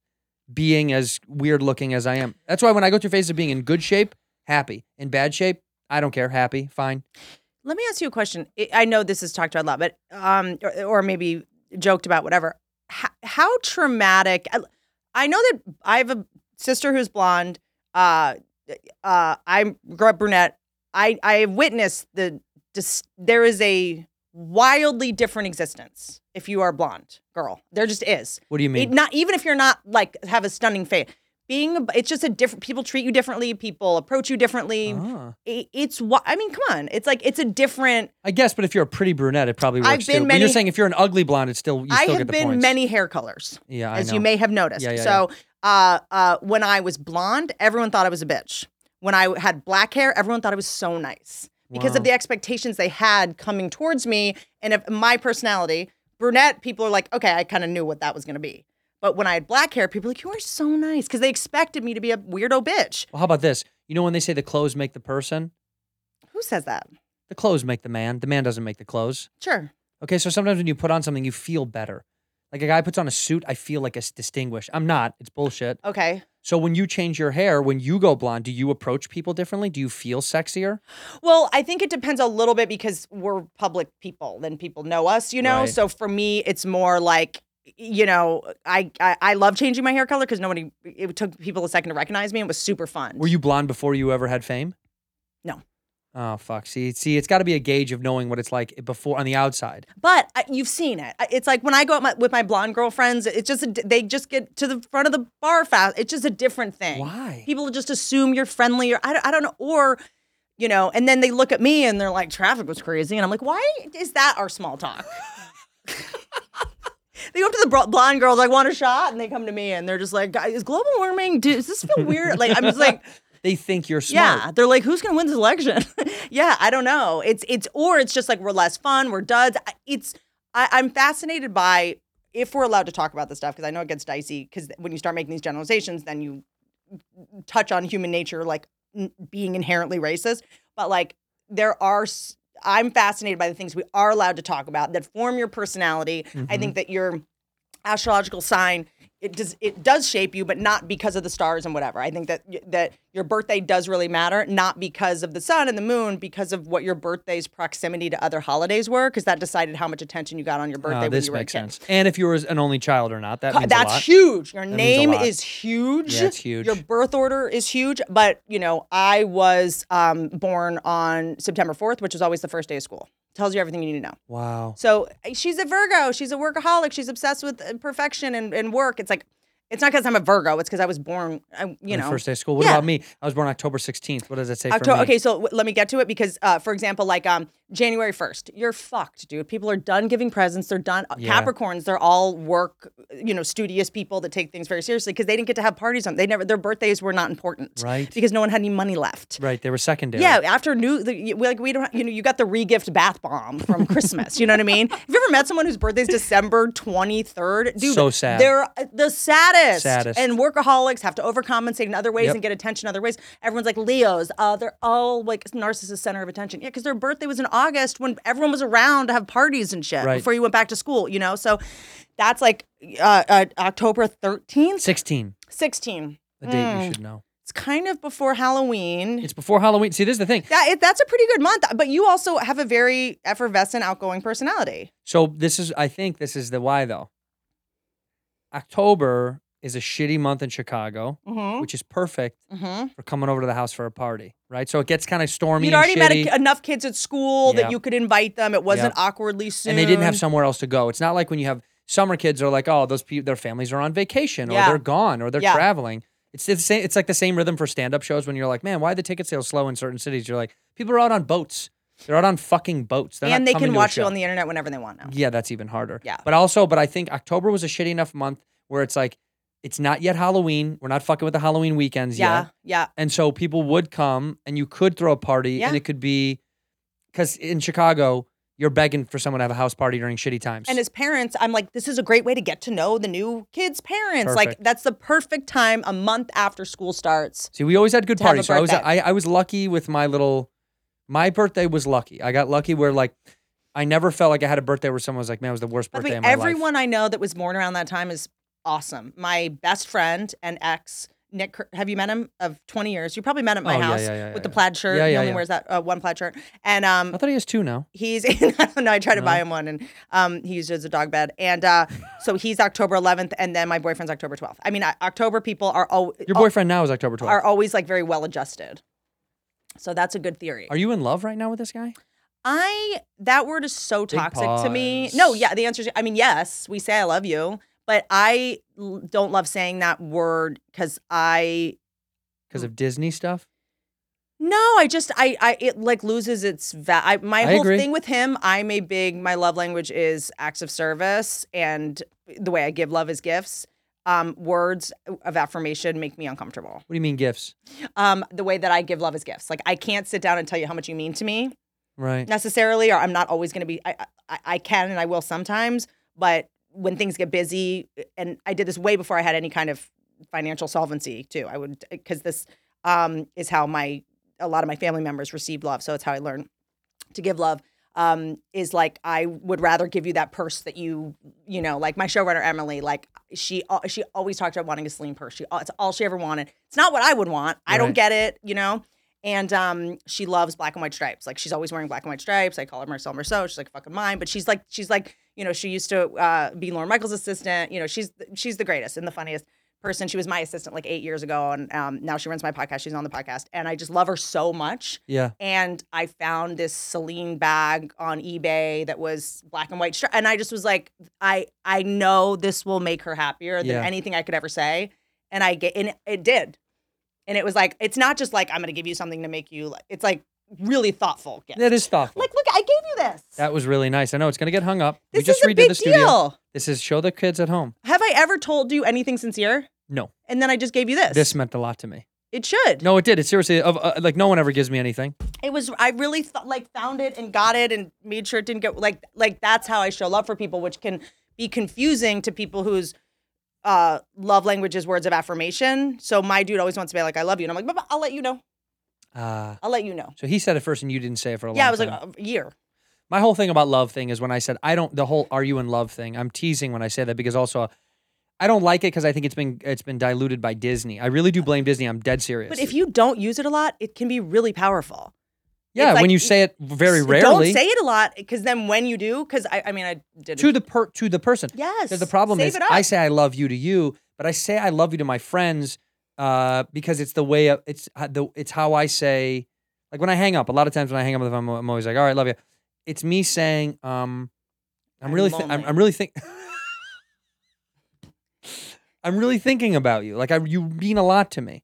A: being as weird looking as I am. That's why when I go through phases of being in good shape, happy, in bad shape, I don't care, happy, fine.
H: Let me ask you a question. I- I know this is talked about a lot, but um, or, or maybe joked about, whatever. How, how traumatic? I, I know that I have a sister who's blonde. Uh, uh, I grew up brunette. I I witnessed the dis- there is a wildly different existence if you are a blonde girl. There just is.
A: What do you
H: It-
A: mean?
H: not even if you're not like have a stunning face. Being a, it's just a different people treat you differently. People approach you differently
A: Ah.
H: it, it's wha- I mean, come on. It's like it's a different.
A: I guess, but if you're a pretty brunette, it probably works
H: I've been
A: too. but you're
H: many-
A: saying if you're an ugly blonde, it's still you
H: I
A: still
H: have
A: get the
H: been
A: points.
H: many hair colors,
A: yeah, I
H: as
A: know.
H: you may have noticed.
A: Yeah, yeah,
H: so, Uh, uh, when I was blonde, everyone thought I was a bitch. When I had black hair, everyone thought I was so nice because
A: Wow.
H: of the expectations they had coming towards me and of my personality. Brunette people are like, okay, I kind of knew what that was going to be. But when I had black hair, people were like, you are so nice because they expected me to be a weirdo bitch.
A: Well, how about this? You know when they say the clothes make the person,
H: Who says that?
A: the clothes make the man. The man doesn't make the clothes.
H: Sure.
A: Okay, so sometimes when you put on something, you feel better. Like a guy puts on a suit, I feel like a s- distinguished. I'm not. It's bullshit.
H: Okay.
A: So when you change your hair, when you go blonde, do you approach people differently? Do you feel sexier?
H: Well, I think it depends a little bit because we're public people, then people know us, you know.
A: Right.
H: So for me, it's more like you know, I I, I love changing my hair color because nobody. It took people a second to recognize me. and It was super fun.
A: Were you blonde before you ever had fame?
H: No.
A: Oh fuck. See, see, it's got to be a gauge of knowing what it's like before on the outside.
H: But I, you've seen it. I- It's like when I go out my, with my blonde girlfriends, it's just a di- they just get to the front of the bar fast. It's just a different thing.
A: Why?
H: People just assume you're friendly or I don't, I don't know or you know, and then they look at me and they're like traffic was crazy and I'm like, "Why is that our small talk?" They go up to the bro- blonde girls, like, want a shot? And they come to me and they're just like, "Guy- is global warming, dude, does this feel weird? Like, I'm just like,
A: They think you're smart.
H: yeah, they're like, who's gonna win this election? yeah, I don't know. It's it's or it's just like we're less fun, we're duds. I- It's I, I'm fascinated by if we're allowed to talk about this stuff because I know it gets dicey. Because when you start making these generalizations, then you touch on human nature, like n- being inherently racist. But like there are. s- I'm fascinated by the things we are allowed to talk about that form your personality. I think that your astrological sign it does it does shape you, but not because of the stars and whatever. I think that y- that your birthday does really matter, not because of the sun and the moon, because of what your birthday's proximity to other holidays were, because that decided how much attention you got on your
A: Ah,
H: birthday. when
A: this
H: you were
A: makes
H: a kid.
A: sense. And if you were an only child or not, that
H: Co-
A: means a lot.
H: That's huge. Your
A: means a
H: name
A: lot.
H: is huge.
A: Yeah, it's huge.
H: Your birth order is huge. But you know, I was um, born on September fourth, which is always the first day of school. Tells you everything you need to know.
A: Wow.
H: So eh, she's a Virgo. She's a workaholic. She's obsessed with uh, perfection and, and work. It's like, it's not because I'm a Virgo. It's because I was born, I, you
A: On the
H: know.
A: first day of school. What
H: Yeah.
A: about me? I was born October 16th. What does it say for
H: October.
A: me?
H: Okay, so w- let me get to it because, uh, for example, like um, January first, you're fucked, dude. People are done giving presents. They're done. uh,
A: Yeah.
H: Capricorns, they're all work, you know, studious people that take things very seriously because they didn't get to have parties on. They never. Their birthdays were not important,
A: Right.
H: Because no one had any money left.
A: Right, they were secondary.
H: Yeah, after new, the, you- like we don't, you know, you got the regift bath bomb from Christmas. you know what I mean? Have you ever met someone whose birthday's December twenty third? Dude,
A: So sad.
H: They're uh, the saddest.
A: Saddest.
H: And workaholics have to overcompensate in other ways
A: Yep.
H: and get attention other ways. Everyone's like Leos. Uh, they're all like narcissist center of attention. Yeah, because their birthday was in August when everyone was around to have parties and shit
A: Right.
H: before you went back to school. You know, so that's like uh, uh, October thirteenth,
A: 16,
H: sixteen.
A: a date you
H: Mm.
A: should know.
H: It's kind of before Halloween.
A: It's before Halloween. See, this is the thing.
H: That it, that's a pretty good month, but you also have a very effervescent, outgoing personality.
A: So this is, I think, this is the why though. October is a shitty month in Chicago,
H: Mm-hmm.
A: which is perfect
H: Mm-hmm.
A: for coming over to the house for a party, right? So it gets kind of stormy.
H: You'd
A: and
H: already met
A: shitty.
H: a, enough kids at school
A: Yeah.
H: that you could invite them. It wasn't
A: Yeah.
H: awkwardly soon.
A: and they didn't have somewhere else to go. It's not like when you have summer kids are like, oh, those people, their families are on vacation or
H: Yeah.
A: they're gone or they're
H: Yeah.
A: traveling. It's the same. It's like the same rhythm for stand-up shows when you're like, man, why are the ticket sales slow in certain cities? You're like, people are out on boats. They're out on fucking boats. They're
H: and
A: not
H: they
A: coming
H: can
A: to a
H: watch you
A: show."
H: on the internet whenever they want now.
A: Yeah, that's even harder.
H: Yeah.
A: But also, but I think October was a shitty enough month where it's like, it's not yet Halloween. We're not fucking with the Halloween weekends
H: Yeah,
A: yet.
H: yeah.
A: And so people would come and you could throw a party and
H: Yeah.
A: it could be because in Chicago, you're begging for someone to have a house party during shitty times.
H: And as parents, I'm like, this is a great way to get to know the new kids' parents.
A: Perfect.
H: Like, that's the perfect time a month after school starts.
A: See, we always had good
H: to have a
A: parties. So I was I,
H: birthday.
A: I was lucky with my little my birthday was lucky. I got lucky where like I never felt like I had a birthday where someone was like, Man, it was the worst
H: By the
A: birthday
H: way,
A: in my
H: everyone
A: life.
H: I know that was born around that time is awesome. My best friend and ex, Nick, Cur- have you met him? Of 20 years. You probably met him at my
A: Oh, yeah,
H: house
A: yeah, yeah,
H: with
A: yeah,
H: the
A: yeah.
H: plaid shirt.
A: Yeah,
H: he
A: yeah,
H: only
A: yeah.
H: wears that uh, one plaid shirt. And um,
A: I thought he has two now.
H: he's I don't know. I tried to buy him one, and um, he used it as a dog bed. And uh, so he's October 11th, and then my boyfriend's October 12th. I mean, I, October people are al-
A: Your boyfriend now is October twelfth.
H: are
A: Are,
H: always like very well adjusted. So that's a good theory.
A: you in love right now with this guy?
H: I that word is so
A: Big
H: toxic to me.
A: pause.
H: No, yeah, the answer is I mean yes, we say I love you, but I l- don't love saying that word cuz I Hmm.
A: Because of Disney stuff?
H: no, I just I I it like loses its va- I, my
A: I
H: whole
A: agree.
H: thing with him, I'm a big my love language is acts of service and the way I give love is gifts. Um, words of affirmation make me uncomfortable.
A: What do you mean gifts?
H: Um, the way that I give love is gifts. Like I can't sit down and tell you how much you mean to me.
A: Right.
H: necessarily, or I'm not always going to be. I, I I can and I will sometimes, but when things get busy, and I did this way before I had any kind of financial solvency too. I would because this um, is how my a lot of my family members received love, so it's how I learned to give love. Um, is like I would rather give you that purse that you you know like my showrunner Emily like she al- she always talked about wanting a slim purse. She al- it's all she ever wanted. It's not what I would want. I
A: Right.
H: don't get it. You know and um, she loves black and white stripes. Like she's always wearing black and white stripes. I call her Marcel Marceau. She's like fucking mine, but she's like she's like you know she used to uh, be Lauren Michaels' assistant. You know she's she's the greatest and the funniest person. She was my assistant like eight years ago, and um, now she runs my podcast. She's on the podcast, and I just love her so much.
A: Yeah.
H: And I found this Celine bag on eBay that was black and white, stri- and I just was like, I I know this will make her happier than
A: Yeah.
H: anything I could ever say, and I get and it, it did, and it was like it's not just like I'm gonna give you something to make you. like It's like really thoughtful gift.
A: That is thoughtful.
H: Like look, I gave you this.
A: that was really nice. I know it's gonna get hung up.
H: this
A: we just
H: is a
A: redid
H: big
A: the studio.
H: deal.
A: This is show the kids at home.
H: Have I ever told you anything sincere?
A: No.
H: And then I just gave you this.
A: This meant a lot to me.
H: it should.
A: No, it did. It seriously of uh, like no one ever gives me anything.
H: it was i really th- like found it and got it and made sure it didn't get like like that's how i show love for people which can be confusing to people whose uh love language is words of affirmation so my dude always wants to be like i love you and i'm like "But- but i'll let you know
A: Uh,
H: i'll let you know
A: so he said it first and you didn't say it for a long
H: yeah i was
A: time.
H: like uh, a year
A: My whole thing about love thing is when I said I don't the whole are you in love thing. I'm teasing when I say that because also I don't like it because I think it's been it's been diluted by Disney. I really do blame Disney. I'm dead serious.
H: but if you don't use it a lot it can be really powerful
A: yeah,
H: it's like-
A: when you say it very
H: S-
A: rarely
H: don't say it a lot because then when you do because I, I mean i did
A: to the per, to the person.
H: yes
A: Because the problem
H: save
A: is
H: it up.
A: I say I love you to you, but I say I love you to my friends uh, because it's the way of, it's h- the it's how I say like when I hang up. A lot of times when I hang up with them, I'm, I'm always like, "All right, love you." It's me saying, um, "I'm
H: I'm
A: really, thi- I'm,
H: lonely.
A: I'm really think." I'm really thinking about you. Like I, you mean a lot to me,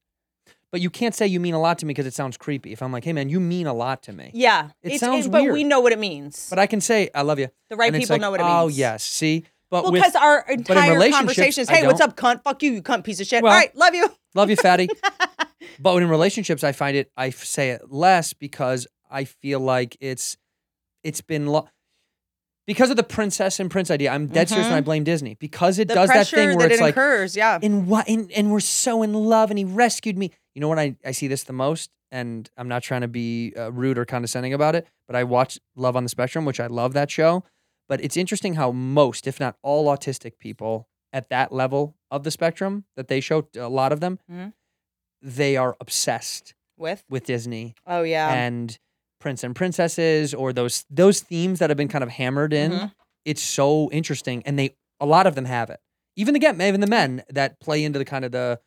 A: but you can't say you mean a lot to me because it sounds creepy. If I'm like, "Hey, man, you mean a lot to me,"
H: yeah
A: It sounds
H: but we
A: weird.
H: know what it means
A: but I can say, "I love you."
H: the right
A: and it's
H: people
A: like,
H: know what it
A: Oh
H: means
A: yes, see, but
H: Well,
A: with-
H: because our
A: in
H: entire
A: relationships,
H: conversation is,
A: I
H: hey, what's
A: don't.
H: up, cunt? Fuck you, you cunt piece of shit.
A: Well-
H: All right, love you.
A: love you fatty but in relationships i find it i f- say it less because i feel like it's it's been lo- because of the princess and prince idea i'm dead serious and i blame disney because it
H: Mm-hmm. The
A: does that
H: pressure
A: thing
H: that,
A: where
H: it
A: it's like
H: incurs, yeah.
A: and what and, and we're so in love and he rescued me you know when i, I see this the most and i'm not trying to be uh, rude or condescending about it but i watch love on the spectrum which i love that show but it's interesting how most if not all autistic people at that level of the spectrum that they show a lot of them
H: Mhm.
A: they are obsessed
H: With?
A: with disney
H: Oh, yeah.
A: and prince and princesses or those those themes that have been kind of hammered in
H: Mhm.
A: it's so interesting and they a lot of them have it Even again, even the men that play into the kind of the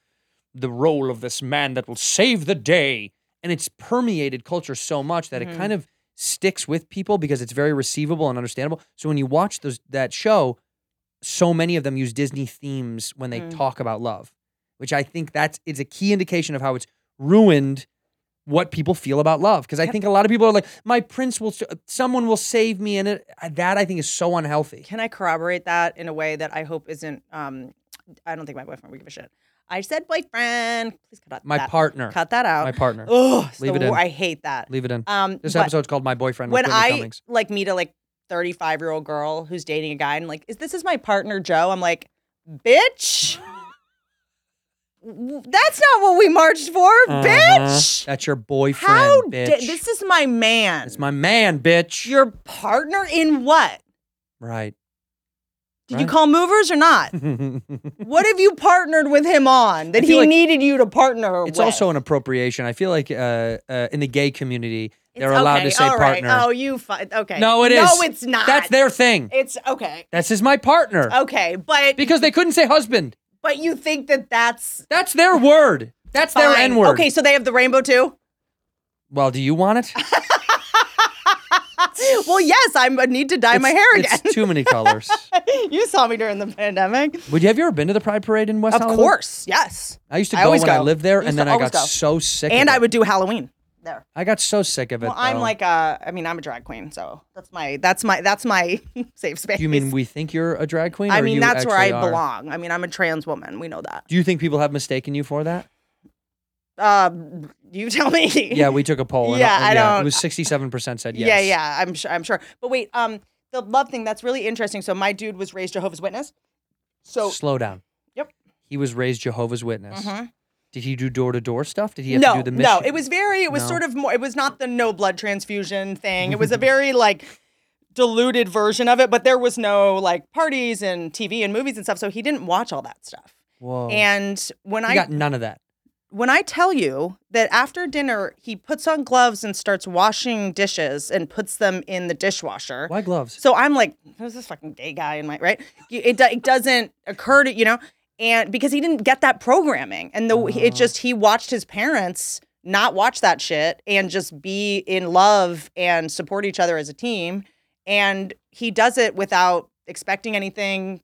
A: the role of this man that will save the day, and it's permeated culture so much that
H: Mm-hmm.
A: it kind of sticks with people because it's very receivable and understandable. So when you watch those that show, so many of them use Disney themes when they
H: Mm.
A: talk about love, which I think that's is a key indication of how it's ruined what people feel about love. Because I think a lot of people are like, my prince will, s- someone will save me, and it, that I think is so unhealthy.
H: Can I corroborate that in a way that I hope isn't? Um, I don't think my boyfriend would give a shit. I said boyfriend. Please cut out
A: My
H: that.
A: partner.
H: Cut that out.
A: My partner.
H: Oh,
A: Leave it in.
H: I hate that.
A: Leave it in.
H: Um,
A: this
H: but
A: episode's called "My Boyfriend"
H: when
A: with Whitney
H: I
A: Cummings.
H: like meet a like 35 year old girl who's dating a guy and like, is this is my partner Joe? I'm like, bitch. w- That's not what we marched for, bitch.
A: That's your boyfriend,
H: How
A: Uh-huh. bitch.
H: da- this is my man.
A: it's my man, bitch.
H: your partner in what?
A: right.
H: Did you
A: Right.
H: call movers or not? what have you partnered with him on that
A: feel
H: he
A: like-
H: needed you to partner
A: It's
H: with?
A: also an appropriation. I feel like uh, uh, in the gay community,
H: It's
A: they're allowed
H: okay,
A: to say
H: all right.
A: partner.
H: Oh, you fi- okay?
A: No, it is.
H: No, it's not.
A: That's their thing.
H: It's okay.
A: That's is my partner.
H: Okay, but
A: Because they couldn't say husband.
H: but you think that that's
A: That's their word. That's their
H: fine.
A: N word.
H: Okay, so they have the rainbow too.
A: Well, do you want it?
H: well, yes, I'm, I need to dye my
A: It's-
H: hair again.
A: It's too many colors.
H: you saw me during the pandemic.
A: Would you have you ever been to the Pride Parade in West
H: Of
A: Hollywood?
H: course, yes.
A: I used to
H: I
A: go when
H: always
A: I
H: go.
A: lived there,
H: Used
A: and
H: to
A: then I
H: always
A: got
H: go.
A: so sick.
H: And
A: of
H: I
A: it.
H: would do Halloween there.
A: I got so sick of it.
H: Well, I'm
A: though.
H: like, uh, I mean, I'm a drag queen, so that's my that's my that's my safe space.
A: Do you mean we think you're a drag queen?
H: I
A: or
H: mean,
A: you
H: that's where I
A: actually are?
H: belong. I mean, I'm a trans woman. We know that.
A: Do you think people have mistaken you for that?
H: Um, you tell me.
A: Yeah, we took a poll. And,
H: Yeah,
A: and
H: I
A: It
H: don't-
A: was 67% said yes.
H: Yeah, yeah. I'm sure. I'm sure. But wait, um, the love thing that's really interesting. So my dude was raised Jehovah's Witness. So
A: Slow down.
H: Yep. Mm-hmm.
A: He was raised Jehovah's Witness. Did he do door to door stuff? Did he have
H: no,
A: to do the mission?
H: no, it was very. It was
A: No.
H: sort of more. It was not the no blood transfusion thing. It was a very like diluted version of it. But there was no like parties and TV and movies and stuff. So he didn't watch all that stuff.
A: Whoa.
H: And when
A: Oh. he
H: I
A: got none of that.
H: when I tell you that after dinner he puts on gloves and starts washing dishes and puts them in the dishwasher.
A: Why gloves?
H: So I'm like, who's this fucking gay guy in my right? You- It, do- it doesn't occur to you know, and because he didn't get that programming, and the it just he watched his parents not watch that shit and just be in love and support each other as a team, and he does it without expecting anything.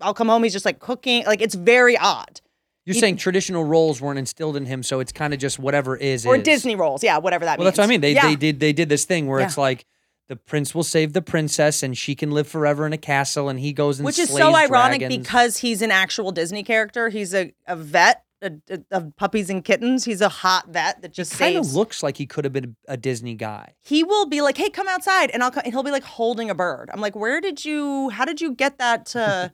H: I'll come home. He's just like cooking. Like it's very odd.
A: You're saying traditional roles weren't instilled in him, so it's kind of just whatever is.
H: Or
A: is.
H: Disney roles, yeah, whatever that
A: Well,
H: means.
A: that's what I mean. They
H: yeah.
A: they did they did this thing where it's like the prince will save the princess and she can live forever in a castle, and he goes and
H: which is so
A: slays
H: ironic
A: dragons.
H: because he's an actual Disney character. He's a, a vet a- a- of puppies and kittens. He's a hot vet that just
A: kind
H: saves.
A: of looks like he could have been a Disney guy.
H: he will be like, "Hey, come outside," and I'll come, and he'll be like holding a bird. I'm like, "Where did you? How did you get that to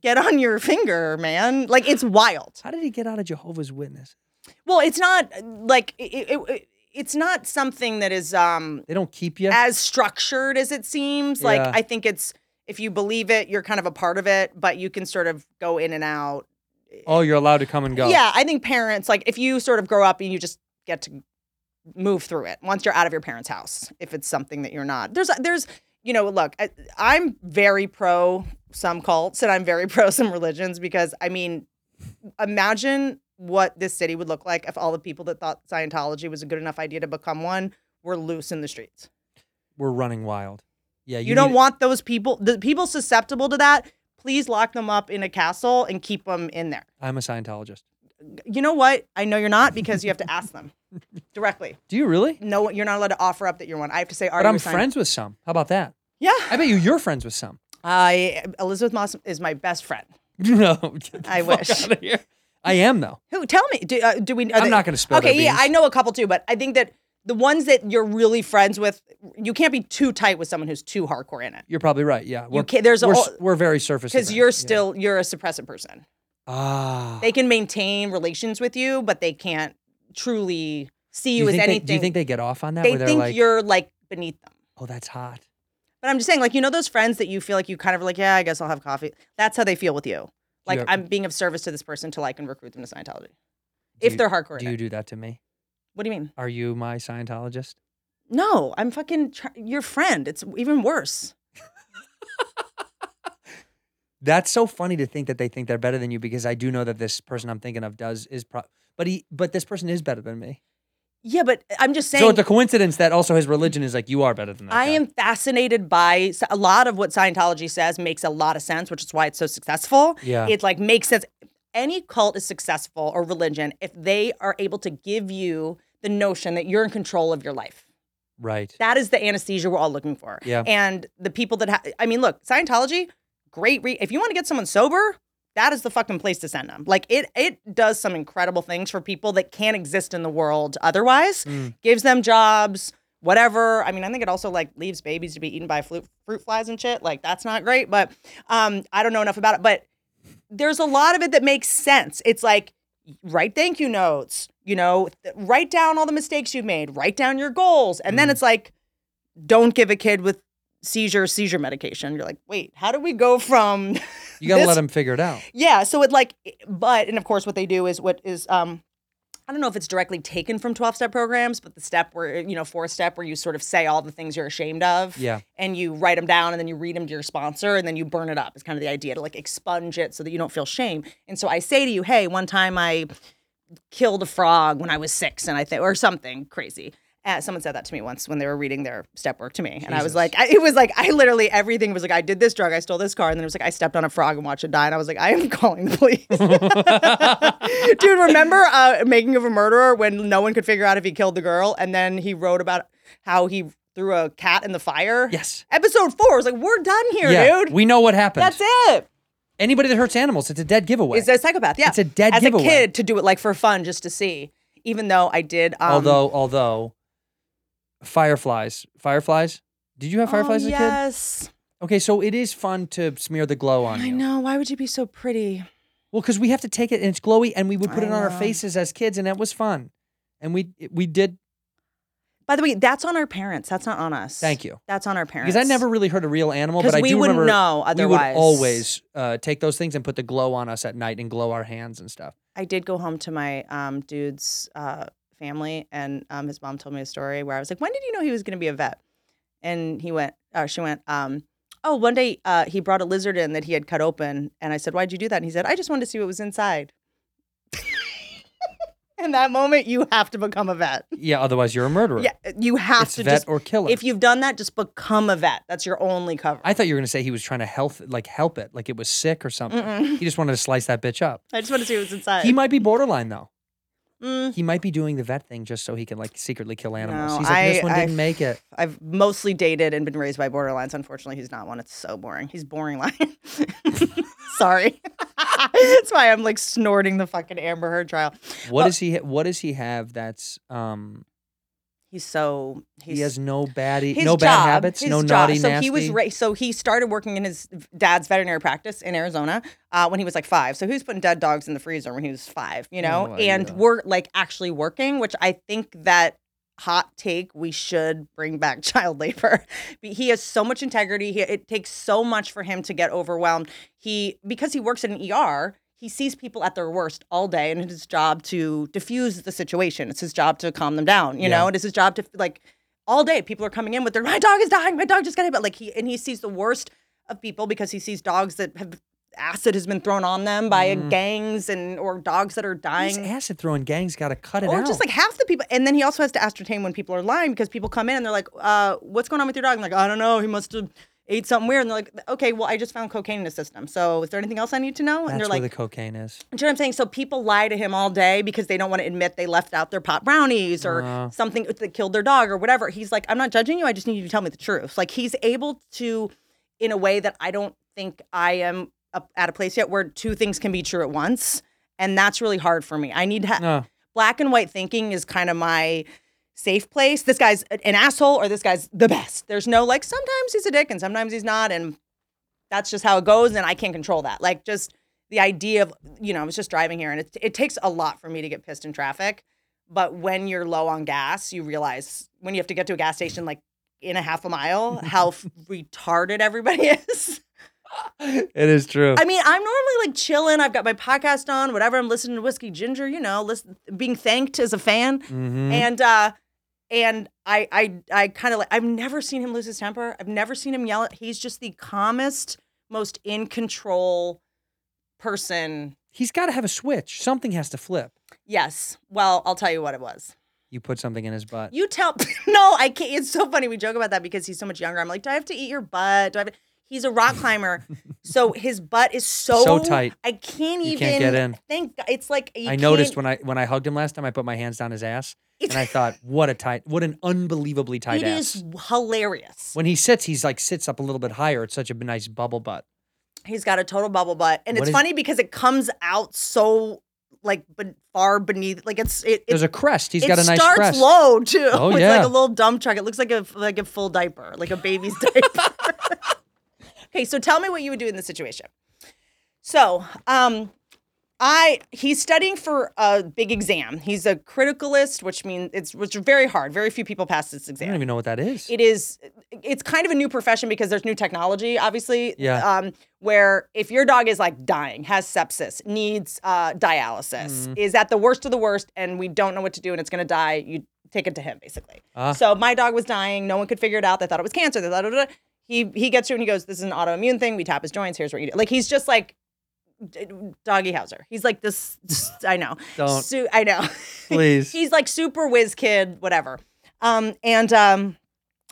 H: get on your finger, man? Like it's wild."
A: How did he get out of Jehovah's Witness?
H: Well, it's not uh, like it, it, it, it's not something that is um
A: They don't keep you.
H: as structured as it seems. Like
A: Yeah.
H: I think it's if you believe it, you're kind of a part of it, but you can sort of go in and out.
A: oh, you're allowed to come and go.
H: Yeah, I think parents like if you sort of grow up and you just get to move through it once you're out of your parents' house. If it's something that you're not, there's there's you know, look, I, I'm very pro some cults and I'm very pro some religions because I mean, imagine what this city would look like if all the people that thought Scientology was a good enough idea to become one were loose in the streets.
A: we're running wild. Yeah,
H: You, don't
A: need-
H: want those people, the people susceptible to that. Please lock them up in a castle and keep them in there.
A: I'm a Scientologist.
H: You know what? I know you're not because you have to ask them directly.
A: Do you really?
H: No, you're not allowed to offer up that you're one. I have to say, are
A: But
H: you
A: I'm
H: a Scientologist?
A: friends with some. How about that?
H: Yeah,
A: I bet you you're friends with some.
H: I Elizabeth Moss is my best friend.
A: no, get the
H: I
A: fuck
H: wish.
A: outta here. I am though.
H: Who? Tell me. Do, uh, do we? are
A: I'm not gonna spill
H: Okay,
A: their
H: yeah,
A: beans.
H: I know a couple too, but I think that the ones that you're really friends with, you can't be too tight with someone who's too hardcore in it
A: You're probably right. Yeah, we're,
H: can't- there's a
A: we're,
H: whole-
A: s- we're very surface
H: because
A: event.
H: you're
A: Yeah.
H: still you're a suppressive person.
A: ah.
H: They can maintain relations with you, but they can't truly see you,
A: do
H: as
A: think
H: anything.
A: They, do you think they get off on that?
H: they
A: where they're
H: think
A: like,
H: you're like beneath them.
A: oh, that's hot.
H: But I'm just saying, like, you know, those friends that you feel like you kind of like, yeah, I guess I'll have coffee. That's how they feel with you. Like,
A: ever-
H: I'm being of service to this person till I can recruit them to
A: Do
H: Scientology. if
A: you-
H: they're hardcore.
A: Do
H: in
A: you
H: it.
A: do that to me?
H: What do you mean?
A: Are you my Scientologist?
H: No, I'm fucking tr- your friend. It's even worse.
A: That's so funny to think that they think they're better than you because I do know that this person I'm thinking of does is pro- but he but this person is better than me.
H: Yeah, but I'm just saying.
A: so it's a coincidence that also his religion is like you are better than that.
H: I
A: guy."
H: am fascinated by s- a lot of what Scientology says makes a lot of sense, which is why it's so successful.
A: Yeah.
H: It like makes sense. Any cult is successful or religion if they are able to give you the notion that you're in control of your life.
A: right.
H: That is the anesthesia we're all looking for.
A: Yeah.
H: And the people that ha- I mean, look, Scientology, great. Re- if you want to get someone sober, that is the fucking place to send them. Like it, it does some incredible things for people that can't exist in the world otherwise. Gives them jobs, whatever. I mean, I think it also like leaves babies to be eaten by flu- fruit flies and shit. Like that's not great. But um, I don't know enough about it. But there's a lot of it that makes sense. It's like write thank you notes, you know, th- write down all the mistakes you've made, write down your goals. And then it's like, don't give a kid with seizure seizure medication. You're like, wait, how do we go from
A: You gotta
H: this-
A: let him figure it out.
H: Yeah. So it like but and of course what they do is what is um I don't know if it's directly taken from 12 step programs, but the step where, you know, four step where you sort of say all the things you're ashamed of
A: Yeah.
H: and you write them down and then you read them to your sponsor and then you burn it up. It's kind of the idea to like expunge it so that you don't feel shame. And so I say to you, hey, one time I killed a frog when I was six and I think, or something crazy. Uh, someone said that to me once when they were reading their step work to me. And I was like, I, it was like, I literally, everything was like, I did this drug, I stole this car. And then it was like, I stepped on a frog and watched it die. And I was like, I am calling the police. Dude, remember uh, Making of a Murderer when no one could figure out if he killed the girl? And then he wrote about how he threw a cat in the fire?
A: Yes.
H: Episode four was like, we're done here,
A: yeah.
H: dude.
A: We know what happened.
H: That's it.
A: Anybody that hurts animals, it's a dead giveaway.
H: It's a psychopath. Yeah.
A: It's a dead
H: As
A: giveaway.
H: a kid to do it like for fun just to see. Even though I did. Um,
A: although although fireflies. Fireflies? Did you have fireflies
H: oh,
A: as a kid?
H: yes.
A: Okay, so it is fun to smear the glow on
H: I
A: you.
H: know. Why would you be so pretty?
A: Well, because we have to take it and it's glowy, and we would put
H: I
A: it on our
H: know.
A: faces as kids, and that was fun. And we we did
H: By the way, that's on our parents. That's not on us.
A: Thank you.
H: That's on our parents.
A: because I never really heard a real animal,
H: 'Cause
A: but I
H: we
A: do
H: wouldn't
A: remember
H: know
A: we
H: otherwise.
A: would always uh, take those things and put the glow on us at night and glow our hands and stuff.
H: I did go home to my um, dude's uh, family, and um, his mom told me a story where I was like, "When did you know he was going to be a vet?" And he went, or she went, um, "Oh, one day uh, he brought a lizard in that he had cut open." And I said, "Why'd you do that?" And he said, "I just wanted to see what was inside." In that moment, you have to become a vet.
A: Yeah, otherwise you're a murderer.
H: Yeah, you have
A: It's
H: to
A: vet
H: just
A: or killer.
H: If you've done that, just become a vet. That's your only cover.
A: I thought you were gonna say he was trying to health like help it, like it was sick or something. He just wanted to slice that bitch up.
H: I just want to see what's inside.
A: He might be borderline though.
H: Mm.
A: He might be doing the vet thing just so he can like secretly kill animals.
H: No,
A: He's like, this
H: I-
A: one
H: I-
A: didn't make it.
H: I've mostly dated and been raised by borderlines. Unfortunately, he's not one. It's so boring. He's boring line. Sorry. That's why I'm like snorting the fucking Amber Heard trial.
A: What does he? ha- What does he have? That's um.
H: He's so he's
A: he has no baddie,
H: his
A: no bad
H: job-
A: habits,
H: his
A: no
H: job-
A: naughty,
H: So
A: nasty.
H: he was ra- so he started working in his dad's veterinary practice in Arizona uh, when he was like five. So he was putting dead dogs in the freezer when he was five, you know,
A: Oh,
H: and
A: yeah.
H: we're like actually working, which I think that hot take we should bring back child labor. But he has so much integrity. He, it takes so much for him to get overwhelmed. He because he works in an ER. He sees people at their worst all day, and it's his job to diffuse the situation. It's his job to calm them down, you
A: Yeah.
H: know. It is his job to like all day people are coming in with their my dog is dying my dog just got hit but like he and he sees the worst of people because he sees dogs that have acid has been thrown on them by
A: Mm.
H: gangs and or dogs that are
A: These
H: dying
A: acid throwing gangs got to cut it
H: or
A: out.
H: just like half the people and then he also has to ascertain when people are lying because people come in and they're like uh what's going on with your dog I'm like I don't know he must have ate something weird and they're like okay well I just found cocaine in his system so is there anything else I need to know and
A: that's
H: they're
A: where
H: like
A: the cocaine is.
H: do you know what I'm saying? So people lie to him all day because they don't want to admit they left out their pot brownies or something that killed their dog or whatever. He's like, I'm not judging you. I just need you to tell me the truth. Like he's able to, in a way that I don't think I am up at a place yet where two things can be true at once, and that's really hard for me. I need ha-
A: No.
H: black and white thinking is kind of my safe place. This guy's an asshole or this guy's the best. There's no like sometimes he's a dick and sometimes he's not and that's just how it goes and I can't control that. Like just the idea of you know, I was just driving here and it it takes a lot for me to get pissed in traffic, but when you're low on gas, you realize when you have to get to a gas station like in a half a mile how f- retarded everybody is.
A: It is true.
H: I mean, I'm normally like chilling. I've got my podcast on, whatever. I'm listening to Whiskey Ginger, you know, listen, being thanked as a fan.
A: Mm-hmm.
H: And uh and I I I kind of like I've never seen him lose his temper. I've never seen him yell. at- He's just the calmest, most in control person.
A: He's got to have a switch. Something has to flip.
H: Yes. Well, I'll tell you what it was.
A: You put something in his butt.
H: You tell no, I can't. It's so funny. We joke about that because he's so much younger. I'm like, do I have to eat your butt? Do I? Have... He's a rock climber, so his butt is so
A: So tight.
H: I can't
A: You
H: even
A: can't get in.
H: Think it's like you
A: I noticed when I when I hugged him last time, I put my hands down his ass, and I thought, what a tight, what an unbelievably tight
H: it
A: ass.
H: is hilarious.
A: When he sits, he's like sits up a little bit higher. It's such a nice bubble butt.
H: He's got a total bubble butt, and
A: What
H: it's
A: is-
H: funny because it comes out so like ben- far beneath. Like it's it. it
A: There's a crest. He's
H: it
A: got a nice
H: starts
A: crest.
H: low too.
A: Oh,
H: it's
A: yeah.
H: like a little dump truck. It looks like a like a full diaper, like a baby's diaper. okay, so tell me what you would do in this situation. So, um, I he's studying for a big exam. He's a criticalist, which means it's which are very hard. Very few people pass this
A: I
H: exam
A: don't even know what that is.
H: it is it's kind of a new profession because there's new technology obviously
A: Yeah.
H: um, where if your dog is like dying has sepsis needs uh,
A: Mm-hmm.
H: dialysis is at the worst of the worst and we don't know what to do and it's going to die you take it to him basically
A: Ah.
H: so my dog was dying no one could figure it out they thought it was cancer they thought it he he gets you and he goes this is an autoimmune thing we tap his joints here's what you do like he's just like d- doggy hauser he's like this i know
A: Don't.
H: Su- i know
A: Please.
H: he's like super whiz kid, whatever. Um, and um,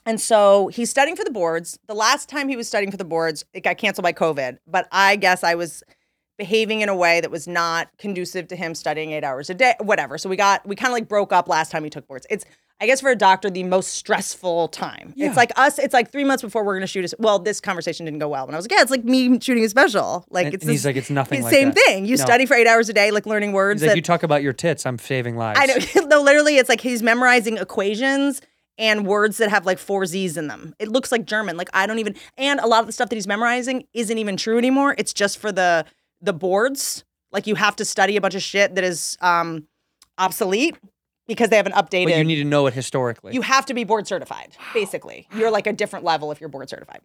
H: and so he's studying for the boards. The last time he was studying for the boards, it got canceled by COVID. But I guess I was behaving in a way that was not conducive to him studying eight hours a day, whatever. So we got we kind of like broke up last time he took boards. It's I guess for a doctor the most stressful time.
A: Yeah.
H: It's like us. It's like three months before we're gonna shoot. His, well, this conversation didn't go well. When I was like, yeah, it's like me shooting a special. Like
A: And-
H: it's
A: and he's
H: this-
A: like, it's nothing
H: it's
A: like
H: same
A: that.
H: thing. You
A: No.
H: study for eight hours a day, like learning words.
A: He's like,
H: that,
A: you talk about your tits. I'm saving lives.
H: I know. No, literally, it's like he's memorizing equations and words that have like four Z's in them. It looks like German. Like I don't even. And a lot of the stuff that he's memorizing isn't even true anymore. It's just for the the boards. Like you have to study a bunch of shit that is um obsolete because they haven't updated.
A: But you need to know it historically.
H: You have to be board certified, basically. You're like a different level if you're board certified.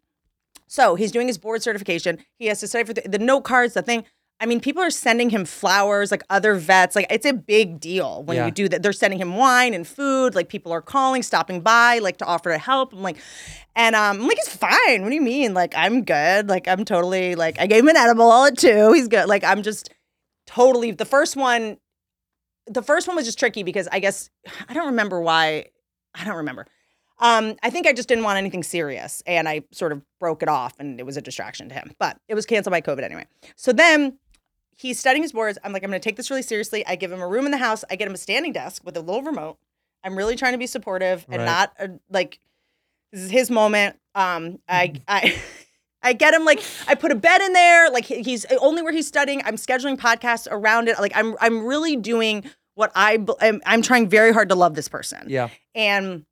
H: So he's doing his board certification. He has to study for the, the note cards, the thing. I mean, people are sending him flowers, like other vets. Like, it's a big deal when
A: Yeah.
H: you do that. They're sending him wine and food. Like, people are calling, stopping by, like to offer to help. I'm like, and um, I'm like, it's fine. What do you mean? Like, I'm good. Like, I'm totally, like, I gave him an edible all at two. He's good. Like, I'm just totally, the first one, the first one was just tricky because I guess, I don't remember why I don't remember. Um, I think I just didn't want anything serious and I sort of broke it off and it was a distraction to him, but it was canceled by COVID anyway. So then he's studying his boards. I'm like, I'm going to take this really seriously. I give him a room in the house. I get him a standing desk with a little remote. I'm really trying to be supportive and
A: Right.
H: not uh, like, this is his moment. Um, I, I, I get him like I put a bed in there like he- he's uh, only where he's studying. I'm scheduling podcasts around it. Like I'm I'm really doing what I bel- I'm, I'm trying very hard to love this person.
A: yeah.
H: And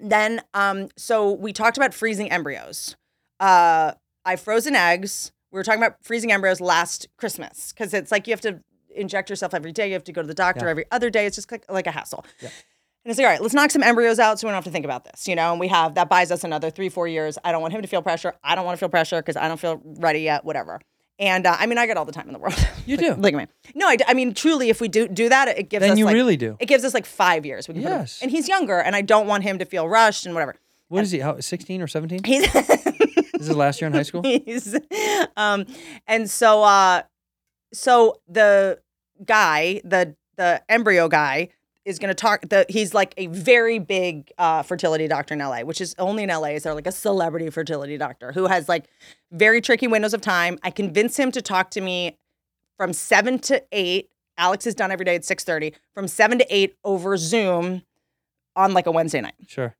H: then, um, so we talked about freezing embryos. Uh, I frozen eggs. We were talking about freezing embryos last Christmas because it's like you have to inject yourself every day. You have to go to the doctor
A: Yeah.
H: every other day. It's just like, like a hassle. And it's like, all right, let's knock some embryos out so we don't have to think about this, you know? And we have that buys us another three, four years. I don't want him to feel pressure. I don't want to feel pressure because I don't feel ready yet, whatever. And uh, I mean, I got all the time in the world.
A: You
H: Like-
A: do.
H: Like, man. No, I, d- I mean, truly, if we do do that, it gives
A: Then
H: us
A: you
H: like-
A: really do.
H: It gives us like five years. We can put him-
A: Yes.
H: and he's younger, and I don't want him to feel rushed and whatever.
A: What is he? How, 16 or 17?
H: He's
A: This is his last year in high school?
H: He's, um, and so uh, so the guy, the the embryo guy, is gonna talk. The he's like a very big uh, fertility doctor in LA, which is only in LA. Is there like a celebrity fertility doctor who has like very tricky windows of time? I convince him to talk to me from seven to eight. Alex is done every day at six thirty. From seven to eight over Zoom on like a Wednesday night.
A: Sure.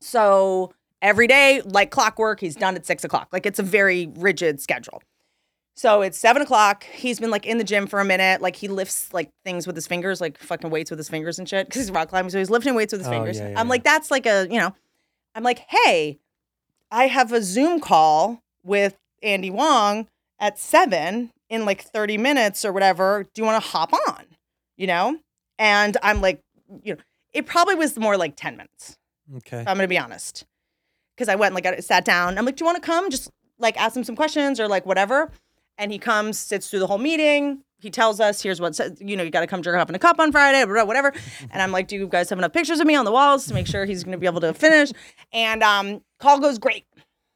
H: So every day, like clockwork, he's done at six o'clock. Like it's a very rigid schedule. So it's seven o'clock. He's been like in the gym for a minute. Like he lifts like things with his fingers, like fucking weights with his fingers and shit. Because he's rock climbing, so he's lifting weights with his
A: Oh,
H: fingers.
A: yeah, yeah,
H: I'm
A: yeah.
H: like, that's like a you know. I'm like, hey, I have a Zoom call with Andy Wong at seven in like 30 minutes or whatever. Do you want to hop on? You know? And I'm like, you know, it probably was more like 10 minutes.
A: Okay.
H: I'm gonna be honest, because I went like I sat down. I'm like, do you want to come? Just like ask him some questions or like whatever. And he comes, sits through the whole meeting. He tells us, here's what sa- you know, you got to come jerk off in a cup on Friday, blah, blah, whatever. And I'm like, do you guys have enough pictures of me on the walls to make sure he's gonna be able to finish? And um, call goes great,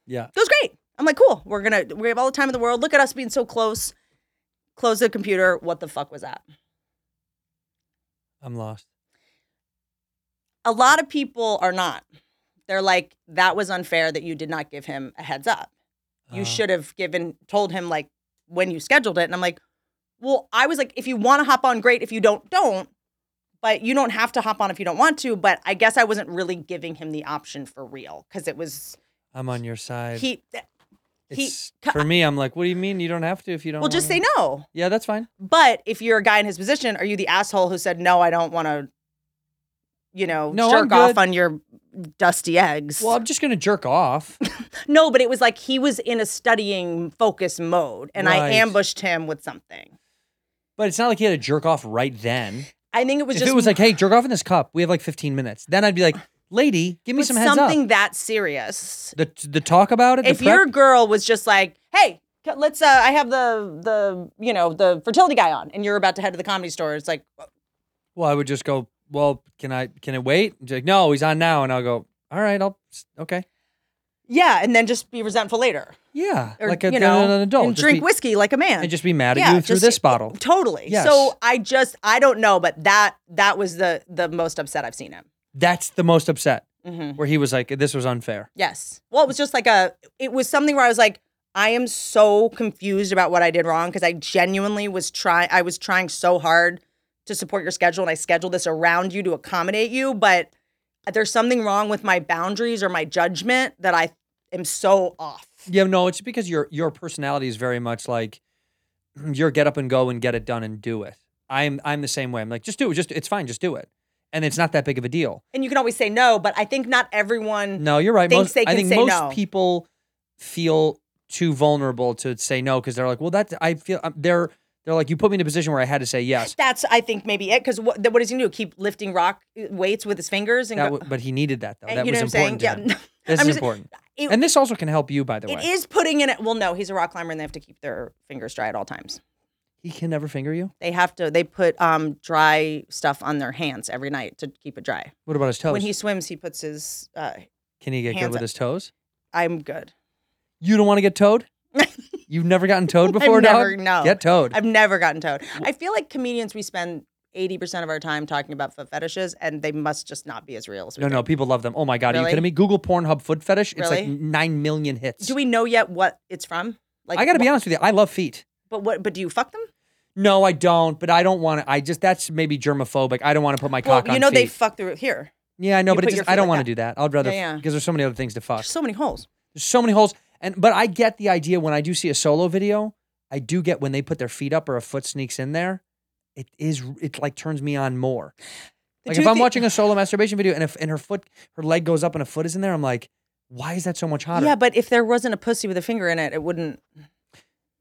A: Yeah.
H: goes great. I'm like, cool. We're gonna we have all the time in the world. Look at us being so close. Close the computer. What the fuck was that?
A: I'm lost.
H: A lot of people are not. They're like, that was unfair that you did not give him a heads up. You
A: Uh,
H: should have given told him like when you scheduled it. And I'm like, well, I was like, if you want to hop on, great. If you don't, don't. But you don't have to hop on if you don't want to. But I guess I wasn't really giving him the option for real because it was
A: I'm on your side.
H: he. he-
A: it's, for me, I'm like, what do you mean you don't have to if you don't?
H: Well, just
A: wanna-"
H: say no.
A: Yeah, that's fine.
H: But if you're a guy in his position, are you the asshole who said no? I don't want to, you know,
A: No, I'm
H: jerk off
A: good.
H: on your dusty eggs.
A: Well, I'm just gonna jerk off.
H: no, but it was like he was in a studying focus mode, and I
A: Right.
H: ambushed him with something.
A: But it's not like he had to jerk off right then.
H: I think it was
A: if
H: just
A: it was like, hey, jerk off in this cup, we have like 15 minutes. Then I'd be like, lady, give me
H: with
A: some heads
H: something
A: up.
H: that serious.
A: The the talk about it.
H: If
A: the prep,
H: your girl was just like, hey. c- Let's. Uh, I have the the you know the fertility guy on, and you're about to head to the comedy store. It's like,
A: well, I would just go. Well, can I can it wait? And she's like, no, he's on now, and I'll go. All right, I'll okay.
H: yeah, and then just be resentful later,
A: Yeah,
H: or
A: like a,
H: you know,
A: an adult.
H: and
A: just
H: drink
A: be-
H: whiskey like a man,
A: and just be mad at
H: Yeah,
A: you through
H: just-
A: this bottle.
H: Totally.
A: Yes.
H: So I just I don't know, but that that was the the most upset I've seen him.
A: That's the most upset.
H: Mhm.
A: Where he was like, this was unfair.
H: Yes. Well, it was just like a it was something where I was like I am so confused about what I did wrong because I genuinely was trying I was trying so hard to support your schedule and I scheduled this around you to accommodate you, but there's something wrong with my boundaries or my judgment that I am so off.
A: Yeah, no, it's because your your personality is very much like your get up and go and get it done and do it. I'm I'm the same way. I'm like, just do it. Just it's fine. Just do it. And it's not that big of a deal.
H: And you can always say no, but I think not everyone
A: No, you're right.
H: Thinks
A: most,
H: they
A: I
H: can
A: think
H: say
A: most
H: no.
A: people feel too vulnerable to say no because they're like, well, that's I feel um, they're they're like, you put me in a position where I had to say yes.
H: that's I think maybe it because what, what is he gonna do? Keep lifting rock uh, weights with his fingers and
A: That
H: go,
A: w- but he needed that though.
H: Uh,
A: That
H: you
A: was
H: know what I'm
A: important. to
H: saying?
A: him.
H: Yeah.
A: This
H: I'm
A: is
H: just-
A: important.
H: it-
A: and this also can help you, by the way.
H: It is putting in it. Well, no, he's a rock climber, and they have to keep their fingers dry at all times.
A: He can never finger you.
H: They have to. They put um, dry stuff on their hands every night to keep it dry.
A: What about his toes?
H: When he swims, he puts his. Uh,
A: can he get good
H: hands
A: with
H: up.
A: his toes?
H: I'm good.
A: You don't want to get towed? You've never gotten towed before,
H: never-
A: dog?
H: no.
A: Get towed.
H: I've never gotten towed. I feel like comedians we spend. 80% of our time talking about foot fetishes and they must just not be as real as we
A: no,
H: do.
A: no, people love them. Oh my god, are you
H: Really?
A: kidding me? Google Pornhub foot fetish. It's like
H: Really?
A: 9 million hits.
H: Do we know yet what it's from? Like
A: I got to be
H: wh-
A: honest with you. I love feet.
H: But what but do you fuck them?
A: No, I don't, but I don't want to I just that's maybe germophobic. I don't want to put my cock
H: well,
A: on
H: you know they
A: feet.
H: fuck through here.
A: yeah, I know,
H: you
A: but it
H: put your
A: just
H: feet
A: I don't
H: like
A: want to
H: that.
A: do that. I'd rather
H: Yeah, yeah.
A: because there's so many other things to fuck.
H: There's so many holes.
A: There's so many holes and but I get the idea when I do see a solo video, I do get when they put their feet up or a foot sneaks in there. It is it like turns me on more.
H: The
A: Like
H: two
A: if I'm
H: thi-
A: watching a solo masturbation video and if and her foot her leg goes up and a foot is in there, I'm like, why is that so much hotter?
H: Yeah, but if there wasn't a pussy with a finger in it, it wouldn't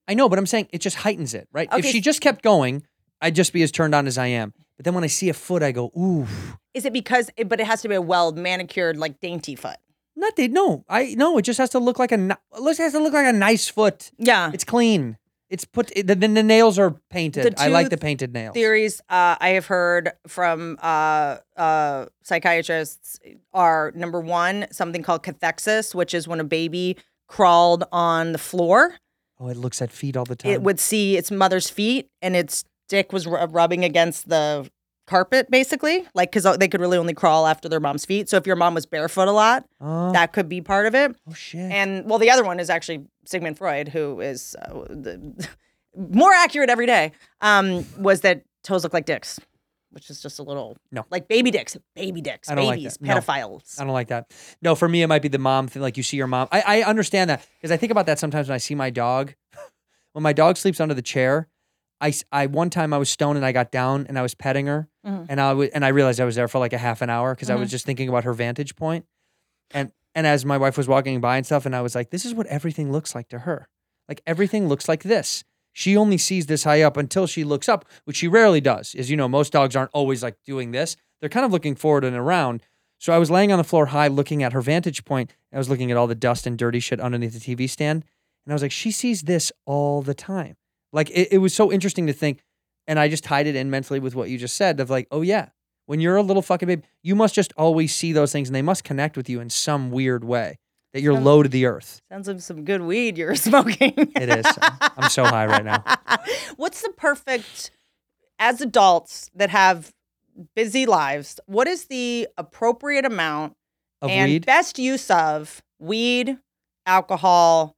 A: I know, but I'm saying it just heightens it, right? If
H: Okay,
A: she
H: s-
A: just kept going, I'd just be as turned on as I am. But then when I see a foot, I go, ooh.
H: Is it because? It, but it has to be a well manicured, like dainty foot.
A: Not that no, I no. It just has to look like a ni- it just has to look like a nice foot.
H: Yeah.
A: It's clean. It's put. It, the, the nails are painted.
H: The
A: I like
H: two
A: the painted nails.
H: Theories uh, I have heard from uh, uh, psychiatrists are number one something called cathexis, which is when a baby crawled on the floor,
A: Oh, it looks at feet all the time.
H: it would see its mother's feet and its dick was ru- rubbing against the carpet, basically, like because they could really only crawl after their mom's feet. So if your mom was barefoot a lot,
A: Oh,
H: that could be part of it.
A: oh, shit.
H: And well, the other one is actually Sigmund Freud, who is uh, the, more accurate every day. Um, was that toes look like dicks, which is just a little
A: No.
H: like baby dicks, baby dicks,
A: I don't like
H: babies,
A: that. No.
H: pedophiles.
A: I don't like that. No, for me, it might be the mom thing. Like you see your mom. I, I understand that because I think about that sometimes when I see my dog. When my dog sleeps under the chair, I, s- I- one time I was stoned and I got down and I was petting her and I w- and I realized I was there for like a half an hour because I was just thinking about her vantage point. And and as my wife was walking by and stuff, and I was like, this is what everything looks like to her. Like everything looks like this. She only sees this high up until she looks up, which she rarely does. As you know, most dogs aren't always like doing this. They're kind of looking forward and around. So I was laying on the floor high looking at her vantage point. I was looking at all the dust and dirty shit underneath the TV stand. And I was like, she sees this all the time. Like it, it was so interesting to think. And I just tied it in mentally with what you just said of like, oh yeah, when you're a little fucking baby, you must just always see those things and they must connect with you in some weird way. that you're low to the earth.
H: Sounds like some good weed you're smoking.
A: It is. I'm so high right now.
H: What's the perfect, as adults that have busy lives, what is the appropriate amount
A: Of
H: and
A: weed.
H: best use of weed, alcohol?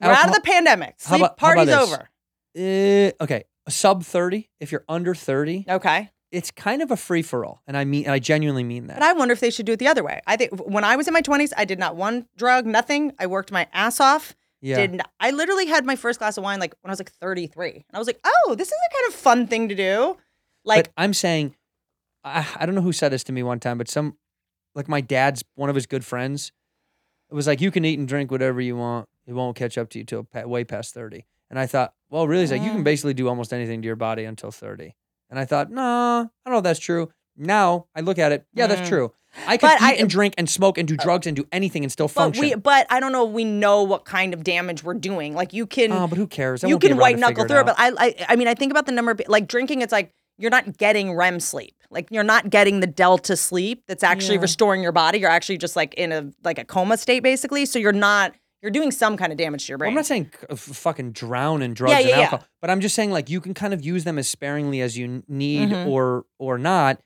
H: We're out of
A: Alcohol-
H: the pandemic.
A: How
H: Sleep
A: about- how about
H: party's
A: this?
H: over.
A: Uh, okay, sub 30. If you're under 30,
H: Okay.
A: it's kind of a free for all, and I mean, and I genuinely mean that.
H: But I wonder if they should do it the other way. I think when I was in my 20s, I did not one drug, nothing. I worked my ass off.
A: yeah,
H: Did not, I literally had my first glass of wine like when I was like 33. And I was like, "Oh, this is a kind of fun thing to do." Like
A: but I'm saying, I, I don't know who said this to me one time, but some, like my dad's one of his good friends, it was like you can eat and drink whatever you want. It won't catch up to you till pa- way past 30. And I thought, well, really, he's like you
H: Ah.
A: can basically do almost anything to your body until 30. And I thought, nah, I don't know if that's true. Now I look at it, yeah, that's true. I could
H: Mm.
A: eat
H: But I- Uh,
A: and drink and smoke and do drugs and do anything and still
H: but
A: function.
H: we but I don't know we know what kind of damage we're doing. Like you can
A: Oh, but who cares? I
H: Mm. you
A: won't be
H: can
A: around to
H: white knuckle
A: figure
H: through it,
A: out.
H: but I, I I mean I think about the number of pe- like drinking it's like you're not getting REM sleep. Like you're not getting the delta sleep that's actually restoring your body. You're actually just like in a like a coma state basically. So you're not you're doing some kind of damage to your
A: Well,
H: brain.
A: I'm not saying c- f- fucking drown in drugs
H: yeah,
A: and
H: yeah.
A: alcohol, but I'm just saying like you can kind of use them as sparingly as you n- need
H: Mm-hmm.
A: or or not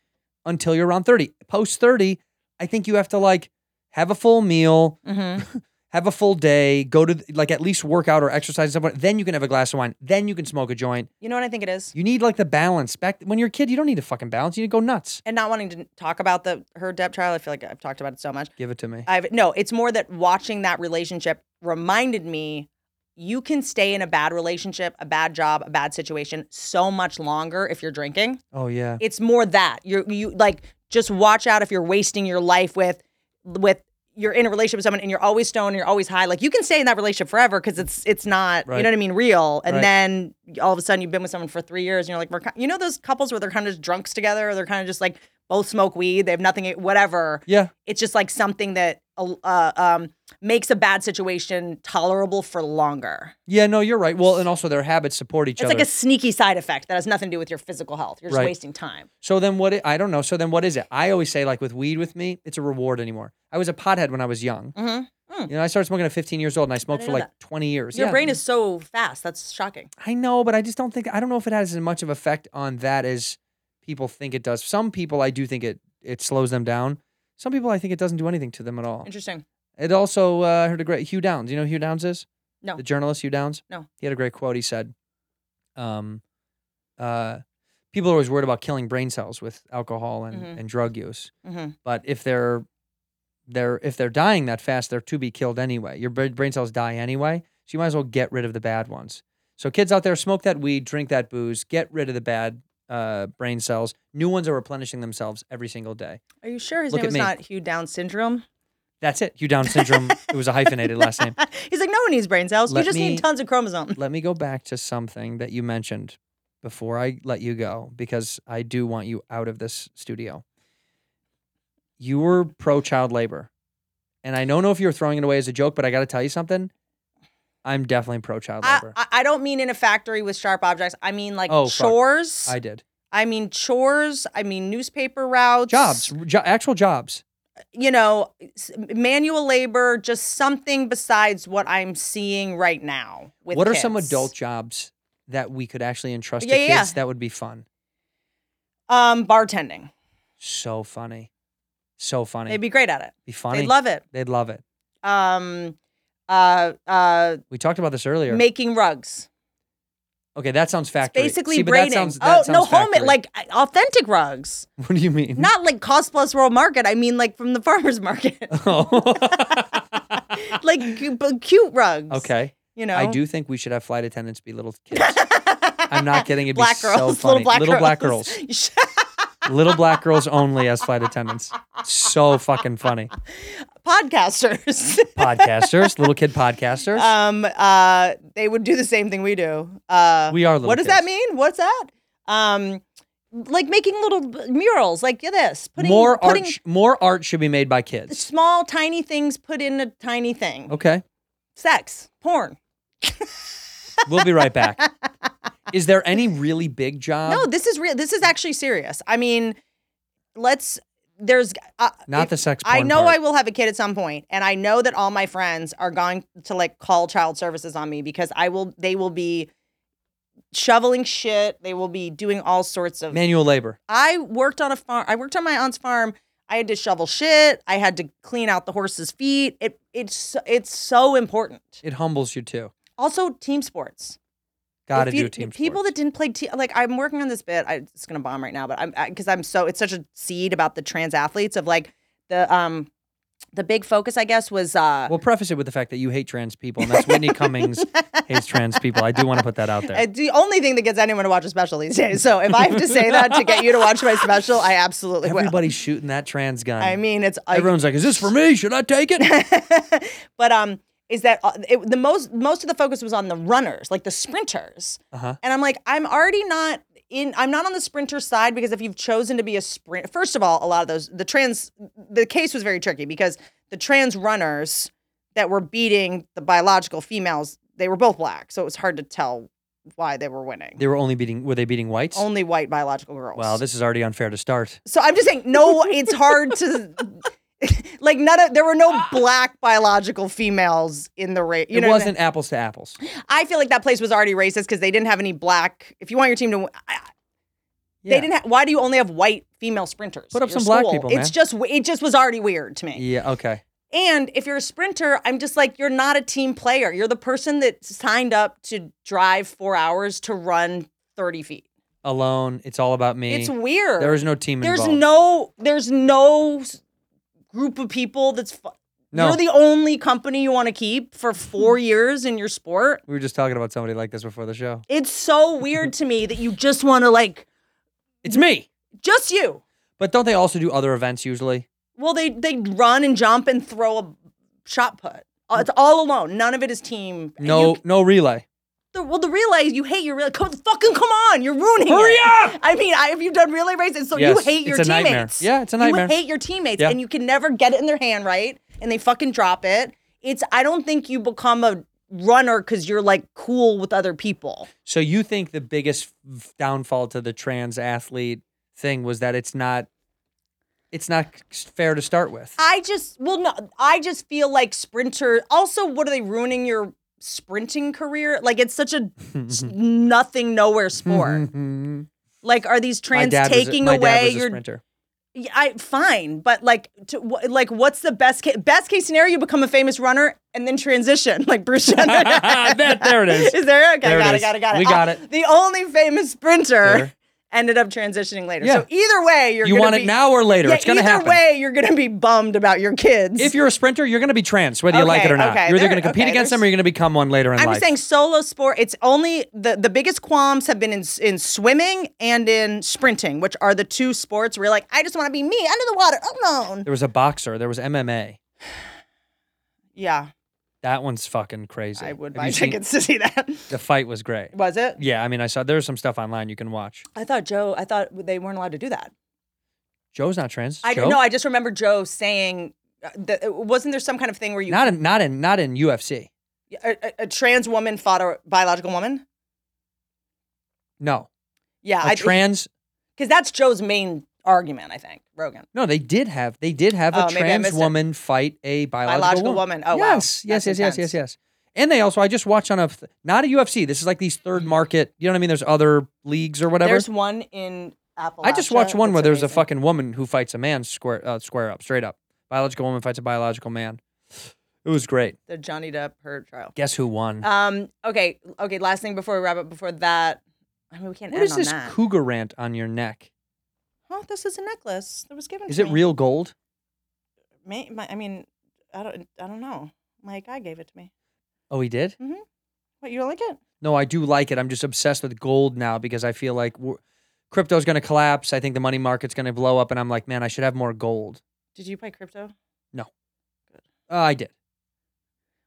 A: until you're around 30. Post 30, I think you have to like have a full meal,
H: Mm-hmm.
A: have a full day, go to th- like at least work out or exercise somewhere. Then you can have a glass of wine. Then you can smoke a joint.
H: you know what I think it is?
A: You need like the balance. Back when you're a kid, you don't need to fucking balance. You need to go nuts.
H: And not wanting to talk about the her debt trial, I feel like I've talked about it so much.
A: Give it to me.
H: I've no, it's more that watching that relationship reminded me you can stay in a bad relationship, a bad job, a bad situation so much longer if you're drinking.
A: oh yeah.
H: It's more that. You're you like just watch out if you're wasting your life with with you're in a relationship with someone and you're always stoned, you're always high. Like you can stay in that relationship forever because it's it's not
A: Right.
H: you know what I mean real. And
A: Right.
H: then all of a sudden you've been with someone for three years and you're like we're ki- you know those couples where they're kind of just drunks together or they're kind of just like both smoke weed they have nothing whatever
A: yeah.
H: it's just like something that uh, um, makes a bad situation tolerable for longer.
A: Yeah, no, you're right. Well, and also their habits support each
H: It's
A: other.
H: like a sneaky side effect that has nothing to do with your physical health. You're just
A: Right.
H: wasting time.
A: So then what? i I don't know. So then what is it? I always say like with weed with me, it's a reward anymore. I was a pothead when I was young.
H: Mhm.
A: You know, I started smoking at 15 years old, and I smoked for
H: know
A: like
H: that.
A: 20 years.
H: Your
A: Yeah.
H: brain is so fast. That's shocking.
A: I know, but I just don't think I don't know if it has as much of effect on that as people think it does. Some people I do think it it slows them down. Some people I think it doesn't do anything to them at all.
H: Interesting.
A: It also uh, I heard a great Hugh Downs. You know who Hugh Downs is?
H: No.
A: The journalist Hugh Downs.
H: No.
A: He had a great quote. He said, um, uh, "People are always worried about killing brain cells with alcohol and,
H: Mhm.
A: and drug use,
H: Mhm.
A: but if they're they're if they're dying that fast, they're to be killed anyway. Your bra- brain cells die anyway, so you might as well get rid of the bad ones. So kids out there, smoke that weed, drink that booze, get rid of the bad." Uh, brain cells. New ones are replenishing themselves every single day.
H: Are you sure his
A: Look
H: name
A: at
H: is
A: me.
H: not Hugh Down syndrome?
A: That's it. Hugh Down syndrome. it was a hyphenated last name.
H: He's like, no one needs brain cells.
A: Let
H: you just
A: me-
H: need tons of chromosomes.
A: let me go back to something that you mentioned before I let you go because I do want you out of this studio. You were pro child labor. And I don't know if you were throwing it away as a joke, but I got to tell you something. I'm definitely pro child
H: I,
A: labor. I,
H: I, I don't mean in a factory with sharp objects. I mean like
A: Oh, fuck.
H: chores. I,
A: did.
H: mean chores. I mean newspaper routes.
A: Jobs, jo- actual jobs.
H: you know, s- manual labor, just something besides what I'm seeing right now. With
A: What are some
H: kids.
A: adult jobs that we could actually entrust
H: Yeah,
A: to
H: yeah,
A: kids
H: yeah.
A: that would be fun?
H: Um, bartending.
A: So funny. So funny.
H: They'd be great at it.
A: be funny.
H: They'd love it.
A: They'd love it.
H: Um, uh, uh,
A: We talked about this earlier.
H: making rugs.
A: Okay, that sounds
H: It's
A: factory.
H: basically
A: See, but
H: braiding.
A: That sounds,
H: oh
A: that
H: no,
A: sounds
H: homemade,
A: factory. Hmm?
H: like uh, authentic rugs,
A: what do you mean?
H: not like cost plus World Market. I mean, like from the farmers market,
A: Oh.
H: like cu- but cute rugs.
A: okay.
H: you know,
A: I do think we should have flight attendants be little kids. I'm not kidding. It'd
H: Black
A: be
H: girls,
A: so funny.
H: little black girls.
A: girls.
H: You should-
A: little black girls only as flight attendants. So fucking funny.
H: podcasters.
A: Podcasters, little kid podcasters.
H: um uh they would do the same thing we do uh
A: We are little
H: what does
A: kids.
H: that mean what's that um like making little b- murals like this putting
A: more
H: putting
A: art. sh- more art should be made by kids.
H: small tiny things put in a tiny thing
A: Okay.
H: sex porn
A: We'll be right back. Is there any really big job?
H: no this is real this is actually serious i mean let's there's uh,
A: Not
H: if-
A: the sex
H: I
A: porn
H: know
A: part.
H: I will have a kid at some point, and I know that all my friends are going to like call child services on me because I will. They will be shoveling shit. They will be doing all sorts of.
A: manual labor.
H: I worked on a farm. I worked on my aunt's farm. I had to shovel shit. I had to clean out the horse's feet. It it's so- it's so important.
A: It humbles you too.
H: Also, team sports.
A: Got to
H: If you-
A: do team
H: People
A: sports.
H: that didn't play team, like I'm working on this bit. I, it's gonna bomb right now, but I'm because I'm so it's such a seed about the trans athletes of like the um the big focus I guess was uh
A: We'll preface it with the fact that you hate trans people, and that's Whitney Cummings hates trans people. I do want to put that out there.
H: it's the only thing that gets anyone to watch a special these days. So if I have to say that to get you to watch my special, I absolutely will.
A: Everybody's shooting that trans gun.
H: I mean, it's I-
A: everyone's like, "Is this for me? Should I take it?"
H: but um is that uh, it, the most most of the focus was on the runners like the sprinters
A: Uh-huh.
H: and i'm like i'm already not in i'm not on the sprinter side because if you've chosen to be a sprint first of all a lot of those the trans the case was very tricky because the trans runners that were beating the biological females they were both black so it was hard to tell why they were winning
A: They were only beating. Were they beating whites?
H: only white biological girls
A: Wow, this is already unfair to start.
H: so I'm just saying, no, it's hard to. Like none of there were no black biological females in the race. You
A: it
H: know, what I mean?
A: wasn't apples to apples.
H: I feel like that place was already racist because they didn't have any black. If you want your team to, win, I- I-
A: Yeah.
H: they didn't. Ha- why do you only have white female sprinters?
A: Put up
H: at
A: some
H: your
A: black
H: school?
A: people,
H: It's
A: man.
H: just w- it just was already weird to me.
A: Yeah. Okay.
H: And if you're a sprinter, I'm just like you're not a team player. You're the person that signed up to drive four hours to run thirty feet.
A: Alone. It's all about me.
H: It's weird.
A: There is no team
H: There's
A: involved.
H: no there's no s- group of people that's fu-
A: No.
H: You're the only company you want to keep for 4 years in your sport.
A: we were just talking about somebody like this before the show.
H: It's so weird to me that you just want to like
A: It's me.
H: just you.
A: But don't they also do other events usually?
H: Well, they they run and jump and throw a shot put. Uh, It's all alone. None of it is team. And
A: No.
H: you-
A: no relay.
H: the, well, the relay you hate your relay. Come fucking come on, you're ruining
A: Hurry
H: it.
A: up!
H: I mean, I, have you done relay races? So
A: Yes,
H: you hate
A: it's
H: your
A: a
H: teammates.
A: nightmare. Yeah, it's a nightmare.
H: You hate your teammates,
A: Yeah.
H: and you can never get it in their hand right, and they fucking drop it. It's I don't think you become a runner because you're like cool with other people.
A: So you think the biggest f- downfall to the trans athlete thing was that it's not, it's not c- fair to start with.
H: I just well no I just feel like sprinter also what are they ruining your sprinting career? Like it's such a s- nothing nowhere sport.
A: Mhm.
H: like are these
A: My
H: trans
A: dad
H: taking
A: was a, my dad
H: away
A: was a
H: your
A: sprinter.
H: Yeah, I fine, but like to, wh- like what's the best case best case scenario you become a famous runner and then transition like Bruce Jenner.
A: That- there it is.
H: Is there? Okay,
A: There it
H: got it,
A: is.
H: got it, got it.
A: We
H: Ah,
A: got it.
H: the only famous sprinter
A: There.
H: ended up transitioning later.
A: Yeah.
H: So either way, you're
A: You
H: gonna
A: want
H: be-
A: it now or later?
H: Yeah,
A: it's gonna
H: either
A: happen.
H: way, you're going to be bummed about your kids.
A: If you're a sprinter, you're going to be trans, whether you like it
H: Okay,
A: or not.
H: okay,
A: you're either
H: there-
A: going to compete
H: okay,
A: against them or
H: there's-
A: you're going to become one later in
H: I'm
A: life.
H: just saying solo sport. It's only the the biggest qualms have been in in swimming and in sprinting, which are the two sports where you're like, I just want to be me under the water alone.
A: there was a boxer. There was MMA.
H: Yeah,
A: That one's fucking crazy.
H: I would
A: Have
H: buy
A: you seen-
H: tickets to see that.
A: The fight was great.
H: Was it?
A: Yeah, I mean, I saw there's some stuff online you can watch.
H: I thought Joe. I thought they weren't allowed to do that.
A: Joe's not trans.
H: I
A: Joe?
H: no. I just remember Joe saying, uh, that, uh, "Wasn't there some kind of thing where you
A: not in not in not in UFC.
H: a, a, a trans woman fought a biological woman?"
A: No,
H: Yeah,
A: a trans.
H: because that's Joe's main argument. I think Rogan.
A: No, they did have they did have
H: Oh,
A: a
H: maybe I
A: trans
H: missed it.
A: woman fight a biological,
H: Biological woman. Oh, wow.
A: yes, yes, yes, yes,
H: That's
A: yes,
H: intense.
A: yes. And they also I just watched on a th- not a UFC. This is like these third market. You know what I mean? There's other leagues or whatever.
H: There's one in Apple.
A: I just watched one where there's a fucking woman who fights a man square uh, square up, straight up. Biological woman fights a biological man. It was great.
H: the Johnny Depp her trial.
A: Guess who won?
H: Um. Okay. Okay. Last thing before we wrap up. Before that, I mean, we can't
A: what
H: end
A: is
H: on
A: this
H: that.
A: cougar rant on your neck?
H: oh, this is a necklace that was given.
A: Is
H: to
A: it
H: me.
A: real gold?
H: May, my, I mean, I don't. I don't know. My guy gave it to me.
A: Oh, he did.
H: What you don't like it?
A: No, I do like it. I'm just obsessed with gold now because I feel like w- crypto's going to collapse. I think the money market's going to blow up, and I'm like, man, I should have more gold.
H: Did you buy crypto?
A: Uh, I did.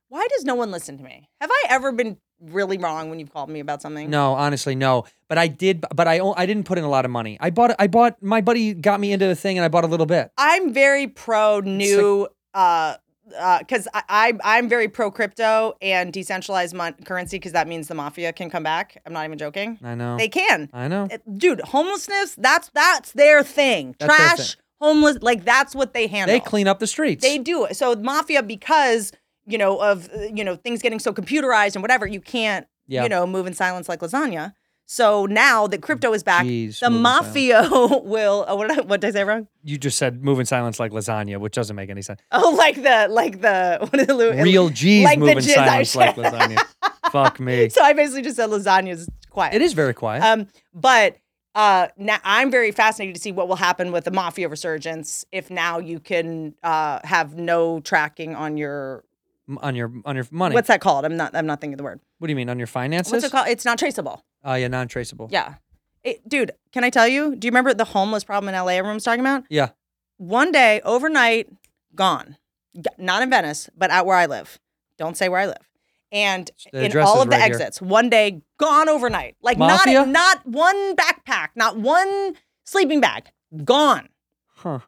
H: Why does no one listen to me? Have I ever been really wrong when you've called me about something?
A: No, honestly, no. But I did. But I o- I didn't put in a lot of money. I bought. I bought. My buddy got me into the thing, and I bought a little bit.
H: I'm very pro new. uh because I, I I'm very pro crypto and decentralized mon- currency because that means the mafia can come back. I'm not even joking.
A: I know.
H: They can,
A: I know.
H: It- dude. Homelessness that's that's their thing.
A: That's their
H: Trash,
A: thing.
H: homeless. Like that's what they handle.
A: They clean up the streets.
H: They do it. So mafia, because you know of uh, you know things getting so computerized and whatever, you can't
A: Yeah.
H: you know move in silence like lasagna. So now that crypto is back,
A: Jeez,
H: the
A: move in silence.
H: mafia will. Oh, what did I, what did I say wrong?
A: you just said move in silence like lasagna, which doesn't make any sense.
H: Oh, like the like the what is the
A: Real G's
H: like the
A: move in
H: jizz I
A: silence like
H: said.
A: lasagna. Fuck me.
H: So I basically just said lasagna's quiet.
A: It is very quiet.
H: Um, but uh, now I'm very fascinated to see what will happen with the mafia resurgence if now you can uh, have no tracking on your
A: M- on your on your money.
H: what's that called? I'm not I'm not thinking of the word.
A: what do you mean on your finances?
H: What's it called? It's not traceable.
A: Oh yeah, non-traceable.
H: Yeah. It, dude, can I tell you? Do you remember the homeless problem in LA everyone was talking about?
A: Yeah.
H: One day, overnight, gone. G- Not in Venice, but out where I live. Don't say where I live. And
A: The
H: in
A: address
H: all
A: is
H: of the
A: right here.
H: exits, one day gone overnight. Like
A: Mafia?
H: not not one backpack, not one sleeping bag, gone.
A: Huh.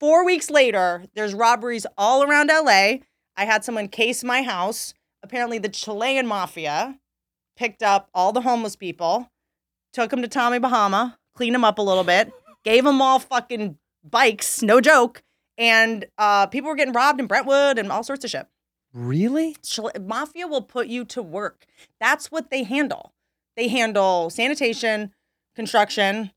H: Four weeks later, there's robberies all around LA. I had someone case my house. Apparently, the Chilean mafia picked up all the homeless people, took them to Tommy Bahama, cleaned them up a little bit, gave them all fucking bikes, no joke. And uh, people were getting robbed in Brentwood and all sorts of shit.
A: Really?
H: Chile- mafia will put you to work. That's what they handle. They handle sanitation, construction,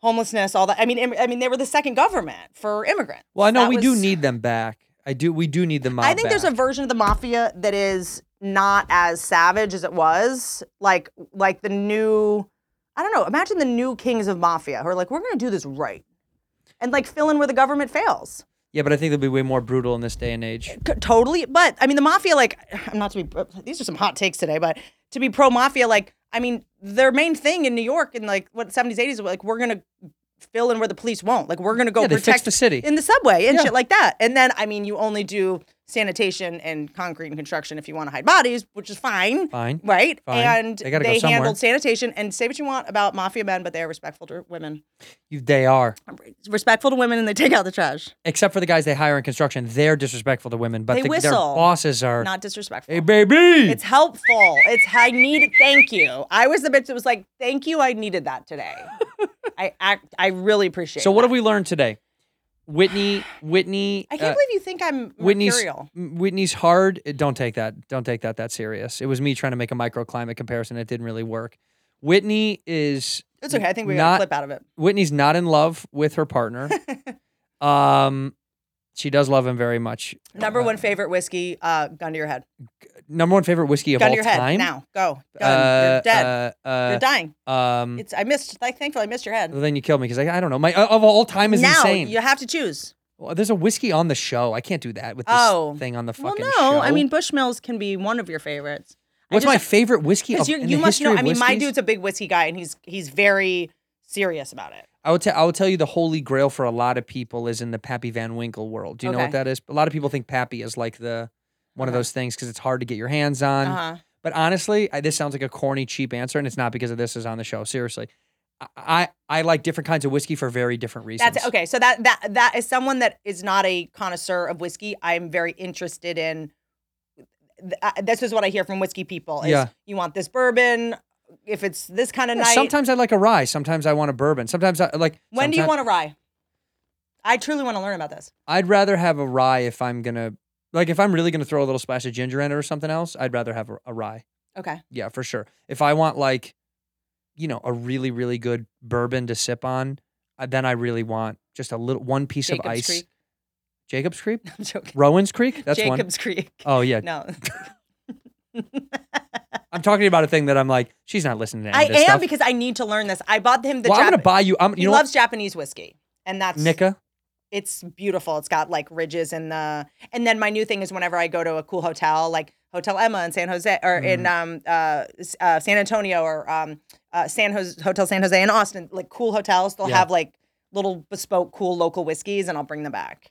H: homelessness, all that. I mean, im- I mean, they were the second government for immigrants.
A: Well, I know
H: That
A: we do
H: was-
A: need them back. I do. We do need the mob.
H: I think there's a
A: back.
H: version of the mafia that is not as savage as it was. Like, like the new, I don't know. Imagine the new kings of mafia who are like, we're gonna do this right, and like fill in where the government fails.
A: yeah, but I think they'll be way more brutal in this day and age.
H: C- totally. But I mean, the mafia, like, I'm not to be, these are some hot takes today, but to be pro mafia, like, I mean, their main thing in New York in like what 70s, 80s, like, we're going to fill in where the police won't. Like, we're going to go
A: Yeah, they
H: protect
A: fixed the city.
H: in the subway and
A: Yeah.
H: shit like that. And then, I mean, you only do sanitation and concrete and construction if you want to hide bodies, which is fine.
A: Fine.
H: Right,
A: Fine.
H: and
A: They gotta go somewhere.
H: handled sanitation. And say what you want about mafia men, but they are respectful to women.
A: You, they are,
H: Respectful to women, and they take out the trash.
A: except for the guys they hire in construction. They're disrespectful to women, but
H: They
A: the- their
H: whistle.
A: bosses are.
H: Not disrespectful.
A: hey, baby.
H: It's helpful. It's I need thank you. I was the bitch that was like, thank you, I needed that today. I act I really appreciate
A: so what
H: that.
A: have we learned today? Whitney. Whitney.
H: I can't
A: uh,
H: believe you think I'm
A: Whitney's
H: material.
A: M- Whitney's hard. eh, Don't take that. Don't take that that serious. It was me trying to make a microclimate comparison. It didn't really work. Whitney is.
H: It's okay. I think we got
A: not-
H: a clip out of it.
A: Whitney's not in love with her partner. um, she does love him very much.
H: Number one favorite whiskey, uh, gun to your head.
A: Number one favorite whiskey of
H: Gun
A: all
H: to your head.
A: time.
H: Now. Go. Gun.
A: Uh,
H: You're dead.
A: uh, uh,
H: You're dying.
A: um,
H: It's I missed like thankfully I missed your head.
A: well, then you killed me because I, I don't know. My uh, of all time is
H: now
A: insane.
H: you have to choose.
A: Well, There's a whiskey on the show. I can't do that with this
H: Oh.
A: thing on the
H: Well,
A: fucking
H: no,
A: show.
H: I mean Bushmills can be one of your favorites. I
A: what's
H: just-
A: my favorite whiskey? Of,
H: Because you,
A: in
H: you
A: the
H: must
A: history
H: know.
A: of
H: I mean, my
A: whiskeys?
H: dude's a big whiskey guy, and he's he's very serious about it.
A: I would tell I would tell you the holy grail for a lot of people is in the Pappy Van Winkle world. Do you know what
H: Okay.
A: that is? A lot of people think Pappy is like the one of those things because it's hard to get your hands on.
H: Uh-huh.
A: But honestly, I, this sounds like a corny, cheap answer, and it's not because of this is on the show. Seriously, I I, I like different kinds of whiskey for very different reasons.
H: That's okay. So that that that is someone that is not a connoisseur of whiskey. I'm very interested in. th- uh, This is what I hear from whiskey people. Is
A: Yeah.
H: You want this bourbon? If it's this kind of
A: Yeah,
H: night,
A: sometimes I like a rye. Sometimes I want a bourbon. Sometimes I like.
H: when do you
A: sometime-
H: want a rye? I truly want to learn about this.
A: I'd rather have a rye if I'm gonna like if I'm really gonna throw a little splash of ginger in it or something else. I'd rather have a, a rye.
H: Okay.
A: Yeah, for sure. If I want like, you know, a really really good bourbon to sip on, uh, then I really want just a little one piece of
H: Jacob's
A: ice.
H: Creek.
A: Jacob's Creek,
H: I'm joking.
A: Rowan's Creek. That's one.
H: Jacob's Creek.
A: Oh yeah,
H: No,
A: I'm talking about a thing that I'm like, she's not listening to. Any
H: I
A: of this
H: am
A: stuff.
H: because I need to learn this. I bought him the.
A: well, I'm
H: Jap-
A: gonna buy you. I'm, you
H: he
A: know,
H: loves Japanese whiskey, and that's
A: what, Nika.
H: it's beautiful. It's got like ridges in the and then my new thing is whenever I go to a cool hotel like Hotel Emma in San Jose or in
A: Mm-hmm.
H: um uh, S- uh San Antonio or um uh, San Jose Hotel San Jose in Austin, like cool hotels, they'll
A: Yeah.
H: have like little bespoke cool local whiskeys and I'll bring them back.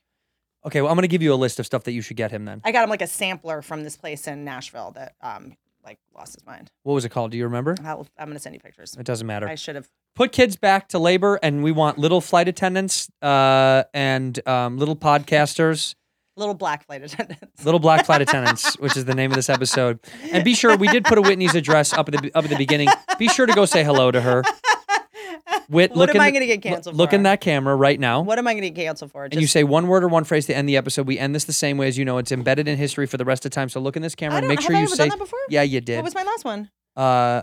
A: Okay, well, I'm gonna give you a list of stuff that you should get him. Then,
H: I got him like a sampler from this place in Nashville that um like lost his mind.
A: what was it called? Do you remember?
H: I'll, I'm gonna send you pictures.
A: It doesn't matter.
H: I should have.
A: put kids back to labor and we want little flight attendants uh, and um, little podcasters
H: Little black flight attendants.
A: little black flight attendants which is the name of this episode and be sure we did put a whitney's address up at the up at the beginning be sure to go say hello to her Wit,
H: What
A: look
H: am
A: in
H: I
A: the-
H: gonna get
A: lo-
H: canceled
A: Look
H: for?
A: in that camera right now.
H: What am I going to get canceled for?
A: and you say one word or one phrase to end the episode. We end this the same way as you know. It's embedded in history for the rest of time. So look in this camera
H: I
A: and
H: don't,
A: make sure
H: have I
A: you
H: ever
A: say.
H: done that before?
A: Yeah, you did.
H: What was my last one?
A: uh,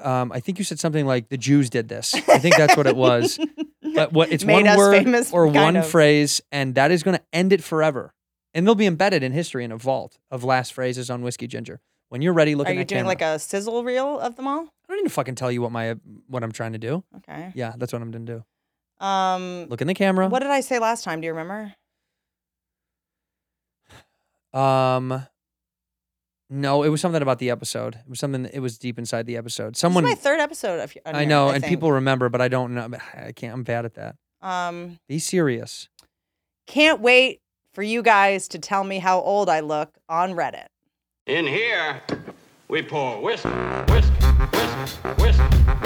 A: um, I think you said something like the Jews did this. I think that's what it was. but what it's
H: Made
A: one
H: us
A: word
H: famous,
A: or
H: kind
A: one
H: of.
A: phrase, and that is going to end it forever. And they'll be embedded in history in a vault of last phrases on Whiskey Ginger. When you're ready, look
H: Are
A: in
H: you
A: that
H: doing
A: camera.
H: like a sizzle reel of them all?
A: I don't need to fucking tell you what my what I'm trying to do.
H: Okay.
A: Yeah, that's what I'm gonna do.
H: Um,
A: Look in the camera.
H: what did I say last time? Do you remember?
A: Um, no, it was something about the episode. It was something. It was deep inside the episode. Someone
H: this is my third episode. Of, on
A: I
H: here,
A: know,
H: I
A: and
H: think.
A: people remember, but I don't know. I can't. I'm bad at that.
H: Um,
A: Be serious.
H: can't wait for you guys to tell me how old I look on Reddit.
B: In here, we pour whiskey, whiskey, whiskey, whiskey,
C: Oh,